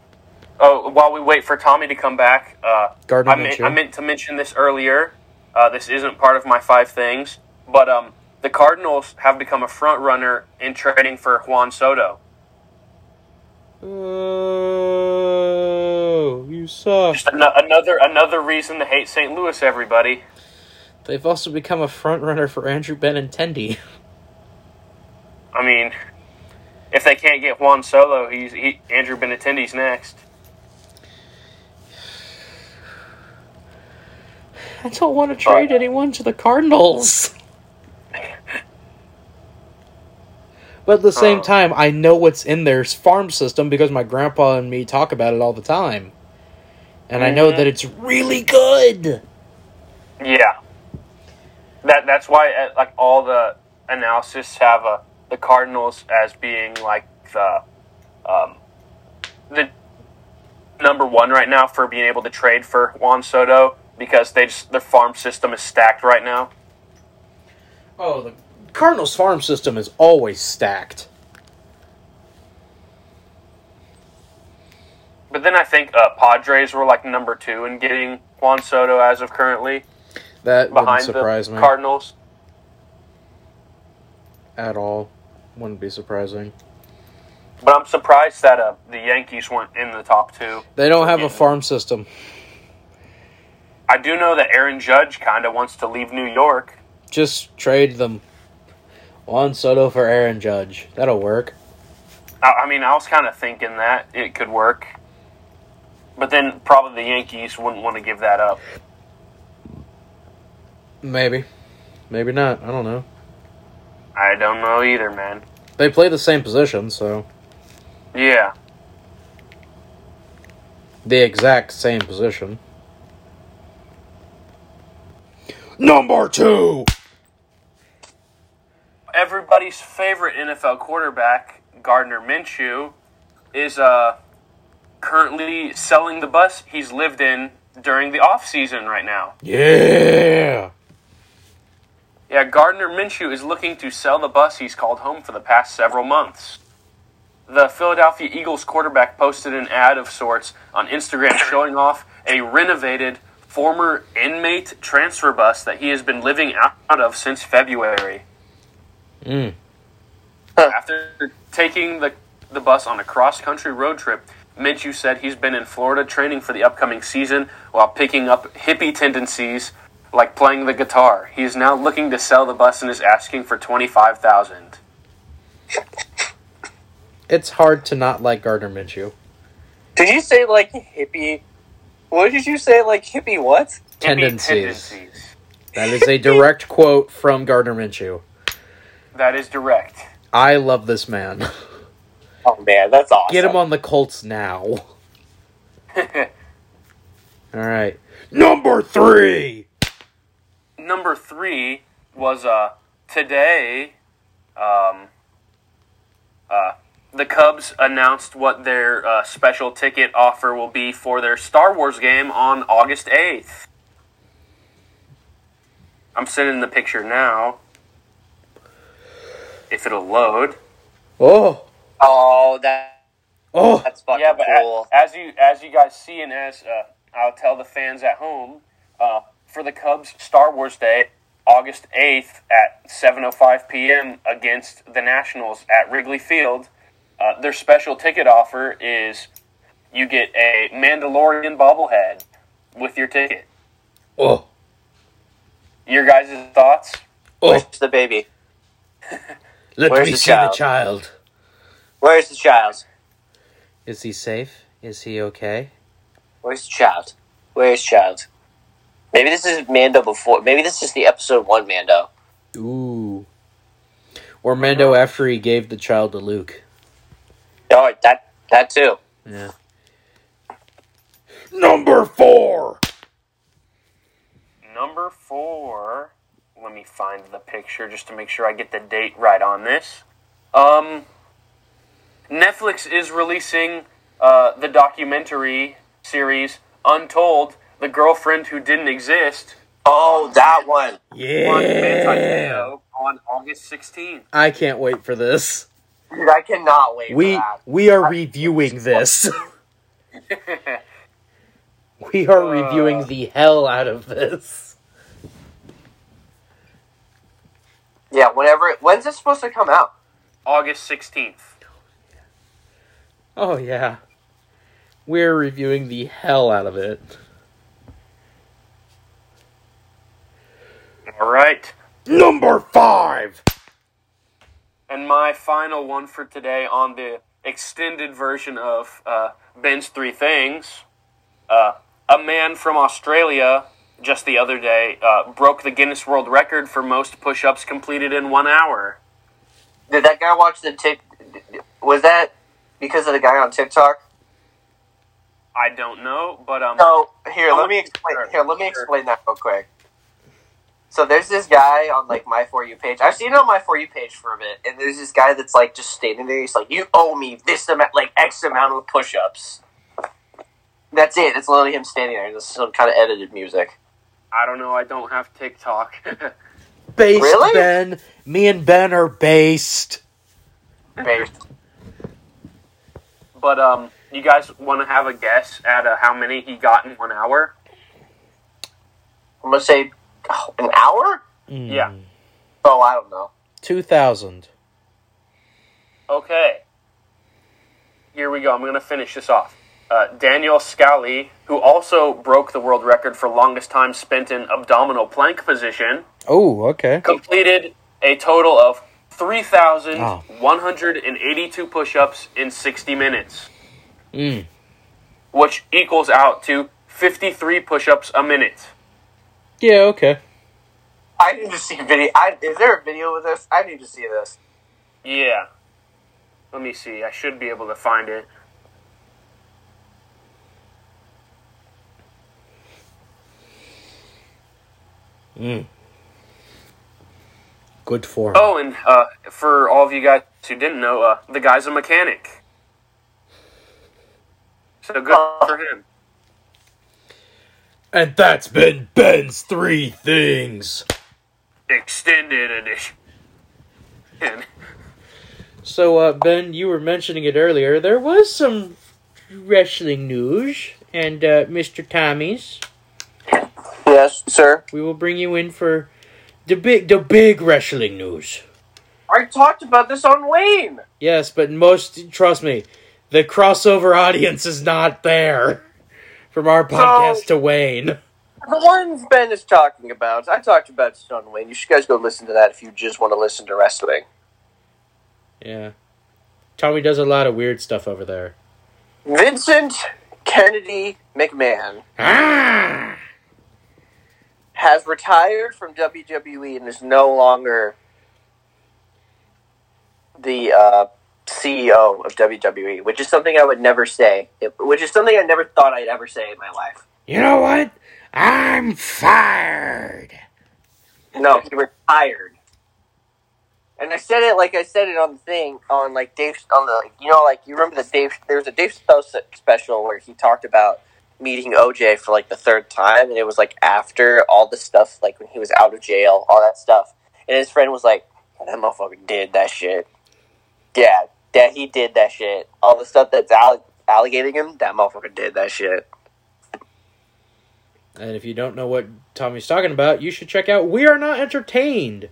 [SPEAKER 2] oh, while we wait for Tommy to come back, uh,
[SPEAKER 1] Gardner
[SPEAKER 2] I meant,
[SPEAKER 1] Minshew.
[SPEAKER 2] I meant to mention this earlier. Uh, this isn't part of my five things, but um, the Cardinals have become a front runner in trading for Juan Soto.
[SPEAKER 1] Oh, you suck.
[SPEAKER 2] Just an- another another reason to hate St. Louis, everybody.
[SPEAKER 1] They've also become a front runner for Andrew Benintendi.
[SPEAKER 2] I mean, if they can't get Juan Solo, he's he, Andrew Benintendi's next.
[SPEAKER 1] I don't want to trade
[SPEAKER 2] Uh,
[SPEAKER 1] anyone to the Cardinals. but at the same
[SPEAKER 2] Uh.
[SPEAKER 1] time, I know what's in their farm system because my grandpa and me talk about it all the time. And I know
[SPEAKER 2] Mhm.
[SPEAKER 1] that it's really good.
[SPEAKER 2] Yeah, that that's why uh, like all the analysis have uh, the Cardinals as being like the um, the number one right now for being able to trade for Juan Soto because they just their farm system is stacked right now.
[SPEAKER 1] Oh, the Cardinals farm system is always stacked.
[SPEAKER 2] But then I think uh, Padres were like number two in getting Juan Soto as of currently
[SPEAKER 1] That wouldn't
[SPEAKER 2] behind
[SPEAKER 1] surprise
[SPEAKER 2] the
[SPEAKER 1] me
[SPEAKER 2] Cardinals.
[SPEAKER 1] at all. Wouldn't be surprising.
[SPEAKER 2] But I'm surprised that uh, the Yankees weren't in the top two.
[SPEAKER 1] They don't have a
[SPEAKER 2] Yeah.
[SPEAKER 1] farm system.
[SPEAKER 2] I do know that Aaron Judge kind of wants to leave New York.
[SPEAKER 1] Just trade them. Juan Soto for Aaron Judge. That'll work.
[SPEAKER 2] I, I mean, I was kind of thinking that it could work. But then probably the Yankees wouldn't want to give that up.
[SPEAKER 1] Maybe. Maybe not. I don't know.
[SPEAKER 2] I don't know either, man.
[SPEAKER 1] They play the same position, so
[SPEAKER 2] Yeah.
[SPEAKER 1] the exact same position. Number two.
[SPEAKER 2] Everybody's favorite NFL quarterback, Gardner Minshew, is uh, currently selling the bus he's lived in during the off season right now.
[SPEAKER 1] Yeah.
[SPEAKER 2] Yeah, Gardner Minshew is looking to sell the bus he's called home for the past several months. The Philadelphia Eagles quarterback posted an ad of sorts on Instagram showing off a renovated former inmate transfer bus that he has been living out of since February.
[SPEAKER 1] Mm.
[SPEAKER 2] After taking the, the bus on a cross country road trip, Minshew said he's been in Florida training for the upcoming season while picking up hippie tendencies like playing the guitar. He is now looking to sell the bus and is asking for twenty five thousand.
[SPEAKER 1] It's hard to not like Gardner Minshew.
[SPEAKER 3] Did you say, like, hippie? What did you say, like, hippie what?
[SPEAKER 1] Tendencies. That is a direct quote from Gardner Minshew.
[SPEAKER 2] That is direct.
[SPEAKER 1] I love this man.
[SPEAKER 3] Oh, man, that's awesome.
[SPEAKER 1] Get him on the Colts now. All right. Number three.
[SPEAKER 2] Number three was uh today, um, uh, the Cubs announced what their uh, special ticket offer will be for their Star Wars game on August 8th. I'm sending the picture now. If it'll load.
[SPEAKER 1] Oh,
[SPEAKER 4] Oh, that,
[SPEAKER 1] oh,
[SPEAKER 4] that's fucking
[SPEAKER 2] yeah, but a-
[SPEAKER 4] cool.
[SPEAKER 2] as you as you guys see, and as uh, I'll tell the fans at home, uh, for the Cubs Star Wars Day, August eighth at seven o five p.m. against the Nationals at Wrigley Field, uh, their special ticket offer is you get a Mandalorian bobblehead with your ticket.
[SPEAKER 1] oh,
[SPEAKER 2] Your guys' thoughts?
[SPEAKER 1] oh.
[SPEAKER 4] Where's the baby?
[SPEAKER 1] Let
[SPEAKER 4] where's
[SPEAKER 1] me
[SPEAKER 4] the
[SPEAKER 1] see
[SPEAKER 4] child?
[SPEAKER 1] the child.
[SPEAKER 4] Where's the child?
[SPEAKER 1] Is he safe? Is he okay?
[SPEAKER 4] Where's the child? Where's child? Maybe this is Mando before. Maybe this is the episode one Mando.
[SPEAKER 1] Ooh. Or Mando after he gave the child to Luke.
[SPEAKER 4] Oh, that that too.
[SPEAKER 1] Yeah. Number four.
[SPEAKER 2] Number four. Let me find the picture just to make sure I get the date right on this. Um, Netflix is releasing uh, the documentary series Untold: The Girlfriend Who Didn't Exist
[SPEAKER 4] Oh, that one.
[SPEAKER 2] on
[SPEAKER 1] Yeah.
[SPEAKER 2] Fantasio on August sixteenth.
[SPEAKER 1] I can't wait for this.
[SPEAKER 3] Dude, I cannot wait for
[SPEAKER 1] We
[SPEAKER 3] that.
[SPEAKER 1] we are reviewing this. we are reviewing the hell out of this.
[SPEAKER 3] Yeah, whenever. When's this supposed to come out?
[SPEAKER 2] August sixteenth.
[SPEAKER 1] Oh yeah. We're reviewing the hell out of it.
[SPEAKER 2] All right.
[SPEAKER 1] Number five.
[SPEAKER 2] And my final one for today on the extended version of uh, Ben's Three Things. Uh, a man from Australia just the other day uh, broke the Guinness World Record for most push ups completed in one hour.
[SPEAKER 3] Did that guy watch the tick? Was that because of the guy on TikTok?
[SPEAKER 2] I don't know, but um,
[SPEAKER 3] No, here,
[SPEAKER 2] Oh,
[SPEAKER 3] let me explain.
[SPEAKER 2] sure,
[SPEAKER 3] Here, let me
[SPEAKER 2] sure.
[SPEAKER 3] explain that real quick. So there's this guy on like my for you page. I've seen it on my for you page for a bit, and there's this guy that's like just standing there. He's like, "You owe me this amount, like X amount of push-ups." That's it. It's literally him standing there. This is some kind of edited music.
[SPEAKER 2] I don't know. I don't have TikTok.
[SPEAKER 1] Based
[SPEAKER 3] Really?
[SPEAKER 1] Ben. Me and Ben are based.
[SPEAKER 3] Based.
[SPEAKER 2] but um, you guys want to have a guess at uh, how many he got in one hour?
[SPEAKER 3] I'm gonna say oh, an hour.
[SPEAKER 1] Mm.
[SPEAKER 2] Yeah.
[SPEAKER 3] Oh, I don't know.
[SPEAKER 1] Two thousand.
[SPEAKER 2] Okay. Here we go. I'm going to finish this off. Uh, Daniel Scally, who also broke the world record for longest time spent in abdominal plank position,
[SPEAKER 1] Oh, okay.
[SPEAKER 2] completed a total of 3,182 push ups in 60 minutes,
[SPEAKER 1] Mm.
[SPEAKER 2] which equals out to 53 push ups a minute.
[SPEAKER 1] Yeah, okay.
[SPEAKER 3] I need to see video. I, is there a video with this? I need to see this.
[SPEAKER 2] Yeah. Let me see. I should be able to find it.
[SPEAKER 1] Good form.
[SPEAKER 2] Oh, and uh, for all of you guys who didn't know, uh, the guy's a mechanic. So good for him.
[SPEAKER 1] And that's been Ben's three things.
[SPEAKER 2] Extended edition. And
[SPEAKER 1] So, uh, Ben, you were mentioning it earlier. There was some wrestling news, and uh, Mr. Tommy's.
[SPEAKER 4] Yes, sir.
[SPEAKER 1] We will bring you in for the big, the big wrestling news.
[SPEAKER 3] I talked about this on Wayne.
[SPEAKER 1] Yes, but most trust me, the crossover audience is not there from our podcast to Wayne.
[SPEAKER 3] The ones Ben is talking about, I talked about this on Wayne. You should guys go listen to that if you just want to listen to wrestling.
[SPEAKER 1] Yeah, Tommy does a lot of weird stuff over there.
[SPEAKER 3] Vincent Kennedy McMahon
[SPEAKER 1] Ah!
[SPEAKER 3] has retired from WWE and is no longer the uh, CEO of WWE, which is something I would never say, which is something I never thought I'd ever say in my life.
[SPEAKER 1] You know what? I'm fired.
[SPEAKER 3] No, he retired. And I said it like I said it on the thing on like Dave on the like, you know like you remember the Dave there was a Dave Chappelle se- special where he talked about meeting OJ for like the third time and it was like after all the stuff like when he was out of jail all that stuff and his friend was like "Yeah, that motherfucker did that shit yeah that he did that shit all the stuff that's alle- allegating him that motherfucker did that shit
[SPEAKER 1] And if you don't know what Tommy's talking about, you should check out We Are Not Entertained.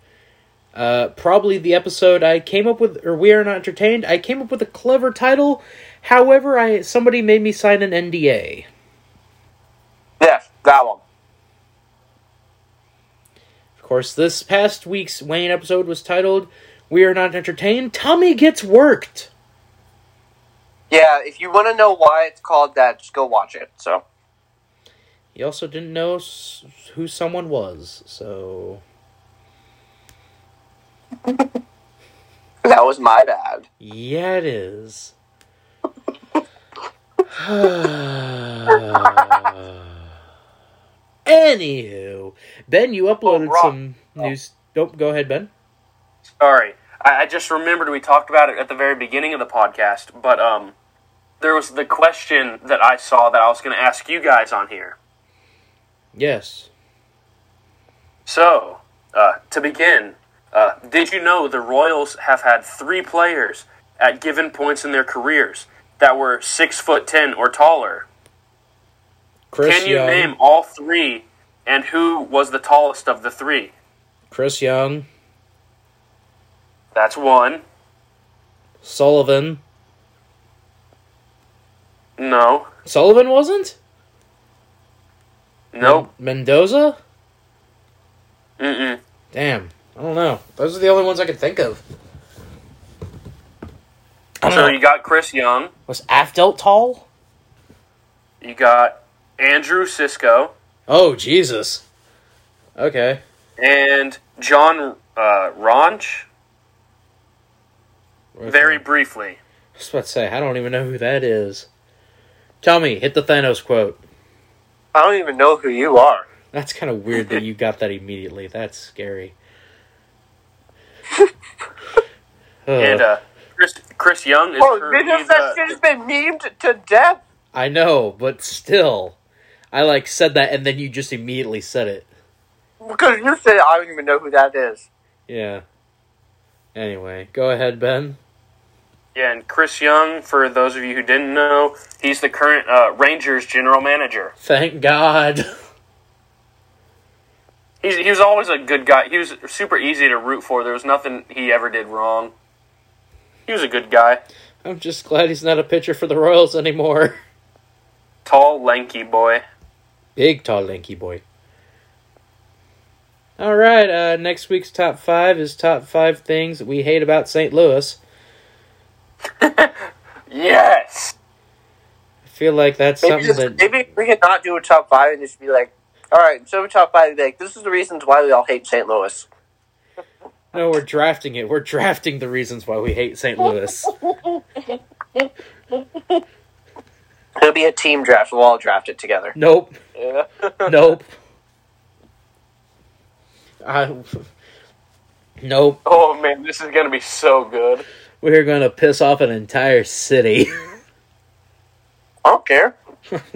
[SPEAKER 1] Uh, probably the episode I came up with, or We Are Not Entertained. I came up with a clever title. However, I somebody made me sign an NDA.
[SPEAKER 3] yeah that one
[SPEAKER 1] Of course, this past week's Wayne episode was titled "We Are Not Entertained." Tommy gets worked.
[SPEAKER 3] yeah if you want to know why it's called that just go watch it so
[SPEAKER 1] He also didn't know s- who someone was, so
[SPEAKER 3] that was my bad
[SPEAKER 1] yeah, it is. Anywho, Ben, you uploaded
[SPEAKER 2] Oh, Rob.
[SPEAKER 1] some news. Nope, go ahead, Ben.
[SPEAKER 2] Sorry, I, I just remembered we talked about it at the very beginning of the podcast, but um, there was the question that I saw that I was going to ask you guys on here.
[SPEAKER 1] Yes.
[SPEAKER 2] So, uh, to begin, uh, did you know the Royals have had three players at given points in their careers that were six foot ten or taller?
[SPEAKER 1] Chris
[SPEAKER 2] Can you
[SPEAKER 1] Young.
[SPEAKER 2] name all three, and who was the tallest of the three?
[SPEAKER 1] Chris Young,
[SPEAKER 2] That's one.
[SPEAKER 1] Sullivan.
[SPEAKER 2] No.
[SPEAKER 1] Sullivan wasn't?
[SPEAKER 2] Nope.
[SPEAKER 1] Mendoza?
[SPEAKER 2] Mm-mm.
[SPEAKER 1] Damn. I don't know. Those are the only ones I could think of. I don't know.
[SPEAKER 2] So you got Chris Young.
[SPEAKER 1] Was Aftelt tall?
[SPEAKER 2] You got Andrew Sisko
[SPEAKER 1] Oh, Jesus. Okay.
[SPEAKER 2] and John uh, Ronch. Very briefly,
[SPEAKER 1] I was about to say, I don't even know who that is. Tommy, hit the Thanos quote.
[SPEAKER 3] i don't even know who you are
[SPEAKER 1] That's kind of weird that you got that immediately. That's scary. Ugh.
[SPEAKER 2] and uh, Chris Chris Young is
[SPEAKER 3] Oh,
[SPEAKER 2] currently
[SPEAKER 3] because
[SPEAKER 2] the-
[SPEAKER 3] that shit has been memed to death.
[SPEAKER 1] I know, but still. I like said that and then you just immediately said it.
[SPEAKER 3] Because you said I don't even know who that is.
[SPEAKER 1] Yeah. Anyway, go ahead, Ben.
[SPEAKER 2] Yeah, and Chris Young, for those of you who didn't know, he's the current uh, Rangers general manager.
[SPEAKER 1] Thank God.
[SPEAKER 2] He's, he was always a good guy. He was super easy to root for. There was nothing he ever did wrong. He was a good guy.
[SPEAKER 1] I'm just glad he's not a pitcher for the Royals anymore.
[SPEAKER 2] Tall, lanky boy.
[SPEAKER 1] Big, tall, lanky boy. All right, uh, next week's top five is top five things that we hate about St. Louis.
[SPEAKER 2] Yes!
[SPEAKER 1] I feel like that's
[SPEAKER 3] Maybe,
[SPEAKER 1] something
[SPEAKER 3] just,
[SPEAKER 1] that.
[SPEAKER 3] maybe we could not do a top five and just be like, all right, so a top five, like, this is the reasons why we all hate St. Louis.
[SPEAKER 1] No, we're drafting it. We're drafting the reasons why we hate St. Louis.
[SPEAKER 3] It'll be a team draft. We'll all draft it together.
[SPEAKER 1] Nope.
[SPEAKER 3] Yeah.
[SPEAKER 1] Nope. I, nope.
[SPEAKER 2] Oh man, this is gonna be so good.
[SPEAKER 1] We're going to piss off an entire city.
[SPEAKER 3] I don't care.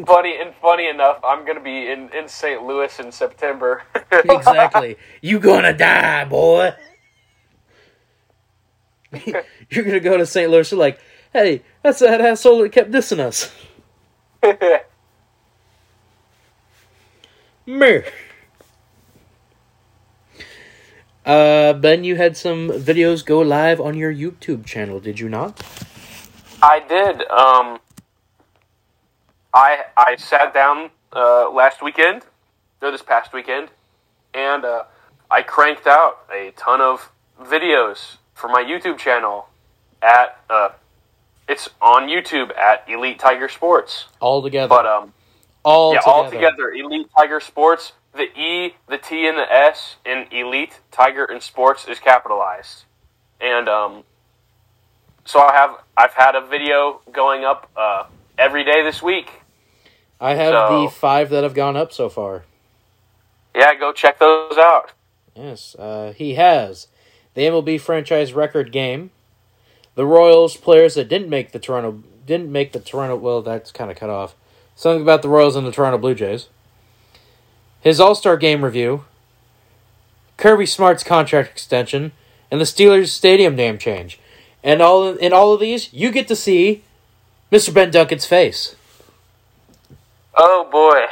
[SPEAKER 2] Funny and funny enough, I'm gonna be in, in St. Louis in September.
[SPEAKER 1] exactly. You gonna die, boy. You're gonna go to St. Louis. You're like, hey, that's that asshole that kept dissing us. Mer. Uh, Ben, you had some videos go live on your YouTube channel, did you not?
[SPEAKER 2] I did. Um, I I sat down uh, last weekend, or this past weekend, and uh, I cranked out a ton of videos for my YouTube channel. At uh, it's on YouTube at Elite Tiger Sports,
[SPEAKER 1] All together.
[SPEAKER 2] but um,
[SPEAKER 1] all
[SPEAKER 2] yeah,
[SPEAKER 1] together.
[SPEAKER 2] all together Elite Tiger Sports. The E, the T, and the S in Elite Tiger and Sports is capitalized, and um, so I have I've had a video going up uh, every day this week.
[SPEAKER 1] I have
[SPEAKER 2] So-
[SPEAKER 1] the five that have gone up so far.
[SPEAKER 2] Yeah, go check those out.
[SPEAKER 1] Yes, uh, he has. the MLB franchise record game. The Royals players that didn't make the Toronto didn't make the Toronto well that's kind of cut off. Something about the Royals and the Toronto Blue Jays. His All-Star game review. Kirby Smart's contract extension and the Steelers stadium name change. And all in all of these, you get to see Mr. Ben Duncan's face.
[SPEAKER 2] Oh boy,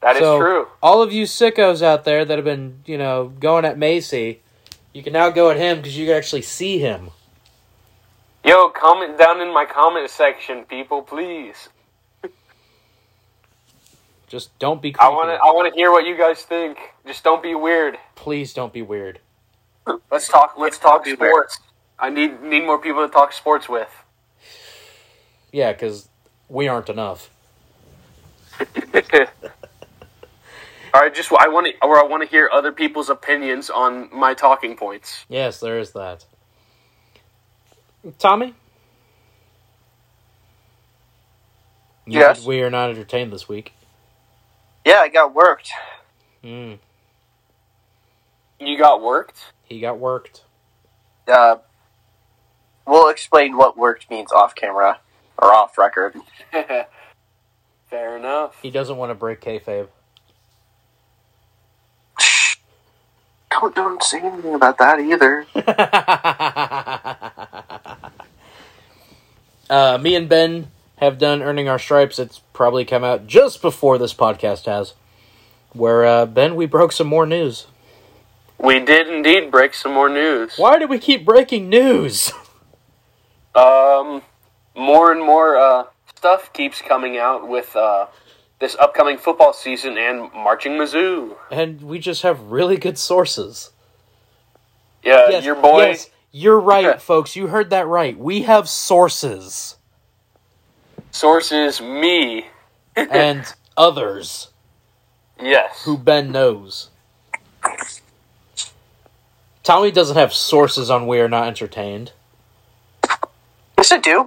[SPEAKER 2] that is
[SPEAKER 1] So,
[SPEAKER 2] true.
[SPEAKER 1] All of you sickos out there that have been, you know, going at Macy, you can now go at him because you can actually see him.
[SPEAKER 2] Yo, comment down in my comment section, people, please.
[SPEAKER 1] Just don't be creepy.
[SPEAKER 2] I want to. I want to hear what you guys think. Just don't be weird.
[SPEAKER 1] Please don't be weird.
[SPEAKER 2] Let's talk. Let's talk
[SPEAKER 4] Don't
[SPEAKER 2] sports.
[SPEAKER 4] be weird.
[SPEAKER 2] I need need more people to talk sports with.
[SPEAKER 1] Yeah, because we aren't enough.
[SPEAKER 2] All right, just I want to or I want to hear other people's opinions on my talking points.
[SPEAKER 1] Yes, there is that. Tommy? You
[SPEAKER 3] Yes?
[SPEAKER 1] said We are not entertained this week.
[SPEAKER 3] Yeah, I got worked.
[SPEAKER 1] Mm,
[SPEAKER 2] You got worked.
[SPEAKER 1] he got worked.
[SPEAKER 3] Uh, we'll explain what worked means off camera or off record.
[SPEAKER 2] Fair enough.
[SPEAKER 1] He doesn't want to break kayfabe.
[SPEAKER 3] Shh. Don't don't say anything about that either.
[SPEAKER 1] uh, me and Ben have done Earning Our Stripes. It's probably come out just before this podcast has. Where, uh, Ben, we broke some more news.
[SPEAKER 2] We did indeed break some more news.
[SPEAKER 1] Why do we keep breaking news?
[SPEAKER 2] Um, more and more uh, stuff keeps coming out with uh, this upcoming football season and marching Mizzou.
[SPEAKER 1] And we just have really good sources.
[SPEAKER 2] Yeah, Uh, your boy.
[SPEAKER 1] Yes, you're
[SPEAKER 2] Yeah.
[SPEAKER 1] right, folks. You heard that right. We have sources
[SPEAKER 2] sources me.
[SPEAKER 1] and others
[SPEAKER 2] Yes.
[SPEAKER 1] who Ben knows. Tommy doesn't have sources on We Are Not Entertained.
[SPEAKER 3] Yes, I do.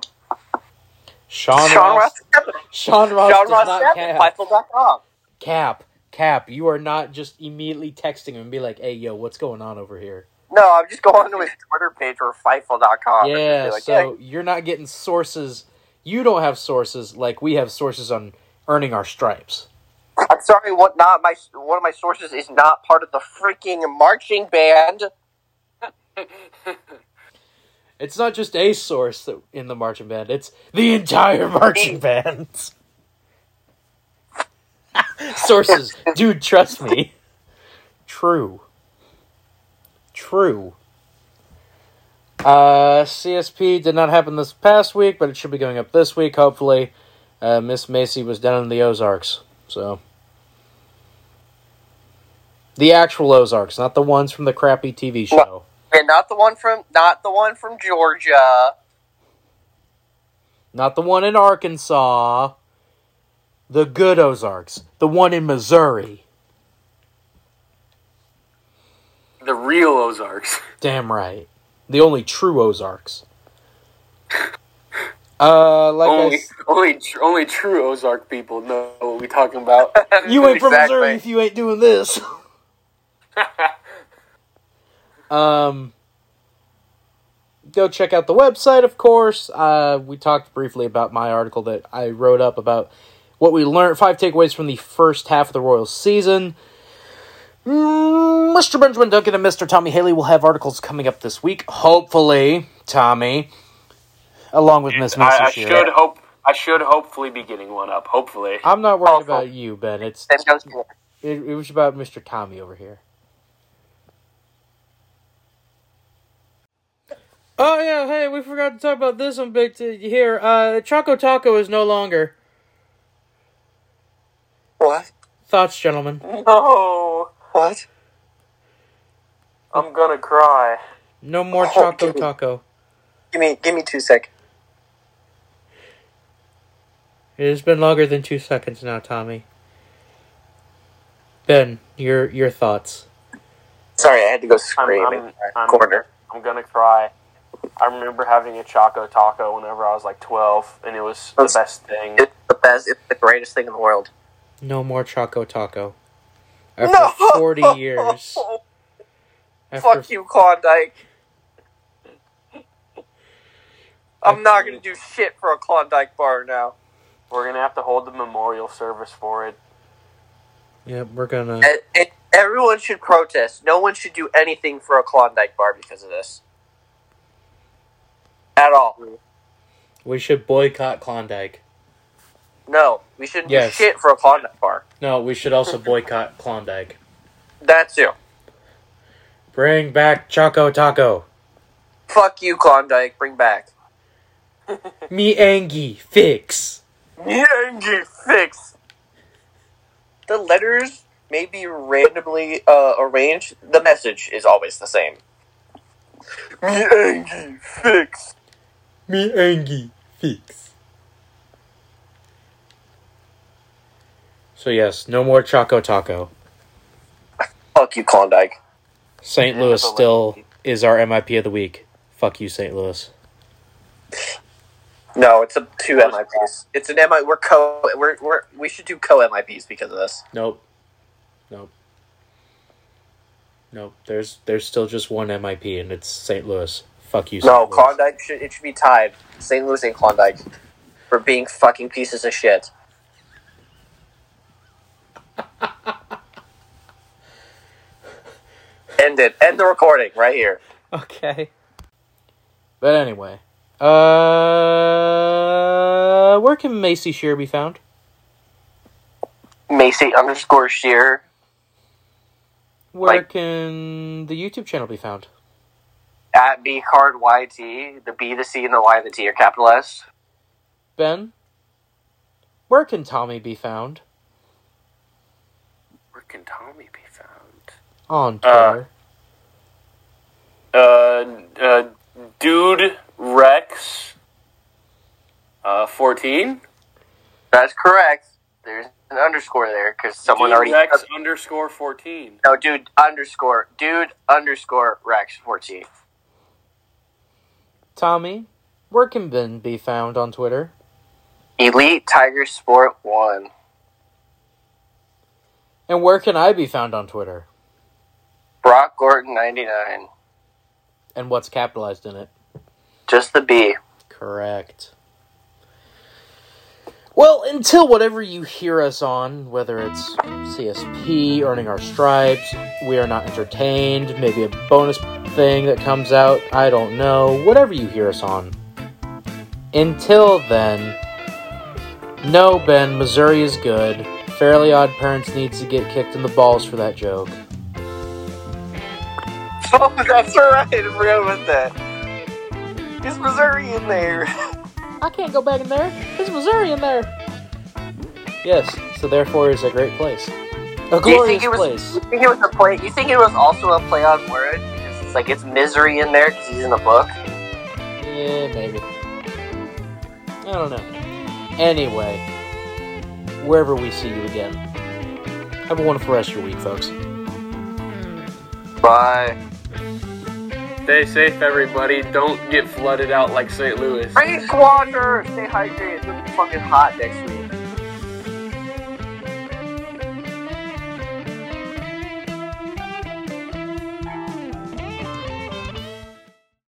[SPEAKER 1] Sean,
[SPEAKER 3] Sean
[SPEAKER 1] Ross,
[SPEAKER 3] Ross Seven.
[SPEAKER 1] Sean Ross
[SPEAKER 3] Sean
[SPEAKER 1] does
[SPEAKER 3] Ross
[SPEAKER 1] not
[SPEAKER 3] Seven.
[SPEAKER 1] cap.
[SPEAKER 3] Fightful.com.
[SPEAKER 1] Cap, cap. You are not just immediately texting him and be like, "Hey, yo, what's going on over here?"
[SPEAKER 3] No, I'm just going to his Twitter page or Fightful.com. and
[SPEAKER 1] yeah.
[SPEAKER 3] just be
[SPEAKER 1] so you're not getting sources. You don't have sources like we have sources on earning our stripes.
[SPEAKER 3] yeah, I'm sorry. What? Not my one of my sources is not part of the freaking marching band.
[SPEAKER 1] It's not just a source that, in the marching band. It's the entire marching band. sources, dude. Trust me. True. True. Uh, CSP did not happen this past week, but it should be going up this week. Hopefully, uh, Miss Macy was down in the Ozarks, so the actual Ozarks, not the ones from the crappy TV show.
[SPEAKER 3] And not the one from not the one from Georgia.
[SPEAKER 1] Not the one in Arkansas. The good Ozarks. The one in Missouri.
[SPEAKER 2] the real Ozarks.
[SPEAKER 1] Damn right. The only true Ozarks. Uh, like I
[SPEAKER 2] only,
[SPEAKER 1] s-
[SPEAKER 2] only, tr- only true Ozark people know what we're talking about.
[SPEAKER 1] you ain't from
[SPEAKER 3] Exactly.
[SPEAKER 1] Missouri if you ain't doing this. um, go check out the website, of course. Uh, we talked briefly about my article that I wrote up about what we learned, five takeaways from the first half of the Royals season. Mm, Mr. Benjamin Duncan and Mr. Tommy Haley will have articles coming up this week, hopefully, Tommy, along with Miss Macy.
[SPEAKER 2] I, I
[SPEAKER 1] Shearer.
[SPEAKER 2] should hope. I should hopefully be getting one up. Hopefully,
[SPEAKER 1] I'm not worried
[SPEAKER 3] Awful.
[SPEAKER 1] about you, Ben. It's
[SPEAKER 3] Then goes to-
[SPEAKER 1] it, it was about Mr. Tommy over here. Oh yeah, hey, we forgot to talk about this one big t- here. Uh Choco Taco is no longer.
[SPEAKER 3] What?
[SPEAKER 1] Thoughts, gentlemen.
[SPEAKER 2] no,
[SPEAKER 3] What?
[SPEAKER 2] I'm gonna cry.
[SPEAKER 1] No more
[SPEAKER 3] Oh,
[SPEAKER 1] Choco
[SPEAKER 3] dude.
[SPEAKER 1] Taco.
[SPEAKER 3] Give me give me two sec.
[SPEAKER 1] It has been longer than two seconds now, Tommy. Ben, your your thoughts.
[SPEAKER 3] Sorry, I had to go scream
[SPEAKER 2] I'm-
[SPEAKER 3] in the
[SPEAKER 2] I'm-
[SPEAKER 3] corner.
[SPEAKER 2] I'm gonna cry. I remember having a Choco Taco whenever I was like 12, and it was the
[SPEAKER 3] That's-
[SPEAKER 2] best thing.
[SPEAKER 3] It's the best. It's the greatest thing in the world.
[SPEAKER 1] No more Choco Taco. After forty years. After,
[SPEAKER 3] Fuck you, Klondike. I'm not gonna do shit for a Klondike bar now.
[SPEAKER 2] We're gonna have to hold the memorial service for it.
[SPEAKER 1] yeah, we're gonna.
[SPEAKER 3] And, and everyone should protest. No one should do anything for a Klondike bar because of this. At all.
[SPEAKER 1] We should boycott Klondike.
[SPEAKER 3] No, we shouldn't
[SPEAKER 1] Yes.
[SPEAKER 3] do shit for a Klondike bar.
[SPEAKER 1] No, we should also boycott Klondike.
[SPEAKER 3] That too.
[SPEAKER 1] Bring back Choco Taco.
[SPEAKER 3] Fuck you, Klondike. Bring back.
[SPEAKER 1] Me Angie fix.
[SPEAKER 3] Yankee fix. The letters may be randomly uh, arranged. The message is always the same. Yankee fix.
[SPEAKER 1] Me Angie fix. So yes, no more Choco Taco.
[SPEAKER 3] Fuck you, Klondike.
[SPEAKER 1] St.
[SPEAKER 2] Yeah,
[SPEAKER 1] Louis
[SPEAKER 2] but like-
[SPEAKER 1] still is our MIP of the week. Fuck you, St. Louis.
[SPEAKER 3] No, it's a two MIPs. It's an MI. We're co. We're, we're we should do co MIPs because of this.
[SPEAKER 1] Nope. Nope. Nope. There's there's still just one MIP and it's St. Louis. Fuck you, St.
[SPEAKER 3] No,
[SPEAKER 1] Louis.
[SPEAKER 3] Klondike should it should be tied. St. Louis and Klondike for being fucking pieces of shit. End it. End the recording right here.
[SPEAKER 1] Okay. But anyway. Uh where can Macy Shear be found?
[SPEAKER 4] Macy underscore sheer.
[SPEAKER 1] Where
[SPEAKER 4] Like-
[SPEAKER 1] can the YouTube channel be found?
[SPEAKER 4] At B card YT. The B, the C, and the Y, and the T are capitalized.
[SPEAKER 1] Ben? Where can Tommy be found?
[SPEAKER 4] Where can Tommy be found?
[SPEAKER 1] On
[SPEAKER 2] Uh,
[SPEAKER 1] Twitter.
[SPEAKER 2] Uh, uh, dude Rex. Uh, fourteen.
[SPEAKER 4] That's correct. There's an underscore there because someone
[SPEAKER 2] Dude
[SPEAKER 4] already.
[SPEAKER 2] Rex
[SPEAKER 3] E.
[SPEAKER 2] underscore fourteen.
[SPEAKER 4] No, dude underscore dude underscore Rex fourteen.
[SPEAKER 1] Tommy? Where can Ben be found on Twitter?
[SPEAKER 4] Elite Tiger Sport one.
[SPEAKER 1] And where can I be found on Twitter?
[SPEAKER 4] Brock Gordon ninety nine.
[SPEAKER 1] And what's capitalized in it?
[SPEAKER 4] Just the B.
[SPEAKER 1] Correct. Well, until whatever you hear us on, whether it's CSP, earning our stripes, we are not entertained, maybe a bonus thing that comes out, I don't know, whatever you hear us on. Until then, no, Ben, Missouri is good. Fairly Odd Parents needs to get kicked in the balls for that joke.
[SPEAKER 3] Oh, that's right. I forgot about that. Is Missouri in there?
[SPEAKER 1] I can't go back in there. There's Missouri in there. Yes, so therefore it's a great place. A glorious
[SPEAKER 4] it was-
[SPEAKER 1] place.
[SPEAKER 4] You think it was a play? You think it was also a play on word? Because it's like it's misery in there because he's in the book.
[SPEAKER 1] Yeah, maybe. I don't know. Anyway, wherever we see you again, have a wonderful rest of your week, folks.
[SPEAKER 4] Bye.
[SPEAKER 2] Stay safe, everybody. Don't get flooded out like St. Louis.
[SPEAKER 4] Drink water. Stay hydrated. It's gonna be fucking hot next week.